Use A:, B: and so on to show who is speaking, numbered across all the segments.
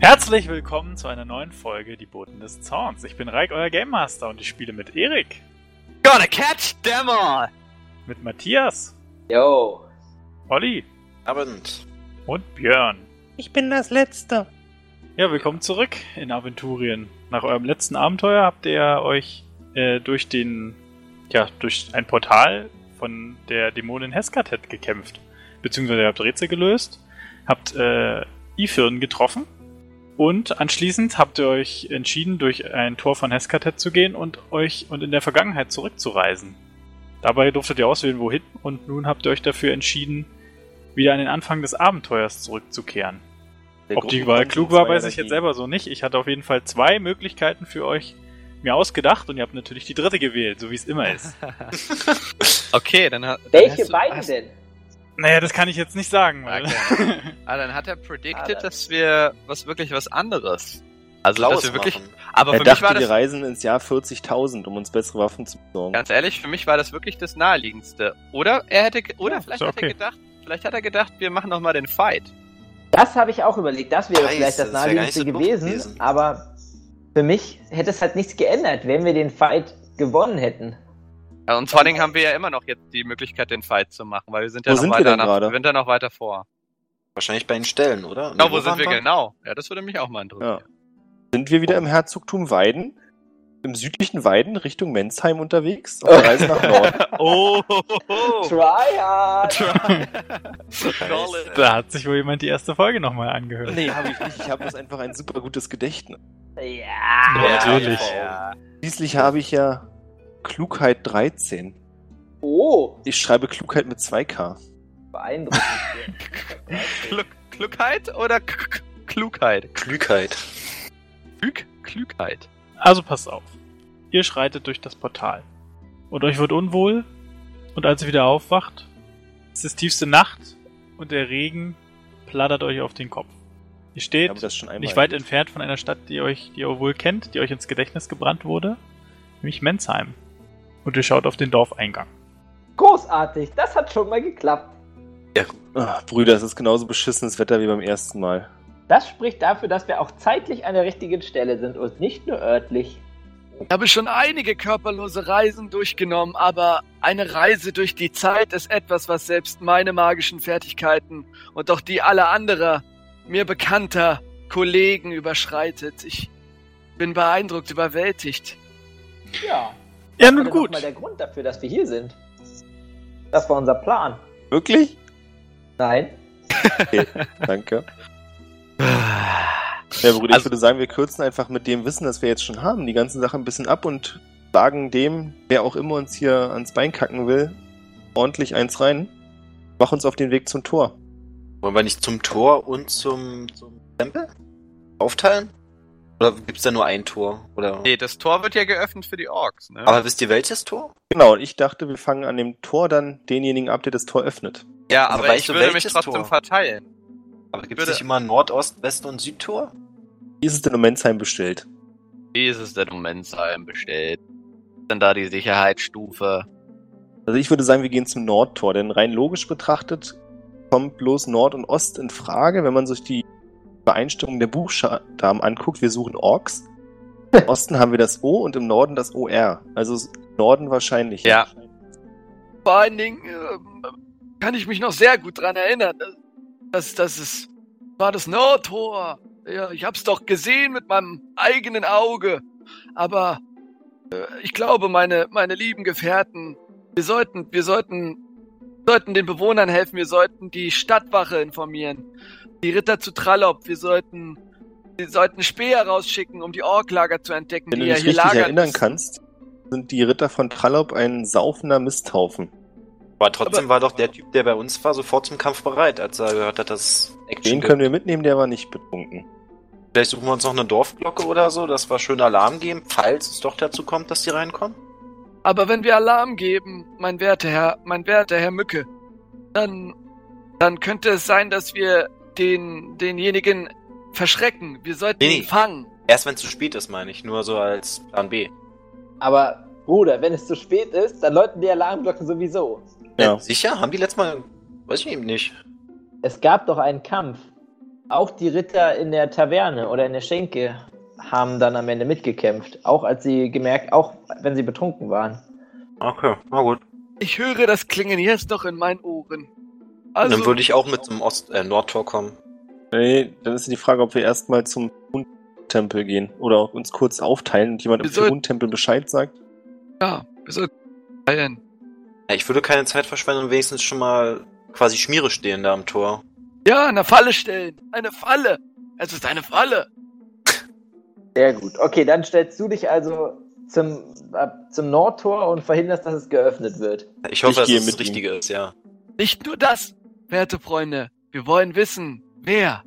A: Herzlich willkommen zu einer neuen Folge Die Boten des Zorns. Ich bin Raik, euer Game Master und ich spiele mit Erik,
B: Gonna catch them all!
A: mit Matthias,
C: Yo.
A: Olli
B: Abend.
A: und Björn.
D: Ich bin das Letzte.
A: Ja, willkommen zurück in Aventurien. Nach eurem letzten Abenteuer habt ihr euch äh, durch den, ja, durch ein Portal von der Dämonin Heskartet gekämpft. Beziehungsweise ihr habt Rätsel gelöst, habt äh, Ifirn getroffen und anschließend habt ihr euch entschieden, durch ein Tor von Heskartet zu gehen und euch und in der Vergangenheit zurückzureisen. Dabei durftet ihr auswählen, wohin, und nun habt ihr euch dafür entschieden, wieder an den Anfang des Abenteuers zurückzukehren. Ob die Wahl klug war, weiß ich jetzt selber so nicht. Ich hatte auf jeden Fall zwei Möglichkeiten für euch mir ausgedacht und ihr habt natürlich die dritte gewählt, so wie es immer ist.
B: okay, dann hat. dann
C: Welche
B: hast du-
C: beiden
B: hast-
C: denn?
A: naja, das kann ich jetzt nicht sagen, weil
B: Ah, dann hat er predicted,
C: Ah,
B: dass wir was wirklich was anderes. Also,
E: Klaus
B: dass wir wirklich.
E: machen.
B: Aber
F: Er
B: für mich war
F: dachte, wir
B: das.
F: reisen ins Jahr 40.000, um uns bessere Waffen zu besorgen.
B: Ganz ehrlich, für mich war das wirklich das Naheliegendste. Oder er hätte. ge- Oder
A: Ja,
B: vielleicht
A: ist
B: hat
A: okay.
B: er gedacht. Vielleicht hat er gedacht, wir machen nochmal den Fight.
C: Das habe ich auch überlegt. Das wäre
E: Scheiße,
C: vielleicht das
E: das wäre gar nicht
C: Naheliegendste
E: so doof
C: gewesen,
E: gewesen.
C: Aber für mich hätte es halt nichts geändert, wenn wir den Fight gewonnen hätten.
B: Ja, Und vor allen Dingen haben wir ja immer noch jetzt die Möglichkeit, den Fight zu machen, weil wir sind ja
F: Wo
B: noch
F: sind wir
B: weiter
F: denn
B: nach,
F: gerade?
B: wir sind ja noch weiter vor.
E: Wahrscheinlich bei den Stellen, oder?
B: Genau,
E: Nee,
B: wo sind
E: waren
B: wir genau? Ja, das würde mich auch mal interessieren.
F: Ja. Sind wir wieder im Herzogtum Weiden? Im südlichen Weiden Richtung Mensheim unterwegs? Auf der Reise nach Norden?
B: Oh,
C: Try hard!
E: Scheiße.
A: da hat sich wohl jemand die erste Folge nochmal angehört.
F: Nee, habe ich nicht. Ich habe bloß einfach ein super gutes Gedächtnis.
C: Ja!
A: natürlich.
B: Ja.
F: Schließlich habe ich ja Klugheit 13.
C: Oh!
F: Ich schreibe Klugheit mit 2K.
C: Beeindruckend.
B: Klug, Klugheit oder K K Klugheit?
E: Klugheit.
B: Klug, Klugheit.
A: Also passt auf. Ihr schreitet durch das Portal. Und euch wird unwohl. Und als ihr wieder aufwacht, ist es tiefste Nacht und der Regen plattert euch auf den Kopf. Ihr
F: Ich
A: steht
F: habe das schon einmal.
A: nicht weit entfernt von einer Stadt, die euch, die ihr wohl kennt, die euch ins Gedächtnis gebrannt wurde, nämlich Mensheim. Und ihr schaut auf den Dorfeingang.
C: Großartig! Das hat schon mal geklappt.
F: Ah, Brüder, es ist genauso beschissenes Wetter wie beim ersten Mal.
C: Das spricht dafür, dass wir auch zeitlich an der richtigen Stelle sind und nicht nur örtlich.
G: Ich habe schon einige körperlose Reisen durchgenommen, aber eine Reise durch die Zeit ist etwas, was selbst meine magischen Fertigkeiten und auch die aller anderer mir bekannter Kollegen überschreitet. Ich bin beeindruckt, überwältigt.
C: Ja.
A: Ja,
C: also Das
A: nun
C: war doch
A: gut.
C: mal der Grund dafür, dass wir hier sind. Das war unser Plan.
F: Wirklich?
C: Nein.
F: Danke.
B: Ah.
F: Ja, Brüder, ich
B: Also-
F: würde sagen, wir kürzen einfach mit dem Wissen, das wir jetzt schon haben, die ganzen Sachen ein bisschen ab und sagen dem, wer auch immer uns hier ans Bein kacken will, ordentlich eins rein. Mach uns auf den Weg zum Tor.
E: Wollen wir nicht zum Tor und zum, zum Tempel aufteilen? Oder gibt's da nur ein Tor? Oder...
B: Nee, das Tor wird ja geöffnet für die Orks, ne?
E: Aber wisst ihr welches Tor?
F: Genau, und ich dachte, wir fangen an dem Tor dann denjenigen ab, der das Tor öffnet.
B: ja,
E: Also
B: aber ich
E: weißt du,
B: würde mich
E: welches
B: trotzdem
E: Tor?
B: verteilen.
E: Aber gibt's
B: würde-
E: nicht immer ein Nord-, Ost-, West- und Südtor?
F: Wie ist es denn um Mensheim bestellt?
B: Wie ist es denn um Mensheim bestellt? Ist denn da die Sicherheitsstufe?
F: Also ich würde sagen, wir gehen zum Nordtor, denn rein logisch betrachtet kommt bloß Nord und Ost in Frage, wenn man sich die Übereinstimmung der Buchstaben anguckt. Wir suchen Orks. Im Osten haben wir das O und im Norden das OR. Also s- Norden wahrscheinlich.
B: Ja.
G: Vor allen Dingen ähm, kann ich mich noch sehr gut dran erinnern, dass, dass es war das Nordtor. Ja, ich hab's doch gesehen mit meinem eigenen Auge. Aber äh, ich glaube, meine, meine lieben Gefährten, wir sollten, wir sollten, sollten den Bewohnern helfen, wir sollten die Stadtwache informieren, die Ritter zu Trallop, wir sollten, wir sollten Speer rausschicken, um die Orklager zu entdecken,
F: Wenn
G: die
F: du
G: ja
F: dich
G: hier
F: richtig
G: lagern.
F: erinnern
G: müssen.
F: kannst, sind die Ritter von Trallop ein saufender Misthaufen.
E: Aber trotzdem war doch der Typ, der bei uns war, sofort zum Kampf bereit, als er gehört hat, dass
F: Den
E: Action
F: können wir mitnehmen, der war nicht betrunken.
E: gibt. Vielleicht suchen wir uns noch eine Dorfglocke oder so, dass wir schön Alarm geben, falls es doch dazu kommt, dass die reinkommen.
G: Aber wenn wir Alarm geben, mein werter Herr, mein werter Herr Mücke, dann, dann könnte es sein, dass wir den, denjenigen verschrecken. Wir sollten
E: Nee, nee.
G: ihn fangen.
E: Erst wenn es zu spät ist, meine ich, nur so als Plan B.
C: Aber Bruder, wenn es zu spät ist, dann läuten die Alarmglocken sowieso.
F: Ja.
E: Sicher? Haben die letztes Mal. Weiß ich eben nicht.
C: Es gab doch einen Kampf. Auch die Ritter in der Taverne oder in der Schenke haben dann am Ende mitgekämpft. Auch als sie gemerkt, auch wenn sie betrunken waren.
E: Okay, na gut.
G: Ich höre das Klingen jetzt noch in meinen Ohren. Also-
E: Dann würde ich auch mit zum Ost äh, Nordtor kommen.
F: Nee, Äh, dann ist die Frage, ob wir erstmal zum Tempel gehen oder uns kurz aufteilen und jemand im
G: Wir sollten-
F: Tempel Bescheid sagt.
G: Ja, wir sollten teilen.
E: Ja, ich würde keine Zeit verschwenden und wenigstens schon mal quasi Schmiere stehen da am Tor.
G: Ja, eine Falle stellen. Eine Falle. Es ist eine Falle.
C: Sehr gut. Okay, dann stellst du dich also zum, ab- zum Nordtor und verhinderst, dass es geöffnet wird.
E: Ich hoffe,
F: Ich gehe
E: dass es das
F: mit ihm.
E: Richtige ist, ja.
G: Nicht nur das, werte Freunde. Wir wollen wissen, wer.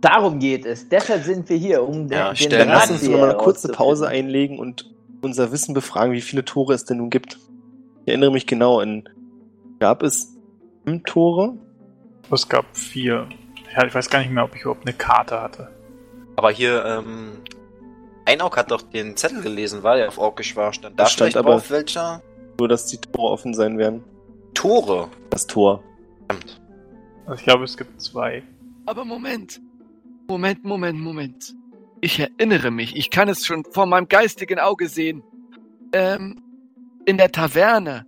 C: Darum geht es. Deshalb sind wir hier, um
E: Ja,
C: den,
E: stellen-
C: den
F: Dann
E: Dann
F: lass uns
C: hier
F: nochmal eine kurze
C: herauszufinden.
F: Pause einlegen und unser Wissen befragen, wie viele Tore es denn nun gibt. Ich erinnere mich genau, in gab es fünf Tore?
A: Es gab vier. Ja, ich weiß gar nicht mehr, ob ich überhaupt eine Karte hatte.
E: Aber hier, ähm, Einauk hat doch den Zettel gelesen, war der auf Orkisch war. Stand da
F: Das stand
E: stand
F: aber-
E: aber auf welcher?
F: Nur, dass die Tore offen sein werden.
E: Tore.
F: Das Tor.
E: Verdammt.
A: Also ich glaube, es gibt zwei.
G: Aber Moment. Moment, Moment, Moment. Ich erinnere mich. Ich kann es schon vor meinem geistigen Auge sehen. Ähm, in der Taverne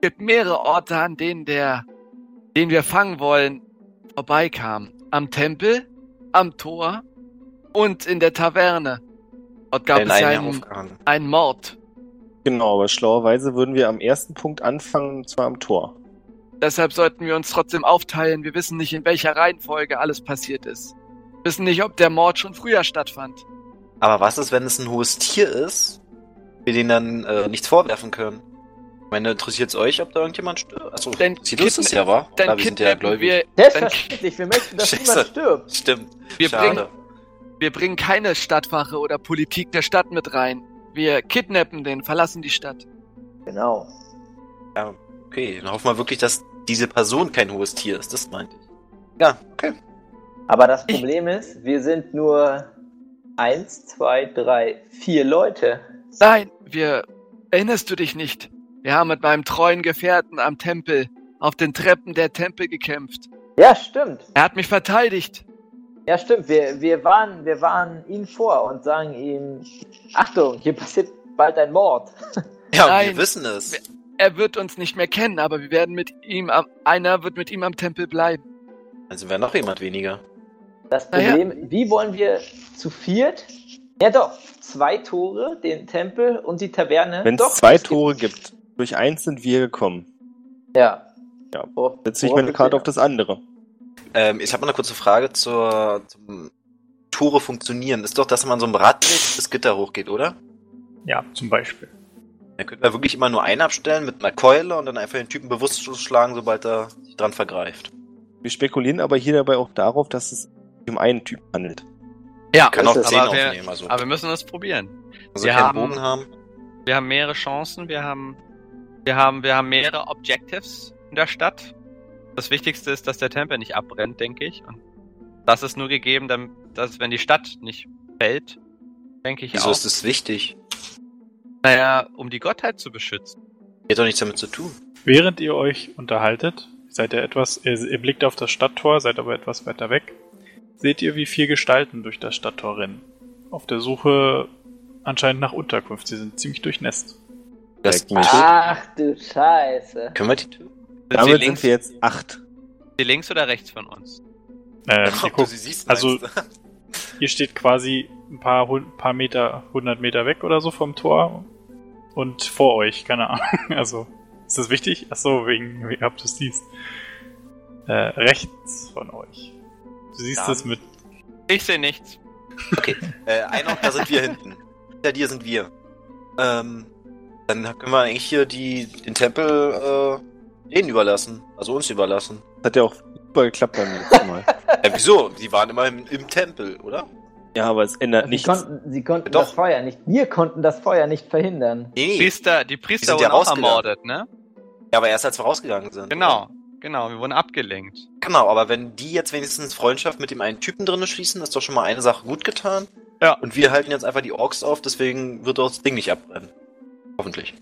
G: gibt mehrere Orte, an denen der, den wir fangen wollen, vorbeikam. Am Tempel, am Tor und in der Taverne. Dort gab
E: Den
G: es ja
E: einen
G: einen,
E: aufgehangen.
G: einen Mord.
F: Genau, aber schlauerweise würden wir am ersten Punkt anfangen, und zwar am Tor.
G: Deshalb sollten wir uns trotzdem aufteilen. Wir wissen nicht, in welcher Reihenfolge alles passiert ist. Wissen nicht, ob der Mord schon früher stattfand.
E: Aber was ist, wenn es ein hohes Tier ist? Wir denen dann äh, nichts vorwerfen können. Ich meine, interessiert's euch, ob da irgendjemand stirbt? Achso,
G: Dann
E: interessiert uns
G: kidna-
E: das ja, wa?
G: Dann
E: Ja, wir sind ja
G: kidnappen
E: gläubig.
G: wir,
C: Selbstverständlich, wir möchten, dass
E: Scheiße.
C: niemand stirbt.
E: Stimmt.
G: wir, bringen,
E: Schade.
G: wir bringen keine Stadtwache oder Politik der Stadt mit rein. Wir kidnappen den, verlassen die Stadt.
C: Genau.
E: Okay, dann hoffen wir wirklich, dass diese Person kein hohes Tier ist. Das meinte ich. Ja, okay.
C: Aber das
G: Ich-
C: Problem ist, wir sind nur eins, zwei, drei, vier Leute.
G: Nein, wir. Erinnerst du dich nicht? Wir haben mit meinem treuen Gefährten am Tempel, auf den Treppen der Tempel gekämpft.
C: Ja, stimmt.
G: Er hat mich verteidigt.
C: Ja, stimmt. Wir, wir, waren, wir waren ihn vor und sagen ihm, Achtung, hier passiert bald ein Mord.
E: Ja, und
G: Nein.
E: wir wissen es.
G: Er wird uns nicht mehr kennen, aber wir werden mit ihm am, einer wird mit ihm am Tempel bleiben.
E: Also wäre noch jemand weniger.
C: Das
G: Naja.
C: Problem, wie wollen wir zu viert? Ja doch, zwei Tore, den Tempel und die Taverne.
F: Wenn
C: Äh, Doch,
F: es zwei
C: es gibt-
F: Tore gibt, durch eins sind wir gekommen.
C: Ja.
F: Ja.
C: Wo-
F: Setze ich
C: worauf
F: meine Karte
C: wir-
F: auf das andere.
E: Ähm, ich habe mal eine kurze Frage zur zum Tore funktionieren. Ist doch, dass man so einem Radweg das Gitter hochgeht, oder?
A: Ja, zum Beispiel.
E: Dann könnten wir wirklich immer nur einen abstellen mit einer Keule und dann einfach den Typen bewusstlos schlagen, sobald er sich dran vergreift.
F: Wir spekulieren aber hier dabei auch darauf, dass es sich um einen Typen handelt.
B: Ja,
E: Kann auch
C: das-
E: zehn
B: aber wir-
E: aufnehmen, also
B: aber wir müssen das probieren.
E: also
B: wir
E: keinen
B: haben-
E: Bogen haben.
B: Wir haben mehrere Chancen, wir haben, wir haben, wir haben mehrere Objectives in der Stadt. Das Wichtigste ist, dass der Tempel nicht abbrennt, denke ich. Und das ist nur gegeben, dann- dass wenn die Stadt nicht fällt, denke ich
E: Wieso
B: auch.
E: ist das wichtig?
B: Naja, um die Gottheit zu beschützen.
E: Hat doch nichts damit zu tun.
A: Während ihr euch unterhaltet, seid ihr etwas, ihr, ihr blickt auf das Stadttor, seid aber etwas weiter weg, seht ihr, wie vier Gestalten durch das Stadttor rennen. Auf der Suche anscheinend nach Unterkunft. Sie sind ziemlich durchnässt.
E: Das
F: mich.
C: Ach du Scheiße.
E: Können wir die töten?
B: Sind sie
F: Damit
B: links,
F: sind wir jetzt acht.
B: sie links oder rechts von uns?
A: Ähm, ihr,
E: Ob du
A: guckt,
E: sie siehst,
A: also-
E: meinst du?
A: ihr steht quasi ein paar, hun- paar Meter, 100 Meter weg oder so vom Tor und vor euch, keine Ahnung. Also, ist das wichtig? Achso, wegen, wie ob du es siehst. Äh, rechts von euch. Du siehst
B: Ja.
A: es mit
B: Ich sehe nichts.
E: Äh, einer, da sind wir hinten. Hinter dir sind wir. Ähm, dann können wir eigentlich hier die, den Tempel äh, denen überlassen. Also uns überlassen.
F: Das hat ja auch super geklappt beim letzten Mal.
E: Äh, wieso? Die waren immer im, im Tempel, oder?
F: Ja, aber es ändert
C: Sie
F: nichts.
C: konnten, sie konnten
E: Doch.
C: das Feuer nicht. Wir konnten das Feuer nicht verhindern.
E: Nee, nee.
B: Priester,
E: Die
B: die Priester
E: sind
B: wurden
E: ja
B: auch
E: rausgegangen.
B: ermordet, ne?
E: Ja, aber erst als wir rausgegangen sind.
B: Genau, genau, wir wurden abgelenkt.
E: Genau, aber wenn die jetzt wenigstens Freundschaft mit dem einen Typen drinne schließen, ist doch schon mal eine Sache gut getan.
B: Ja.
E: Und wir halten jetzt einfach die Orks auf, deswegen wird auch das Ding nicht abbrennen. Hoffentlich.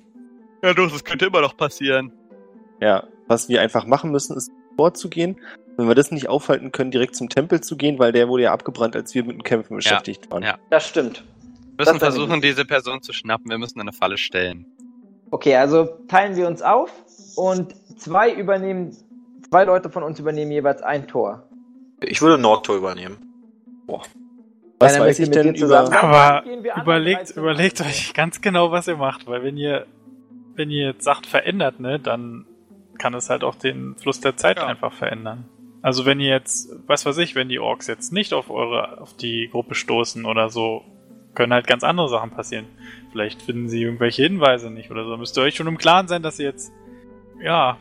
B: Ja, doch, das könnte immer noch passieren.
F: Ja, was wir einfach machen müssen, ist vorzugehen. Wenn wir das nicht aufhalten können, direkt zum Tempel zu gehen, weil der wurde ja abgebrannt, als wir mit dem Kämpfen beschäftigt waren.
B: ja.
C: Das stimmt.
B: Wir müssen
C: Das hab ich
B: versuchen,
C: nicht.
B: diese Person zu schnappen. Wir müssen eine Falle stellen.
C: Okay, also teilen wir uns auf und zwei übernehmen, zwei Leute von uns übernehmen jeweils ein Tor.
E: Ich würde Nordtor übernehmen.
F: Was
C: Einer
F: weiß
C: möchte
F: ich
C: mit
F: denn
C: dir zusammen-
F: über.
A: Aber
C: Gehen wir an,
A: überlegt,
C: bereits-
A: überlegt euch ganz genau, was ihr macht, weil wenn ihr, wenn ihr jetzt sagt, verändert, ne, dann kann es halt auch den Fluss der Zeit
B: Ja.
A: einfach verändern. Also wenn ihr jetzt, was weiß ich, wenn die Orks jetzt nicht auf eure, auf die Gruppe stoßen oder so, können halt ganz andere Sachen passieren. Vielleicht finden sie irgendwelche Hinweise nicht oder so. Müsst ihr euch schon im Klaren sein, dass ihr jetzt, ja,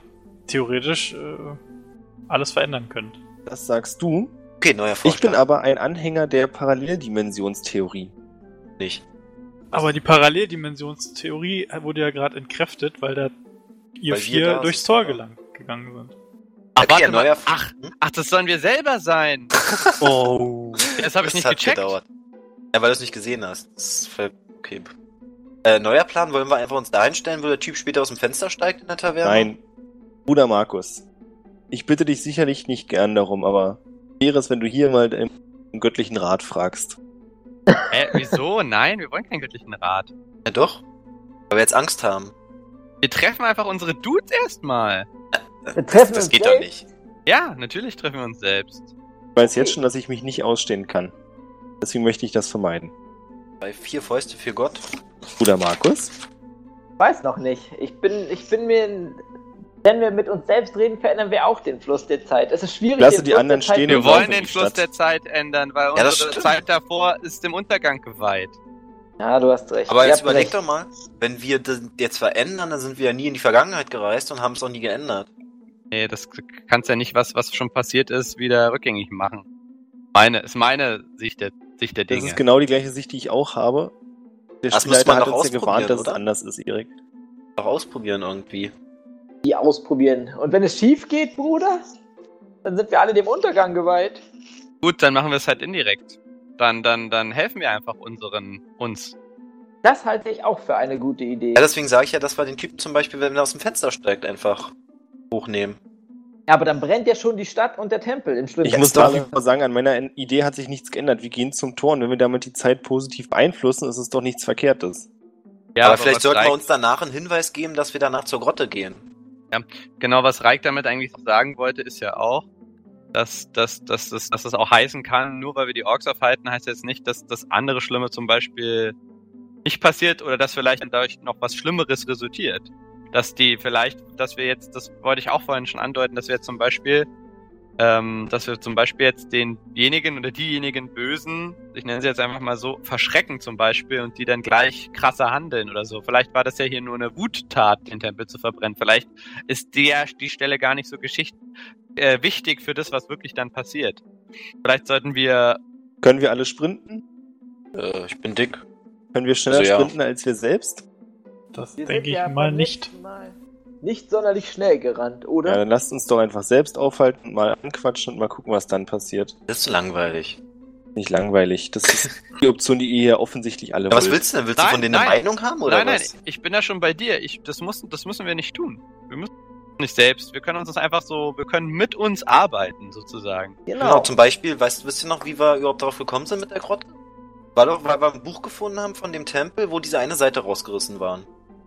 A: theoretisch äh, alles verändern könnt.
F: Das sagst du.
E: Okay, neuer
F: Ich bin
E: Vorschlag.
F: aber ein Anhänger der Paralleldimensionstheorie.
E: bin nicht.
A: Aber die Paralleldimensionstheorie wurde ja gerade entkräftet, weil da ihr
E: Weil wir
A: vier
E: da sind,
A: durchs Tor
E: ja.
A: gelang, gegangen sind.
B: Ach,
E: Okay,
B: Ah, warte mal.
E: neuer Hm? Vorschlag.
B: Ach, ach, das sollen wir selber sein.
F: Oh.
B: Das habe
E: Das
B: ich nicht
E: hat
B: gecheckt.
E: gedauert. Ja, weil du es nicht gesehen hast. Das ist voll okay. Äh, neuer Plan, wollen wir einfach uns da hinstellen, wo der Typ später aus dem Fenster steigt in der Taverne?
F: Nein. Bruder Markus, ich bitte dich sicherlich nicht gern darum, aber wäre es, wenn du hier mal im göttlichen Rat fragst.
B: Hä, wieso? Nein, wir wollen keinen göttlichen Rat.
E: Ja doch. Weil wir jetzt Angst haben.
B: Wir treffen einfach unsere Dudes erstmal.
C: Wir treffen
E: Das
C: uns
E: geht doch
C: selbst.
E: nicht.
B: Ja, natürlich treffen wir uns selbst.
F: Ich weiß jetzt schon, dass ich mich nicht ausstehen kann. Deswegen möchte ich das vermeiden.
E: Bei vier Fäuste für Gott.
F: Bruder Markus?
C: Weiß noch nicht. Ich bin, ich bin mir. Wenn wir mit uns selbst reden, verändern wir auch den Fluss der Zeit. Es ist schwierig.
F: Lasse
C: den
F: die
C: Fluss
F: anderen
C: der Zeit-
F: stehen
B: Wir
F: und
B: wollen
F: laufen in
B: den
F: die
B: Fluss
F: Stadt.
B: der Zeit ändern, weil
E: Ja, das
B: unsere
E: stimmt.
B: Zeit davor ist dem Untergang geweiht.
C: Ja, du hast recht.
E: Aber
C: Ihr
E: jetzt
C: habt
E: überleg
C: recht.
E: doch mal, wenn wir das jetzt verändern, dann sind wir ja nie in die Vergangenheit gereist und haben es auch nie geändert.
B: Nee, das kannst ja nicht, was, was schon passiert ist, wieder rückgängig machen. Meine, ist meine Sicht der, Sicht der
F: Das
B: Dinge.
F: ist genau die gleiche Sicht, die ich auch habe. Der
E: Das muss
F: Spielleiter
E: man
F: hat
E: doch
F: uns ja
E: ausprobieren,
F: gewarnt, dass
E: oder?
F: es anders ist, Erik.
E: Doch ausprobieren irgendwie.
C: Die ausprobieren. Und wenn es schief geht, Bruder, dann sind wir alle dem Untergang geweiht.
B: Gut, dann machen wir es halt indirekt. Dann, dann, dann helfen wir einfach unseren, uns.
C: Das halte ich auch für eine gute Idee.
E: Ja, deswegen sage ich ja, dass wir den Typen zum Beispiel, wenn er aus dem Fenster steigt, einfach hochnehmen.
C: Aber dann brennt ja schon die Stadt und der Tempel im schlimmsten
F: Ich muss
C: Falle.
F: nach wie vor sagen, an meiner Idee hat sich nichts geändert. Wir gehen zum Tor und wenn wir damit die Zeit positiv beeinflussen, ist es doch nichts Verkehrtes.
B: Ja,
E: aber vielleicht
B: was
E: sollten wir
B: reicht-
E: uns danach einen Hinweis geben, dass wir danach zur Grotte gehen.
B: Genau, was Reik damit eigentlich sagen wollte, ist ja auch, dass, dass, dass, dass, dass das auch heißen kann, nur weil wir die Orks aufhalten, heißt jetzt nicht, dass das andere Schlimme zum Beispiel nicht passiert oder dass vielleicht dadurch noch was Schlimmeres resultiert. Dass die vielleicht, dass wir jetzt, das wollte ich auch vorhin schon andeuten, dass wir jetzt zum Beispiel, ähm, dass wir zum Beispiel jetzt denjenigen oder diejenigen Bösen, ich nenne sie jetzt einfach mal so, verschrecken zum Beispiel und die dann gleich krasser handeln oder so. Vielleicht war das ja hier nur eine Wuttat, den Tempel zu verbrennen. Vielleicht ist der, die Stelle gar nicht so geschicht, äh, wichtig für das, was wirklich dann passiert. Vielleicht sollten wir.
F: Können wir alle sprinten?
E: Äh, ich bin dick.
F: Können wir schneller
E: Also ja.
F: sprinten als wir selbst?
A: Das
C: Wir sind
A: denke ich
C: ja
A: mal
C: beim
A: nicht.
C: letzten Mal Nicht sonderlich schnell gerannt,
F: Ja,
C: oder?
F: dann lasst uns doch einfach selbst aufhalten und mal anquatschen und mal gucken, was dann passiert.
E: Das ist langweilig.
F: Nicht langweilig. Das ist die Option, die ihr ja offensichtlich alle
E: Ja, was
F: wollt.
E: willst du denn? Willst
B: Nein,
E: du von denen eine
B: nein.
E: Meinung haben oder
B: nein,
E: was?
B: nein, ich bin da schon bei dir. Ich, das, muss, das müssen wir nicht tun. Wir müssen nicht selbst. Wir können uns das einfach so, wir können mit uns arbeiten, sozusagen.
E: Genau. zum Beispiel, weißt du, wisst ihr noch, wie wir überhaupt darauf gekommen sind mit der Grotte? War doch, weil wir ein Buch gefunden haben von dem Tempel, wo diese eine Seite rausgerissen waren.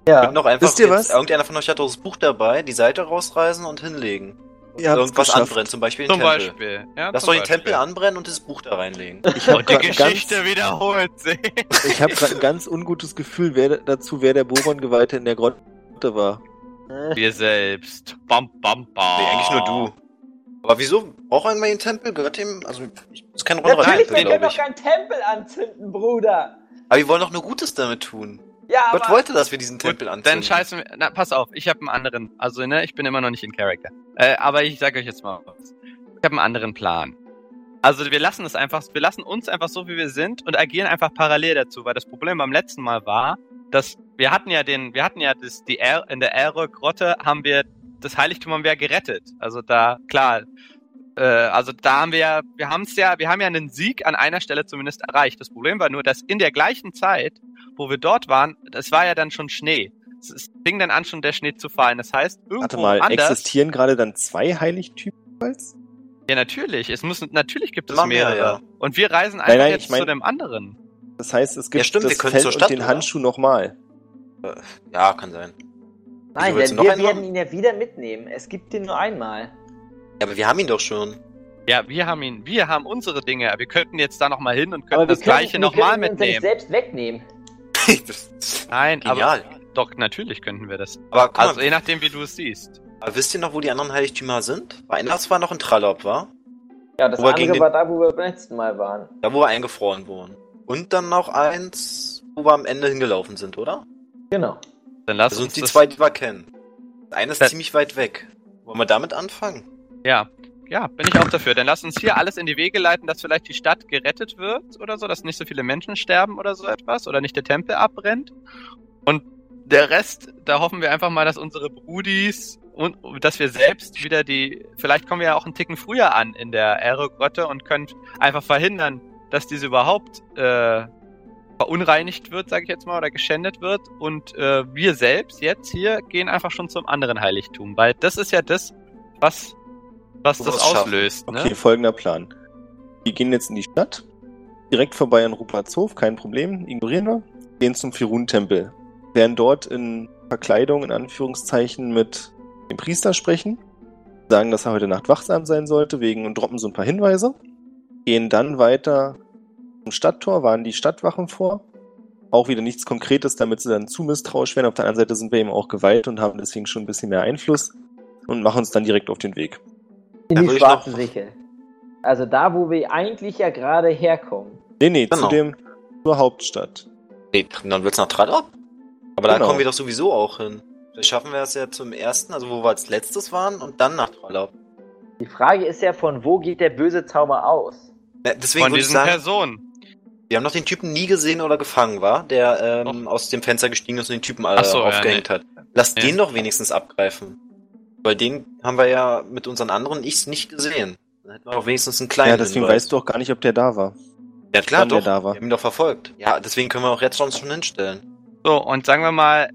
C: Ja.
E: Könnt noch einfach
F: Wisst ihr
E: jetzt-
F: was?
E: Irgendeiner von euch hat doch das Buch dabei, die Seite rausreißen und hinlegen.
F: Ihr habt's
E: Irgendwas
F: geschafft.
E: anbrennen, zum Beispiel den
B: Zum
E: Tempel.
B: Beispiel. Ja,
E: Lass
B: zum
E: doch den
B: Beispiel.
E: Tempel anbrennen und das Buch da reinlegen.
F: Ich habe
B: Und die
F: gerade ein,
B: Geschichte
F: ganz-
B: wiederholt sich.
F: ich hab grad ein ganz ungutes Gefühl wer, dazu, wer der Boron-Geweihte in der Grotte war.
C: Äh.
B: Wir selbst. Bam, bam, bam.
E: Nee, eigentlich nur du. Aber wieso braucht irgendwann den Tempel? Gehört dem, also, ich, das ist kein runderer
C: Natürlich,
E: Tempel,
C: wir können
E: glaube
C: doch
E: ich.
C: keinen Tempel anzünden, Bruder.
E: Aber wir wollen doch nur Gutes damit tun.
C: Ja,
E: Gott
C: aber
E: wollte, dass wir diesen Tempel
B: Gut,
E: anzünden.
B: Dann scheißen wir. Na, pass auf, ich habe einen anderen. Also, ne, ich bin immer noch nicht in Character. Äh, aber ich sag euch jetzt mal was. Ich habe einen anderen Plan. Also wir lassen es einfach, wir lassen uns einfach so, wie wir sind und agieren einfach parallel dazu, weil das Problem beim letzten Mal war, dass wir hatten ja den, wir hatten ja das, die er in der Elrog-Grotte haben wir, das Heiligtum haben wir ja gerettet. Also da, klar, äh, also da haben wir ja, wir haben es ja, wir haben ja einen Sieg an einer Stelle zumindest erreicht. Das Problem war nur, dass in der gleichen Zeit, wo wir dort waren, es war ja dann schon Schnee. Es- Es fing dann an, schon der Schnee zu fallen. Das heißt, irgendwo
F: Warte mal,
B: anders.
F: existieren gerade dann zwei Heiligtümer? jeweils?
B: Ja, natürlich. Es muss, natürlich gibt es
E: Machen wir,
B: mehrere.
E: ja.
B: Und wir reisen einfach
F: Nein, nein,
B: jetzt
F: ich mein-
B: zu dem anderen.
F: Das heißt, es gibt
E: stimmt, wir
F: das
E: können
F: Fell
E: zur
F: und
E: Stadt,
F: den
E: oder?
F: Handschuh nochmal.
E: kann sein.
C: Nein,
E: willst
C: denn
E: du noch
C: wir
E: einen haben?
C: werden ihn ja wieder mitnehmen. Es gibt ihn nur einmal.
E: Ja, aber wir haben ihn doch schon.
B: Ja, wir haben ihn, wir haben unsere Dinge. Wir könnten jetzt da nochmal hin und könnten
C: wir
B: das gleiche
C: können-
B: nochmal
C: wir können ihn uns ja nicht
B: mitnehmen.
C: selbst wegnehmen.
E: Das-
B: Nein,
E: Genial.
B: aber doch, natürlich könnten wir das.
E: Aber guck
B: Also
E: mal,
B: je nachdem, wie du es siehst.
E: aber wisst ihr noch, wo die anderen Heiligtümer sind? Weil eines war noch in Trallop, war?
C: Ja, das
E: Aber gegen
C: andere
E: den-
C: war da, wo wir beim letzten Mal waren.
E: Da, wo wir eingefroren wurden. Und dann noch eins, wo wir am Ende hingelaufen sind, oder?
C: Genau.
B: Dann lass
E: Das Äh. sind
B: uns
E: die
B: das,
E: zwei, die wir kennen. Eines
B: Das-
E: ziemlich weit weg. Wollen wir damit anfangen?
B: Ja, ja, bin ich auch dafür. Dann lass uns hier alles in die Wege leiten, dass vielleicht die Stadt gerettet wird oder so, dass nicht so viele Menschen sterben oder so etwas oder nicht der Tempel abbrennt. Und der Rest, da hoffen wir einfach mal, dass unsere Brudis und dass wir selbst wieder die, vielleicht kommen wir ja auch einen Ticken früher an in der Aerogrotte und können einfach verhindern, dass diese überhaupt äh, verunreinigt wird, sage ich jetzt mal, oder geschändet wird. Und äh, wir selbst jetzt hier gehen einfach schon zum anderen Heiligtum, weil das ist ja das, was, was
E: Wo
B: das
E: wir es schaffen.
B: auslöst.
F: Okay,
B: Ne?
F: folgender Plan. Wir gehen jetzt in die Stadt, direkt vorbei an Ruperts Hof, kein Problem, ignorieren wir, gehen zum Firun-Tempel, werden dort in Verkleidung, in Anführungszeichen, mit dem Priester sprechen, sagen, dass er heute Nacht wachsam sein sollte, wegen und droppen so ein paar Hinweise, gehen dann weiter zum Stadttor, waren die Stadtwachen vor, auch wieder nichts Konkretes, damit sie dann zu misstrauisch werden. Auf der anderen Seite sind wir eben auch Gewalt und haben deswegen schon ein bisschen mehr Einfluss und machen uns dann direkt auf den Weg.
C: In
E: Da
C: die
E: würde ich noch-
C: schwarze Sichel. Also da, wo wir eigentlich ja gerade herkommen.
F: Nee, nee,
E: Genau.
F: zu dem, zur Hauptstadt.
E: Nee, dann wird's nach Trallop. Aber da
F: Genau.
E: kommen wir doch sowieso auch hin. Vielleicht schaffen wir es ja zum ersten, also wo wir als letztes waren, und dann nach Trallop.
C: Die Frage ist ja, von wo geht der böse Zauber aus?
E: Na, Äh, deswegen
B: Von
E: würde ich
B: diesen
E: sagen,
B: Personen.
E: wir haben noch den Typen nie gesehen oder gefangen, war, der ähm, aus dem Fenster gestiegen ist und den Typen äh,
B: Ach so, ja,
E: aufgehängt hat. Lass
B: Ja.
E: den doch wenigstens abgreifen. Weil den haben wir ja mit unseren anderen Ichs nicht gesehen. Dann hätten wir auch wenigstens einen kleinen
F: ja, deswegen weißt du auch gar nicht, ob der da war.
E: Ja, klar,
F: wann der
E: doch.
F: da war.
E: Wir haben ihn doch verfolgt. Ja, deswegen können wir auch jetzt schon, schon hinstellen.
B: So, und sagen wir mal,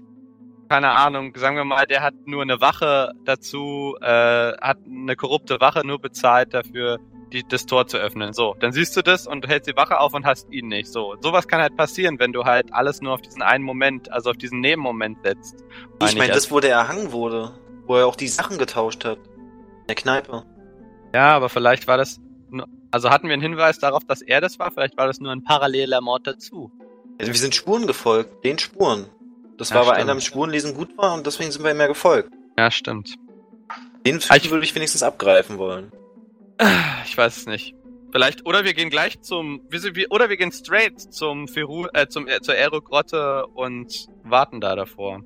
B: keine Ahnung, sagen wir mal, der hat nur eine Wache dazu, äh, hat eine korrupte Wache nur bezahlt dafür, die, das Tor zu öffnen. So, dann siehst du das und hältst die Wache auf und hast ihn nicht. So, sowas kann halt passieren, wenn du halt alles nur auf diesen einen Moment, also auf diesen Nebenmoment setzt.
E: Ich meine,
B: also-
E: das, wo der erhangen wurde, wo er auch die Sachen getauscht hat. In der Kneipe.
B: Ja, aber vielleicht war das, nur- also hatten wir einen Hinweis darauf, dass er das war, vielleicht war das nur ein paralleler Mord dazu.
E: Also wir sind Spuren gefolgt, den Spuren. Das
B: Ja,
E: war, weil
B: stimmt.
E: einer im Spurenlesen gut war und deswegen sind wir ihm ja gefolgt.
B: Ja, stimmt.
E: Den
B: Ah, ich-
E: würde ich wenigstens abgreifen wollen.
B: Ich weiß es nicht. Vielleicht, oder wir gehen gleich zum, wir sind- wir- oder wir gehen straight zum Feru, äh, zum, äh, zur Aerogrotte und warten da davor.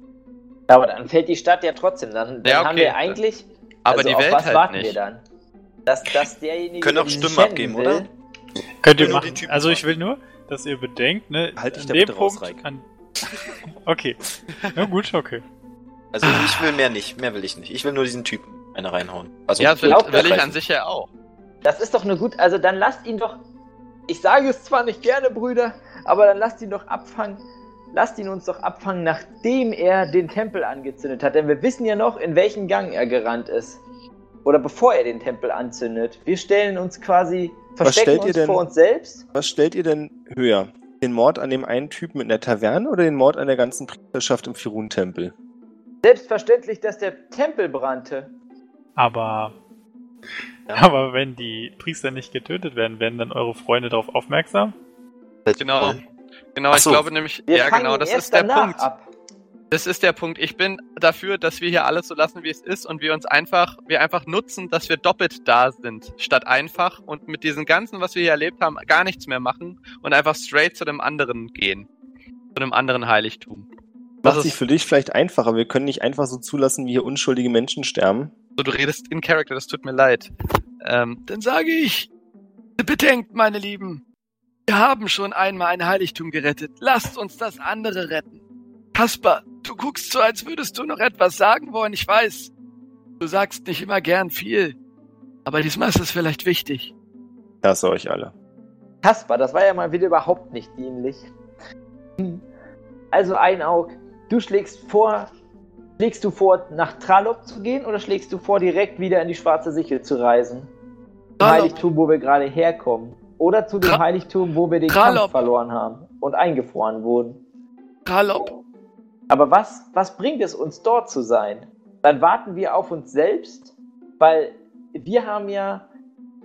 C: Ja, aber dann fällt die Stadt ja trotzdem. Dann, dann
B: Ja, okay.
C: haben wir eigentlich.
B: Aber
C: also
B: die
C: auf
B: Welt
C: was
B: halt
C: warten
B: nicht.
C: wir dann? Dass, dass derjenige.
E: Können auch
C: der sie
E: Stimmen
C: schänden
E: abgeben,
C: will,
E: oder?
A: Könnt ihr
E: Wenn du den
A: machen.
E: Typen
A: Also ich
E: fragst.
A: will nur, dass ihr bedenkt, ne?
F: Halt dich
A: an
F: da
A: dem
F: bitte raus,
A: Punkt.
F: Reik.
A: An okay. Na gut, okay.
E: Also ich will mehr nicht, mehr will ich nicht. Ich will nur diesen Typen eine reinhauen. Also
B: ja, will,
C: glaubt
B: will ich
E: abgreifen.
B: an sich ja auch.
C: Das ist doch eine gut. Also dann lasst ihn doch. Ich sage es zwar nicht gerne, Brüder, aber dann lasst ihn doch abfangen. Lasst ihn uns doch abfangen, nachdem er den Tempel angezündet hat. Denn wir wissen ja noch, in welchen Gang er gerannt ist. Oder bevor er den Tempel anzündet. Wir stellen uns quasi. Verstecken
F: stellt ihr
C: uns
F: denn-
C: vor uns selbst.
F: Was stellt ihr denn höher? Den Mord an dem einen Typen in der Taverne oder den Mord an der ganzen Priesterschaft im Firun-Tempel?
C: Selbstverständlich, dass der Tempel brannte.
A: Aber.
E: Ja.
A: Aber wenn die Priester nicht getötet werden, werden dann eure Freunde darauf aufmerksam?
B: Genau. Genau,
E: Ach
B: ich
E: so.
B: glaube nämlich,
C: Wir
B: ja
C: fangen
B: genau,
C: ihn
B: das
C: erst
B: ist der
C: danach
B: Punkt.
C: Ab.
B: Das ist der Punkt. Ich bin dafür, dass wir hier alles so lassen, wie es ist und wir uns einfach, wir einfach nutzen, dass wir doppelt da sind, statt einfach und mit diesem Ganzen, was wir hier erlebt haben, gar nichts mehr machen und einfach straight zu dem anderen gehen. Zu einem anderen Heiligtum. Das
F: Macht sich
B: ist-
F: für dich vielleicht einfacher. Wir können nicht einfach so zulassen, wie hier unschuldige Menschen sterben.
B: So, du redest in Character, das tut mir leid. Ähm,
G: Dann sage ich, bedenkt, meine Lieben, wir haben schon einmal ein Heiligtum gerettet. Lasst uns das andere retten. Kaspar, du guckst so, als würdest du noch etwas sagen wollen. Ich weiß, du sagst nicht immer gern viel, aber diesmal ist es vielleicht wichtig.
F: Ich hasse euch alle.
C: Kaspar, das war ja mal wieder überhaupt nicht dienlich. Also Einaug, du schlägst vor, Schlägst du vor, nach Tralop zu gehen oder schlägst du vor, direkt wieder in die schwarze Sichel zu reisen? Zum
B: Tralop.
C: Heiligtum, wo wir gerade herkommen. Oder zu dem
B: Tra-
C: Heiligtum, wo wir den
B: Tralop.
C: Kampf verloren haben und eingefroren wurden.
B: Tralop.
C: Aber was, was bringt es uns dort zu sein? Dann warten wir auf uns selbst, weil wir haben ja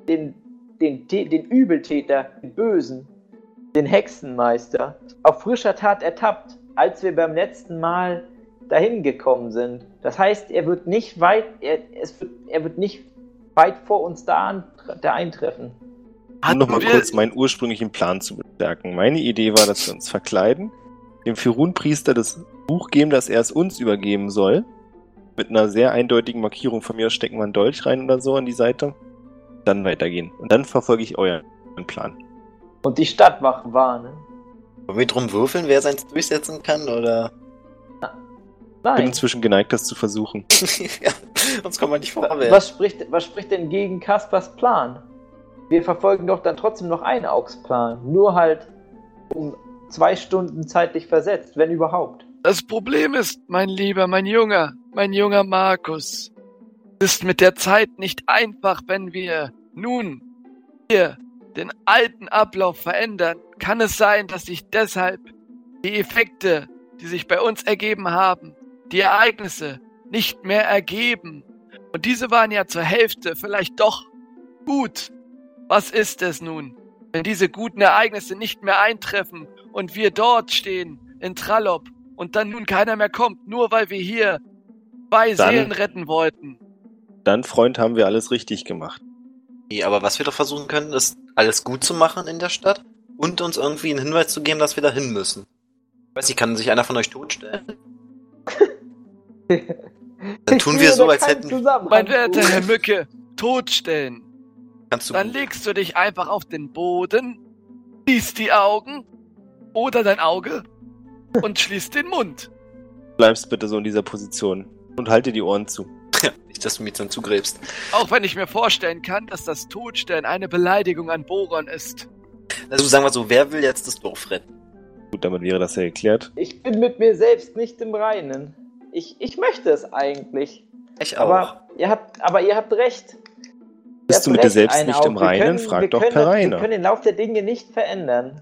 C: den, den, Tä- den Übeltäter, den Bösen, den Hexenmeister auf frischer Tat ertappt, als wir beim letzten Mal dahin gekommen sind. Das heißt, er wird nicht weit, er, es wird, er wird nicht weit vor uns da, an, da eintreffen.
F: Um
B: Hatten
F: nochmal
B: wir-
F: kurz meinen ursprünglichen Plan zu bestärken. Meine Idee war, dass wir uns verkleiden, dem Firun-Priester das Buch geben, das er es uns übergeben soll. Mit einer sehr eindeutigen Markierung von mir stecken wir einen Dolch rein oder so an die Seite. Dann weitergehen. Und dann verfolge ich euren Plan.
C: Und die Stadtwachen warnen.
E: Wollen wir drum würfeln, wer seins durchsetzen kann, oder?
F: Ich bin
C: Nein.
F: inzwischen geneigt, das zu versuchen.
E: ja, sonst kommen wir nicht vorwärts.
C: Was spricht, was spricht denn gegen Kaspers Plan? Wir verfolgen doch dann trotzdem noch einen Augsplan. Nur halt um zwei Stunden zeitlich versetzt, wenn überhaupt.
B: Das Problem ist, mein Lieber, mein Junger, mein junger Markus, es ist mit der Zeit nicht einfach, wenn wir nun hier den alten Ablauf verändern, kann es sein, dass sich deshalb die Effekte, die sich bei uns ergeben haben, die Ereignisse nicht mehr ergeben. Und diese waren ja zur Hälfte vielleicht doch gut. Was ist es nun, wenn diese guten Ereignisse nicht mehr eintreffen und wir dort stehen in Trallop und dann nun keiner mehr kommt, nur weil wir hier zwei
F: Dann-
B: Seelen retten wollten.
F: Dann, Freund, haben wir alles richtig gemacht.
E: Nee, aber was wir doch versuchen können, ist, alles gut zu machen in der Stadt und uns irgendwie einen Hinweis zu geben, dass wir da hin müssen. Ich weiß nicht, kann sich einer von euch totstellen? Dann tun wir so, als hätten.
B: Mein werter Herr Mücke, totstellen.
E: Kannst du
B: Dann legst du dich einfach auf den Boden, schließt die Augen oder dein Auge und schließt den Mund.
F: Bleibst bitte so in dieser Position und halte die Ohren zu.
E: nicht, dass du mich dann zugräbst.
B: Auch wenn ich mir vorstellen kann, dass das Totstellen eine Beleidigung an Boron ist.
E: Also sagen wir so, wer will jetzt das Dorf retten?
F: Gut, damit wäre das ja geklärt.
C: Ich bin mit mir selbst nicht im Reinen. Ich, ich möchte es eigentlich.
E: Ich
C: Aber ihr, habt, aber ihr habt recht. Ihr
F: Bist
C: habt
F: du mit dir
C: recht,
F: selbst
C: eine
F: nicht im
C: Aug. Wir
F: Reinen?
C: können-
F: Frag
C: wir
F: doch
C: können-
F: Per
C: Wir
F: Reiner.
C: können den Lauf der Dinge nicht verändern.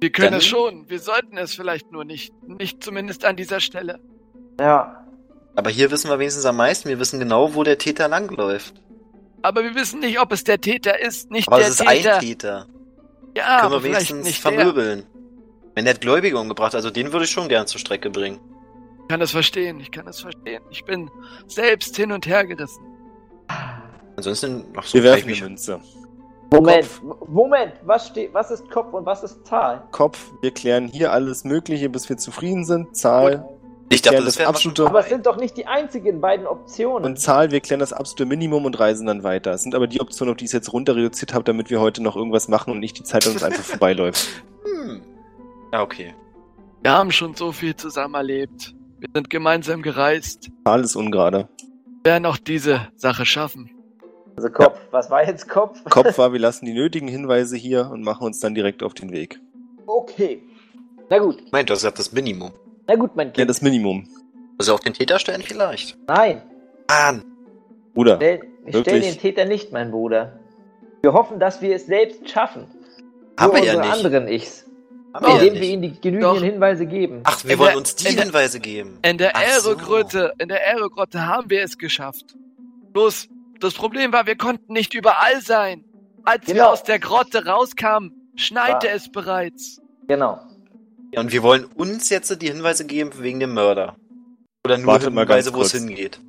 B: Wir können
E: Dann-
B: es schon, wir sollten es vielleicht nur nicht. Nicht zumindest an dieser Stelle.
C: Ja,
E: Aber hier wissen wir wenigstens am meisten. Wir wissen genau, wo der Täter langläuft.
B: Aber wir wissen nicht, ob es der Täter ist, nicht
E: Aber
B: der
E: es ist
B: Täter.
E: ein Täter.
B: Ja,
E: können
B: aber
E: wir
B: vielleicht
E: wenigstens
B: nicht der.
E: vermöbeln. Wenn der hat Gläubige umgebracht, also den würde ich schon gern zur Strecke bringen.
B: Ich kann das verstehen, ich kann das verstehen. Ich bin selbst hin und her gerissen.
E: Ansonsten noch so
F: Wir werfen
E: gleich
F: die Münze.
C: Moment, M- Moment, was, steht, was ist Kopf und was ist Zahl?
F: Kopf, wir klären hier alles Mögliche, bis wir zufrieden sind. Zahl,
E: Ich dachte,
F: Ja,
E: das
F: das
E: wäre
F: absolute-
E: absolute.
C: Aber es sind doch nicht die einzigen beiden Optionen.
F: Und Zahl, wir klären das absolute Minimum und reisen dann weiter. Es sind aber die Optionen, auf die ich es jetzt runter reduziert habe, damit wir heute noch irgendwas machen und nicht die Zeit an uns einfach vorbeiläuft.
E: Hm. Ja, okay.
B: Wir haben schon so viel zusammen erlebt. Wir sind gemeinsam gereist.
F: Zahl ist ungerade.
B: Wir werden auch diese Sache schaffen.
C: also Kopf, was war jetzt Kopf?
F: Kopf war, wir lassen die nötigen Hinweise hier und machen uns dann direkt auf den Weg.
C: Okay. Na gut,
E: Ich meine, du hast gesagt, das Minimum.
C: na gut, mein
F: Ja,
C: Kind.
F: das Minimum.
E: Also auch den Täter stellen vielleicht.
C: Nein,
E: Mann,
F: Bruder,
C: stell, wir stellen
F: Wirklich?
C: den Täter nicht, mein Bruder. Wir hoffen, dass wir es selbst schaffen.
E: haben
C: Nur
E: wir ja
C: unsere
E: nicht.
C: anderen Ichs.
E: haben wir ja
C: Indem wir
E: nicht.
C: ihnen die genügenden
B: Doch.
C: Hinweise geben.
E: Ach, wir
B: In
E: wollen
B: der-
E: uns die
B: in der-
E: Hinweise geben.
B: In der
E: Ach so.
B: Aerogröte, in der Aerogröte haben wir es geschafft. Bloß, das Problem war, wir konnten nicht überall sein. Als wir
C: Genau.
B: aus der Grotte rauskamen, schneite
C: War-
B: es bereits.
C: Genau.
E: Ja, und wir wollen uns jetzt die Hinweise geben wegen dem Mörder. Oder nur
F: Wartet mal
E: Hinweise,
F: ganz
E: wo es
F: kurz.
E: hingeht.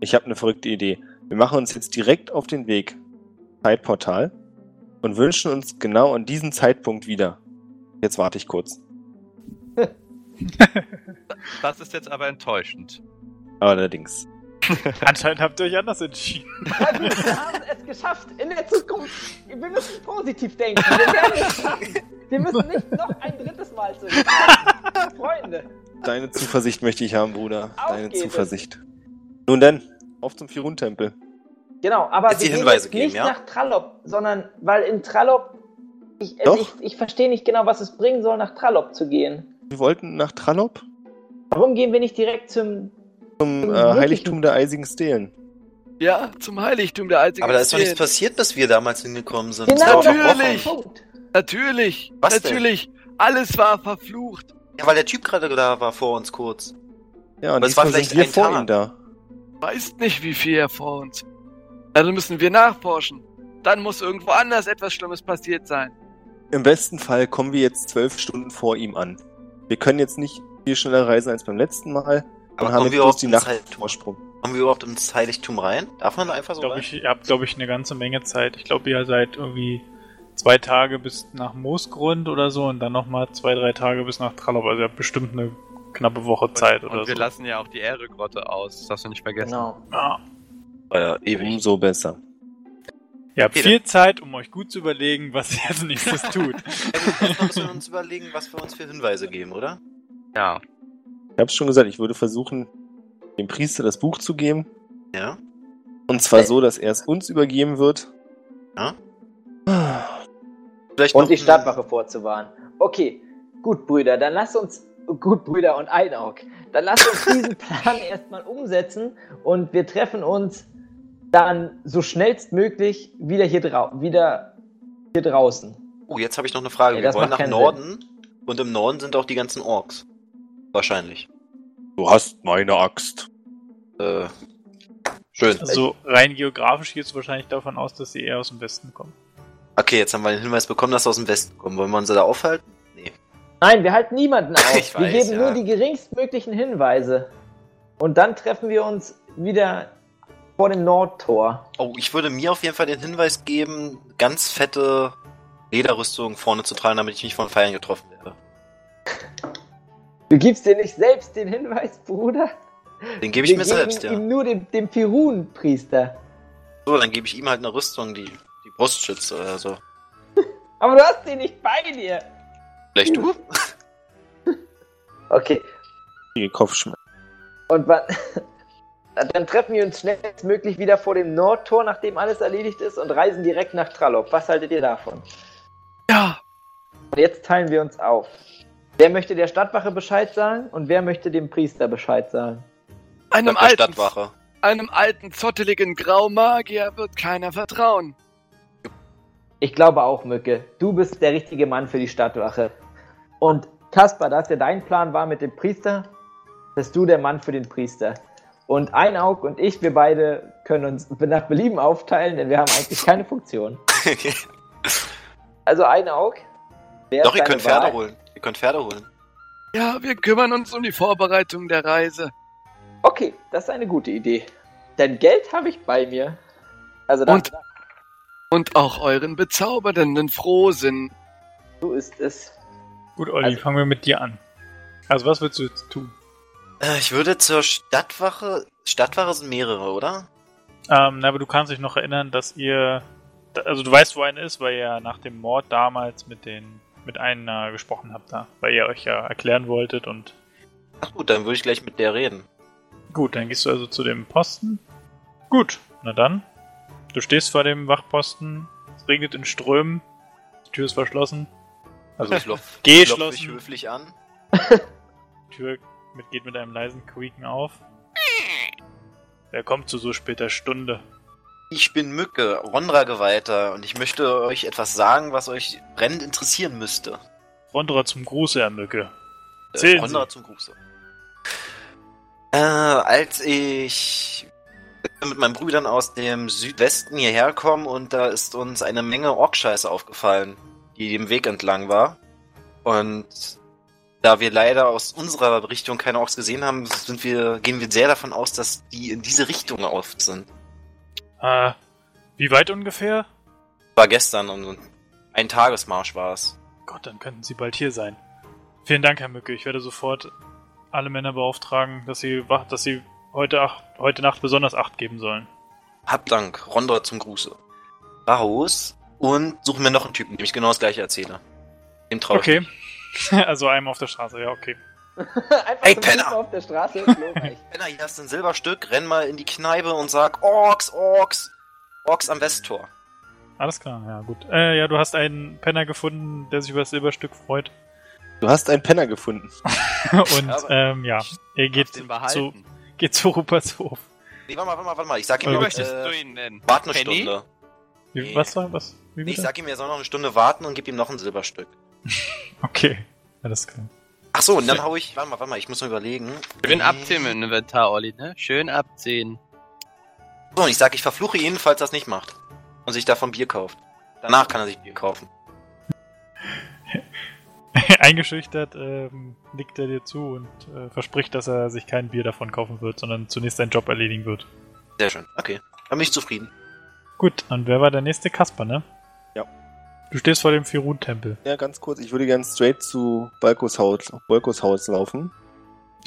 F: ich habe eine verrückte Idee. Wir machen uns jetzt direkt auf den Weg. Zeitportal. Und wünschen uns genau an diesem Zeitpunkt wieder. Jetzt warte ich kurz.
H: Das ist jetzt aber enttäuschend.
F: Allerdings.
A: Anscheinend habt ihr euch anders entschieden.
C: Also, wir haben es geschafft. In der Zukunft. Wir müssen positiv denken. Wir werden es schaffen. Wir müssen nicht noch ein drittes Mal zurück. Freunde.
F: Deine Zuversicht möchte ich haben, Bruder.
C: Auf
F: Deine
C: geht's.
F: Zuversicht. Nun dann, auf zum Firun-Tempel.
C: Genau, aber
E: Jetzt
C: wir
E: die
C: gehen
E: Hinweise
C: jetzt
E: geben,
C: nicht
E: ja?
C: nach Trallop, sondern weil in Trallop ich, also
F: Doch.
C: ich, ich verstehe nicht genau, was es bringen soll, nach Trallop zu gehen.
F: Wir wollten nach Trallop.
C: Warum gehen wir nicht direkt zum
F: Zum äh,
D: Wirklich?
F: Heiligtum der eisigen Stelen.
G: Ja, zum Heiligtum der einzigen
E: Aber da ist doch nichts
G: Seelen.
E: passiert, bis wir damals hingekommen sind.
C: Genau.
E: Das dauert noch Wochen.
G: Natürlich.
C: Punkt.
G: Natürlich,
E: Was denn?
G: natürlich. Alles war verflucht.
E: Ja, weil der Typ gerade da war vor uns kurz.
F: Ja, und
E: Aber es war
F: diesmal sind
E: vielleicht
F: wir
E: ein
F: vor
E: Tag.
F: ihm da.
G: Weißt nicht, wie viel er vor uns. Also müssen wir nachforschen. Dann muss irgendwo anders etwas Schlimmes passiert sein.
F: Im besten Fall kommen wir jetzt zwölf Stunden vor ihm an. Wir können jetzt nicht viel schneller reisen als beim letzten Mal
E: Aber
F: und haben
E: kommen wir,
F: jetzt bloß
E: überhaupt
F: die
E: ins
F: Nacht
E: Heiligtum,
F: Vorsprung.
E: kommen wir überhaupt ins Heiligtum rein? Darf man da einfach so
A: glaube,
E: rein?
A: ich ihr habt, glaube ich, eine ganze Menge Zeit. Ich glaube, ihr seid irgendwie zwei Tage bis nach Moosgrund oder so und dann nochmal zwei, drei Tage bis nach Trallop. Also ihr habt bestimmt eine knappe Woche Zeit
B: und
A: oder
B: wir
A: so.
B: lassen ja auch die Ehregrotte aus, das darfst du nicht vergessen.
C: Genau.
A: Ah.
E: War ja ewig.
F: Umso besser.
A: Ihr habt
E: Okay,
A: viel Zeit, um euch gut zu überlegen, was ihr als nächstes tut.
E: Jetzt müssen wir uns überlegen, was wir uns für Hinweise geben, oder?
B: Ja.
F: Ich hab's schon gesagt, ich würde versuchen, dem Priester das Buch zu geben.
E: Ja.
F: Und zwar so, dass er es uns übergeben wird.
E: Ja.
F: Ah,
E: Vielleicht noch
C: Und die
E: ein-
C: Stadtwache vorzuwahren. Okay, gut, Brüder, dann lasst uns, gut, Brüder und Einaug, dann lasst uns diesen Plan erstmal umsetzen und wir treffen uns dann so schnellstmöglich wieder hier, drau wieder hier draußen.
E: Oh, jetzt habe ich noch eine Frage.
C: Ey,
E: wir
C: das
E: wollen
C: macht
E: nach
C: keinen
E: Norden und im Norden sind auch die ganzen Orks. Wahrscheinlich.
F: Du hast meine Axt.
E: Äh, schön.
A: Also rein geografisch gehst du wahrscheinlich davon aus, dass sie eher aus dem Westen kommen.
E: Okay, jetzt haben wir den Hinweis bekommen, dass sie aus dem Westen kommen. Wollen wir uns da aufhalten?
C: Nein, wir halten niemanden
E: Ich
C: auf. wir
E: weiß,
C: geben
E: ja.
C: nur die geringstmöglichen Hinweise. Und dann treffen wir uns wieder vor dem Nordtor.
E: Oh, ich würde mir auf jeden Fall den Hinweis geben, ganz fette Lederrüstung vorne zu tragen, damit ich nicht von Pfeilen getroffen werde.
C: Du gibst dir nicht selbst den Hinweis, Bruder?
E: Den gebe ich
C: wir
E: mir
C: geben
E: selbst, ja.
C: ihm nur dem, dem Pirun-Priester.
E: So, dann gebe ich ihm halt eine Rüstung, die, die Brustschütze oder so.
C: Aber du hast den nicht bei dir.
E: Vielleicht du?
C: Okay,
F: Die Kopfschmerzen.
C: und wann? Dann treffen wir uns schnellstmöglich wieder vor dem Nordtor, nachdem alles erledigt ist, und reisen direkt nach Trallop. Was haltet ihr davon?
G: Ja,
C: Und jetzt teilen wir uns auf. Wer möchte der Stadtwache Bescheid sagen und wer möchte dem Priester Bescheid sagen?
G: einem
E: Sag der
G: alten,
E: Stadtwache.
G: einem alten, zotteligen Graumagier wird keiner vertrauen.
C: Ich glaube auch, Mücke. Du bist der richtige Mann für die Stadtwache. Und Kaspar, dass ja dein Plan war mit dem Priester, bist du der Mann für den Priester. Und Einaug und ich, wir beide können uns nach Belieben aufteilen, denn wir haben eigentlich keine Funktion.
E: Okay.
C: Also Einaug. wer
E: Doch,
C: ist
E: ihr
C: deine
E: könnt Pferde
C: Wahl?
E: holen. Ihr könnt Pferde holen.
G: Ja, wir kümmern uns um die Vorbereitung der Reise.
C: Okay, das ist eine gute Idee. Denn Geld habe ich bei mir. Also dann,
G: Und- Und auch euren bezaubernden Frohsinn.
C: so ist es.
A: Gut, Olli,
C: Also-
A: fangen wir mit dir an. Also was willst du jetzt tun?
E: Äh, ich würde zur Stadtwache. Stadtwache sind mehrere, oder?
A: Ähm, na, aber du kannst dich noch erinnern, dass ihr. da- Also du weißt, wo einer ist, weil ihr nach dem Mord damals mit den mit einer gesprochen habt da, weil ihr euch ja erklären wolltet und
E: Ach gut, dann würde ich gleich mit der reden.
A: gut, dann gehst du also zu dem Posten. Gut, na dann. Du stehst vor dem Wachposten, es regnet in Strömen, die Tür ist verschlossen, also
E: Ich klopf-
A: Geh
E: klopf mich
A: schlossen.
E: höflich an.
A: die Tür mit, geht mit einem leisen Quieken auf. Wer kommt zu so später Stunde?
E: Ich bin Mücke, Rondra-Geweihter, und ich möchte euch etwas sagen, was euch brennend interessieren müsste.
A: Rondra zum Gruße, Herr Mücke.
E: Äh,
A: Erzählen
E: Rondra
A: Sie.
E: zum Gruße. Äh, als ich mit meinen Brüdern aus dem Südwesten hierher komme und da ist uns eine Menge Orkscheiße aufgefallen, die dem Weg entlang war. Und da wir leider aus unserer Richtung keine Orks gesehen haben, sind wir, gehen wir sehr davon aus, dass die in diese Richtung auf sind.
A: Äh, wie weit ungefähr?
E: War gestern und ein Tagesmarsch war es.
A: Gott, dann könnten Sie bald hier sein. Vielen Dank, Herr Mücke. Ich werde sofort alle Männer beauftragen, dass sie, wach, dass sie heute, acht, heute Nacht besonders Acht geben sollen.
E: Hab Dank, Rondor zum Gruße. Raus und suchen wir noch einen Typen, dem ich genau das gleiche erzähle. Dem trau ich
A: Okay. also einem auf der Straße, ja, okay.
C: Einfach
E: Ey,
C: zum
E: Penner!
C: Typen auf der Straße. glorreich.
E: Penner, hier hast du ein Silberstück, renn mal in die Kneipe und sag Orks, Orks, Orks am Westtor.
A: Alles klar, ja, gut. Äh, ja, du hast einen Penner gefunden, der sich über das Silberstück freut.
F: Du hast einen Penner gefunden.
A: Und,
E: Aber-
A: ähm, ja, ihr geht
B: Darfst den
A: zu,
B: behalten.
A: Geht zu Ruperts Hof.
E: Nee, warte mal, warte mal, warte mal. Ich sag ihm,
A: Wie
E: äh,
B: Also, möchtest du ihn nennen?
E: warte eine
B: Penny?
E: Stunde.
A: Wie,
E: Nee.
A: was soll was? Wie
E: Nee, ich
A: bitte?
E: sag ihm, er soll noch eine Stunde warten und gib ihm noch ein Silberstück.
A: Okay, alles klar.
E: Ach so, und dann hau ich, warte mal, warte mal, ich muss mal überlegen.
B: Schön
E: Nee.
B: abziehen im Inventar, Olli, ne? Schön abziehen.
E: So, und ich sag, ich verfluche ihn, falls er es nicht macht. Und sich davon Bier kauft. Danach kann er sich Bier kaufen.
A: Eingeschüchtert ähm, nickt er dir zu und äh, verspricht, dass er sich kein Bier davon kaufen wird, sondern zunächst seinen Job erledigen wird.
E: Sehr schön. Okay. Dann bin ich zufrieden.
A: Gut, und wer war der nächste? Kasper, ne?
F: Ja.
A: Du stehst vor dem Firun-Tempel.
F: Ja, ganz kurz, ich würde gern straight zu Balkos Haus, Balkos Haus laufen.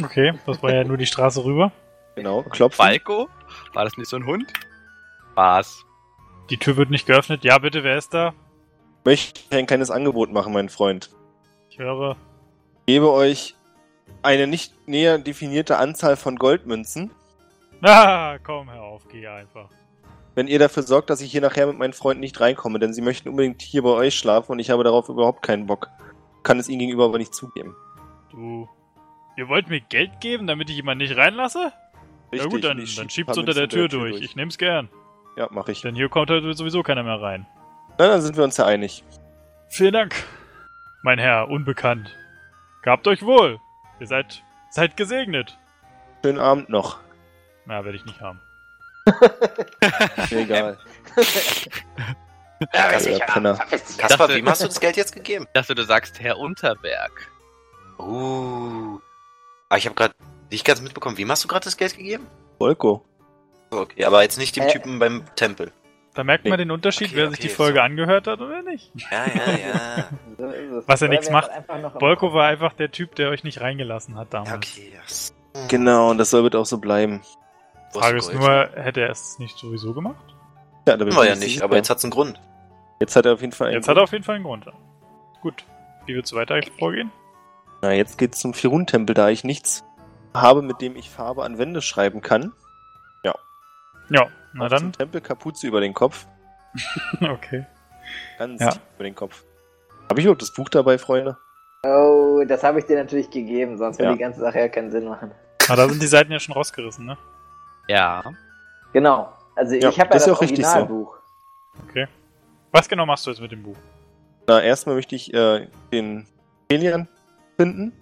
A: Okay, das war ja nur die Straße rüber.
F: Genau, klopfen.
B: Falco? War das nicht so ein Hund? Spaß.
A: Die Tür wird nicht geöffnet. Ja, bitte, wer ist da?
F: Ich möchte ein kleines Angebot machen, mein Freund.
A: Ich höre.
F: Ich gebe euch eine nicht näher definierte Anzahl von Goldmünzen,
A: Na, komm, hör auf, geh einfach.
F: wenn ihr dafür sorgt, dass ich hier nachher mit meinen Freunden nicht reinkomme, denn sie möchten unbedingt hier bei euch schlafen und ich habe darauf überhaupt keinen Bock. Kann es ihnen gegenüber aber nicht zugeben.
A: Du. Ihr wollt mir Geld geben, damit ich jemanden nicht reinlasse? Na gut, dann,
F: und ich
A: dann
F: schieb
A: schiebt's
F: ein
A: unter
F: paar
A: der
F: Münzen
A: Tür durch. Ich nehm's gern.
F: ja, mache ich.
A: Denn hier kommt heute sowieso keiner mehr rein.
F: Na, dann sind wir uns ja einig.
A: Vielen Dank, mein Herr, unbekannt. Gabt euch wohl. Ihr seid, seid gesegnet.
F: Schönen Abend noch.
A: Na, werde ich nicht haben.
F: Mir egal.
C: Ja,
F: weiß ich, ja, Penner.
E: Kaspar,
B: dachte-
E: wem hast du das Geld jetzt gegeben?
B: Ich dachte, du sagst Herr Unterberg.
E: Uh. Aber ich habe gerade nicht ganz mitbekommen, wem hast du gerade das Geld gegeben?
F: Volko.
E: So, Oh, Okay, aber jetzt nicht dem
C: Äh.
E: Typen beim Tempel.
A: Da merkt man
F: Nee.
A: den Unterschied,
E: Okay,
A: wer sich
E: okay,
A: die Folge angehört hat oder nicht.
E: Ja, ja, ja.
A: Was er nichts macht. Bolko war einfach der Typ, der euch nicht reingelassen hat damals.
E: ja okay, yes.
F: Genau, und das soll bitte auch so bleiben.
E: Wo
A: Frage
E: ist
A: ist
E: Gold?
A: nur, hätte er es nicht sowieso gemacht?
F: Ja, da bin
E: Wissen wir ja
F: mir
E: nicht,
F: sicher.
E: aber jetzt hat's einen Grund.
F: jetzt hat er auf jeden Fall einen
A: Jetzt hat er auf jeden Fall einen Grund. Gut. Wie wird's weiter vorgehen?
F: Na, jetzt geht's zum Firun-Tempel, da ich nichts habe, mit dem ich Farbe an Wände schreiben kann.
A: Ja, na
F: Auch
A: dann.
F: Zum Tempel Kapuze über den Kopf.
A: Okay.
F: Ganz
A: Ja.
F: tief über den Kopf. Habe ich auch das Buch dabei, Freunde?
C: Oh, das habe ich dir natürlich gegeben, sonst würde
F: Ja.
C: die ganze Sache ja keinen Sinn machen.
A: Na, da sind die Seiten ja schon rausgerissen, ne?
B: Ja.
C: Genau. Also
F: Ja,
C: ich habe ja
F: das
C: das
F: ist auch richtig so.
C: Originalbuch.
A: Was genau machst du jetzt mit dem Buch?
F: Na, erstmal möchte ich äh, den Elian finden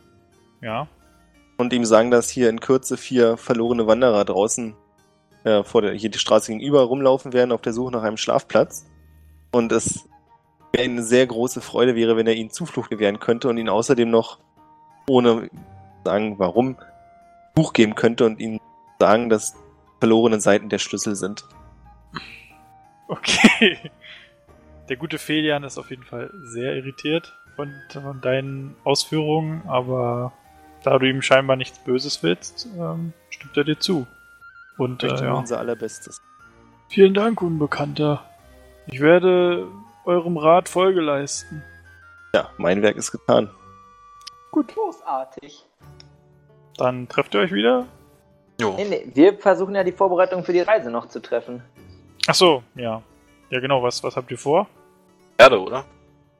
A: Ja.
F: und ihm sagen, dass hier in Kürze vier verlorene Wanderer draußen äh, vor der, hier die Straße gegenüber rumlaufen werden auf der Suche nach einem Schlafplatz. Und es mir eine sehr große Freude wäre, wenn er ihnen Zuflucht gewähren könnte und ihnen außerdem noch, ohne sagen warum, Buch geben könnte und ihnen sagen, dass verlorene Seiten der Schlüssel sind.
A: Okay. Der gute Felian ist auf jeden Fall sehr irritiert von, von deinen Ausführungen, aber da du ihm scheinbar nichts Böses willst, ähm, stimmt er dir zu. Und
F: Ich möchte
A: äh,
F: nur
A: ja.
F: unser allerbestes.
A: Vielen Dank, Unbekannter. Ich werde eurem Rat Folge leisten.
F: Ja, mein Werk ist getan.
C: Gut. Großartig.
A: Dann trefft ihr euch wieder?
E: Jo.
C: Nee, nee, wir versuchen ja die Vorbereitung für die Reise noch zu treffen.
A: Ach so, ja. Ja, genau, was, was habt ihr vor?
E: Erde, oder?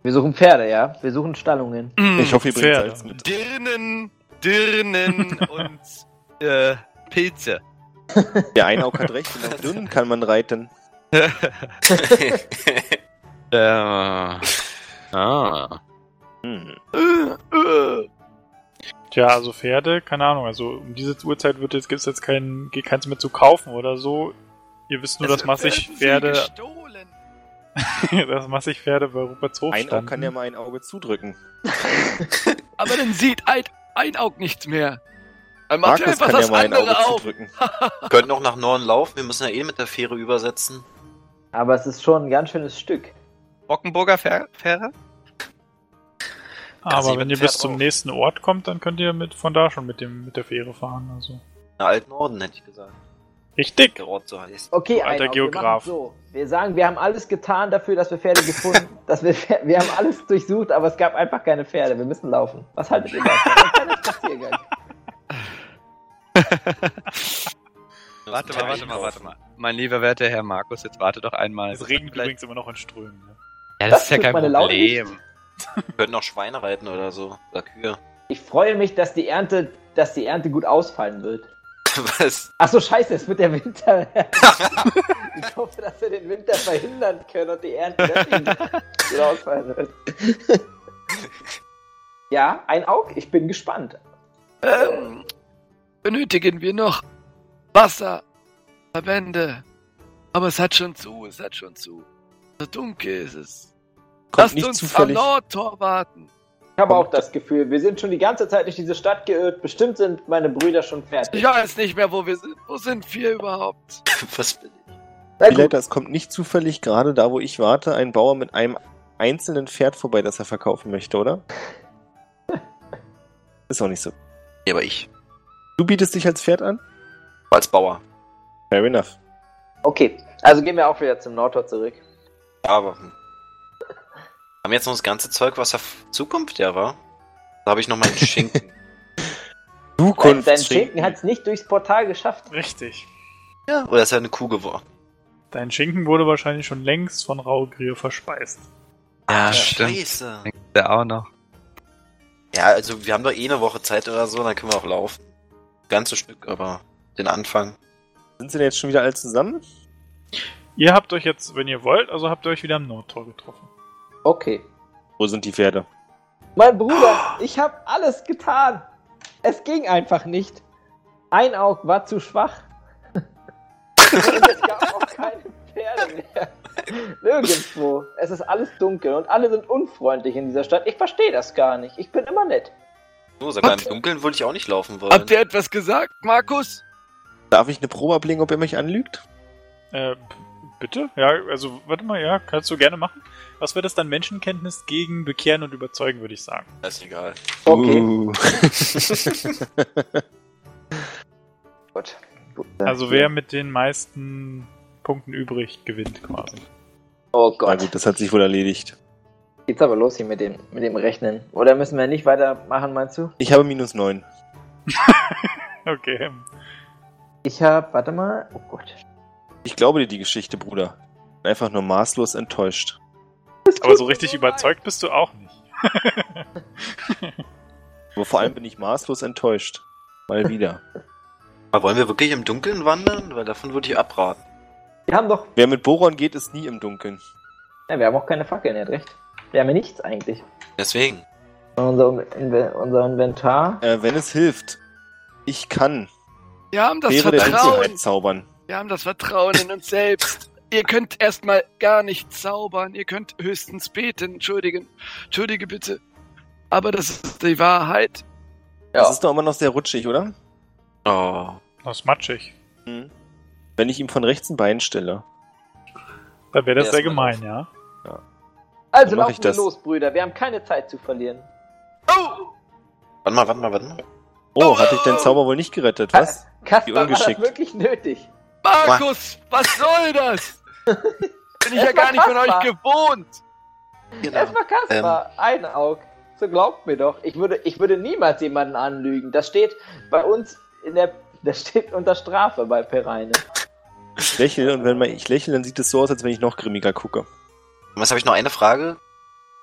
C: Wir suchen Pferde, ja? Wir suchen Stallungen.
G: Mm.
A: Hm,
F: Ich hoffe, ihr bringt
A: Pferde.
F: Salz mit.
B: Dirnen, Dirnen und äh, Pilze.
F: Der Einauk hat recht, und auf Dünnen kann man reiten.
B: Äh, ah.
F: Hm.
A: Tja, also Pferde, keine Ahnung. Also um diese Uhrzeit wird jetzt, gibt's jetzt kein, geht keins mehr zu kaufen oder so. Ihr wisst nur, dass massig Pferde,
G: Gestohlen.
A: dass massig Pferde bei Ruperts Hof
F: Ein Auge kann ja
A: standen.
F: mal ein Auge zudrücken.
G: Aber dann sieht ein, ein Aug nichts mehr. Dann macht
F: Markus
G: er
F: kann ja
G: einfach das
F: mal ein Auge
G: andere auf.
F: zudrücken.
E: Wir könnten auch nach Norden laufen, wir müssen ja eh mit der Fähre übersetzen.
C: Aber es ist schon ein ganz schönes Stück.
B: Bockenburger Fähre? Fähre?
E: Kasi
A: Aber
E: mit
A: wenn ihr
E: Pferd
A: bis zum
E: drauf.
A: nächsten Ort kommt, dann könnt ihr mit, von da schon mit, dem, mit der Fähre fahren. Also.
E: Na, Alt Norden, hätte ich gesagt.
A: Richtig.
E: Der Ort so heißt.
C: Okay,
A: Du alter
C: Einauk,
A: Geograf.
C: Wir, machen's so. wir sagen, wir haben alles getan dafür, dass wir Pferde gefunden dass wir, Pferde- wir haben alles durchsucht, aber es gab einfach keine Pferde. Wir müssen laufen. Was haltet ihr davon? Ein kleiner Spaziergang.
B: Warte mal, warte mal, warte mal. Mein lieber werter Herr Markus, jetzt warte doch einmal.
A: Es regnet
B: Vielleicht-
A: übrigens immer noch in Strömen. Ne?
B: Ja, das ist ja
C: Das
B: kein
C: tut meine Laune
B: Problem.
E: Wir könnten auch Schweine reiten oder so. Oder Kühe.
C: Ich freue mich, dass die Ernte, dass die Ernte gut ausfallen wird.
E: Was?
C: Achso, scheiße, es wird der Winter. ich hoffe, dass wir den Winter verhindern können und die Ernte deswegen wieder ausfallen wird. ja, ein Aug, ich bin gespannt.
B: Ähm, benötigen wir noch Wasser, Verbände. Aber es hat schon zu, es hat schon zu. So dunkel ist es.
F: Kommt
B: Lasst
F: nicht
B: uns
F: zufällig.
B: am Nordtor warten.
C: Ich habe auch das Gefühl, wir sind schon die ganze Zeit durch diese Stadt geirrt. Bestimmt sind meine Brüder schon fertig.
B: Ich weiß nicht mehr, wo wir sind. Wo sind wir überhaupt?
E: Was?
C: Na
F: Wie
C: gut,
F: leider, es kommt nicht zufällig gerade da, wo ich warte, ein Bauer mit einem einzelnen Pferd vorbei, das er verkaufen möchte, oder? Ist auch nicht so.
E: Ja, aber ich.
F: Du bietest dich als Pferd an?
E: Als Bauer.
F: Fair enough.
C: okay. Also gehen wir auch wieder zum Nordtor zurück.
E: Aber. hm. Haben wir jetzt noch das ganze Zeug, was der Zukunft ja war? Da habe ich noch meinen Schinken.
F: Du
C: Dein,
F: konntest.
C: dein Schinken hat es nicht durchs Portal geschafft.
A: Richtig.
E: ja, oder ist er eine Kuh geworden?
A: Dein Schinken wurde wahrscheinlich schon längst von Raugrier verspeist.
E: Ja,
I: stimmt.
E: scheiße.
I: Der auch noch.
E: Ja, also wir haben doch eh eine Woche Zeit oder so, dann können wir auch laufen. Ganzes Stück, aber den Anfang.
F: Sind sie denn jetzt schon wieder alle zusammen?
A: Ihr habt euch jetzt, wenn ihr wollt, also habt ihr euch wieder am Nordtor getroffen.
C: Okay.
F: Wo sind die Pferde?
C: Mein Bruder, ich habe alles getan. Es ging einfach nicht. Ein Aug war zu schwach. Und es gab auch keine Pferde mehr. Nirgendwo. Es ist alles dunkel und alle sind unfreundlich in dieser Stadt. Ich verstehe das gar nicht. Ich bin immer nett.
E: So, sogar im Dunkeln würde ich auch nicht laufen wollen.
B: Habt ihr etwas gesagt, Markus?
F: Darf ich eine Probe ablegen, ob er mich anlügt?
A: Äh, b- bitte? Ja, also, warte mal, ja, kannst du gerne machen. Was wäre das dann Menschenkenntnis gegen Bekehren und Überzeugen, würde ich sagen.
E: Das ist egal.
C: Okay.
F: Uh.
C: Gut.
A: Also, wer mit den meisten Punkten übrig gewinnt, quasi.
C: Oh
F: Na
C: Gott.
F: gut, das hat sich wohl erledigt.
C: Geht's aber los hier mit dem, mit dem Rechnen. Oder müssen wir nicht weitermachen, meinst du?
F: Ich habe minus neun.
A: Okay.
C: Ich hab, warte mal. Oh Gott.
F: Ich glaube dir die Geschichte, Bruder. Bin einfach nur maßlos enttäuscht.
A: Aber so richtig überzeugt bist du auch nicht.
F: Aber vor allem bin ich maßlos enttäuscht. Mal wieder.
E: Aber wollen wir wirklich im Dunkeln wandern? Weil davon würde ich abraten.
C: Wir haben doch.
F: Wer mit Boron geht, ist nie im Dunkeln.
C: Ja, wir haben auch keine Fackeln, er hat recht. Wir haben ja nichts eigentlich.
E: Deswegen.
C: Unser, Inve- unser Inventar.
F: Äh, wenn es hilft. Ich kann
B: Wir haben das
F: Fähre der Dunkelheit
B: Vertrauen.
F: zaubern.
B: Wir haben das Vertrauen in uns selbst. Ihr könnt erstmal gar nicht zaubern. Ihr könnt höchstens beten. Entschuldigen. Entschuldige bitte. Aber das ist die Wahrheit.
F: Das
C: Ja.
F: ist doch immer noch sehr rutschig, oder? Hm.
E: Oh.
A: Das ist matschig.
F: Wenn ich ihm von rechts ein Bein stelle.
A: Dann wäre das
E: Ja,
A: sehr
E: ist mal
A: gemein, ja.
C: Also
F: Dann mach
C: laufen
F: ich
C: wir
F: das.
C: los, Brüder. Wir haben keine Zeit zu verlieren.
B: Oh!
E: Warte mal, warte mal, warte mal.
F: Oh, hatte ich den Zauber wohl nicht gerettet, was? Wie
C: Kasper, war das
F: ungeschickt.
C: wirklich nötig?
B: Markus, was soll das? Bin ich ja
C: Es
B: gar
C: war
B: nicht von euch
C: Kaspar.
B: gewohnt.
E: Genau.
C: Erstmal
F: Ähm.
C: Kasper, ein Aug. So glaubt mir doch. Ich würde, ich würde niemals jemanden anlügen. Das steht bei uns in der. Das steht unter Strafe bei Pereine.
F: Ich lächle und wenn man ich lächle, dann sieht es so aus, als wenn ich noch grimmiger gucke.
E: Was habe ich noch eine Frage?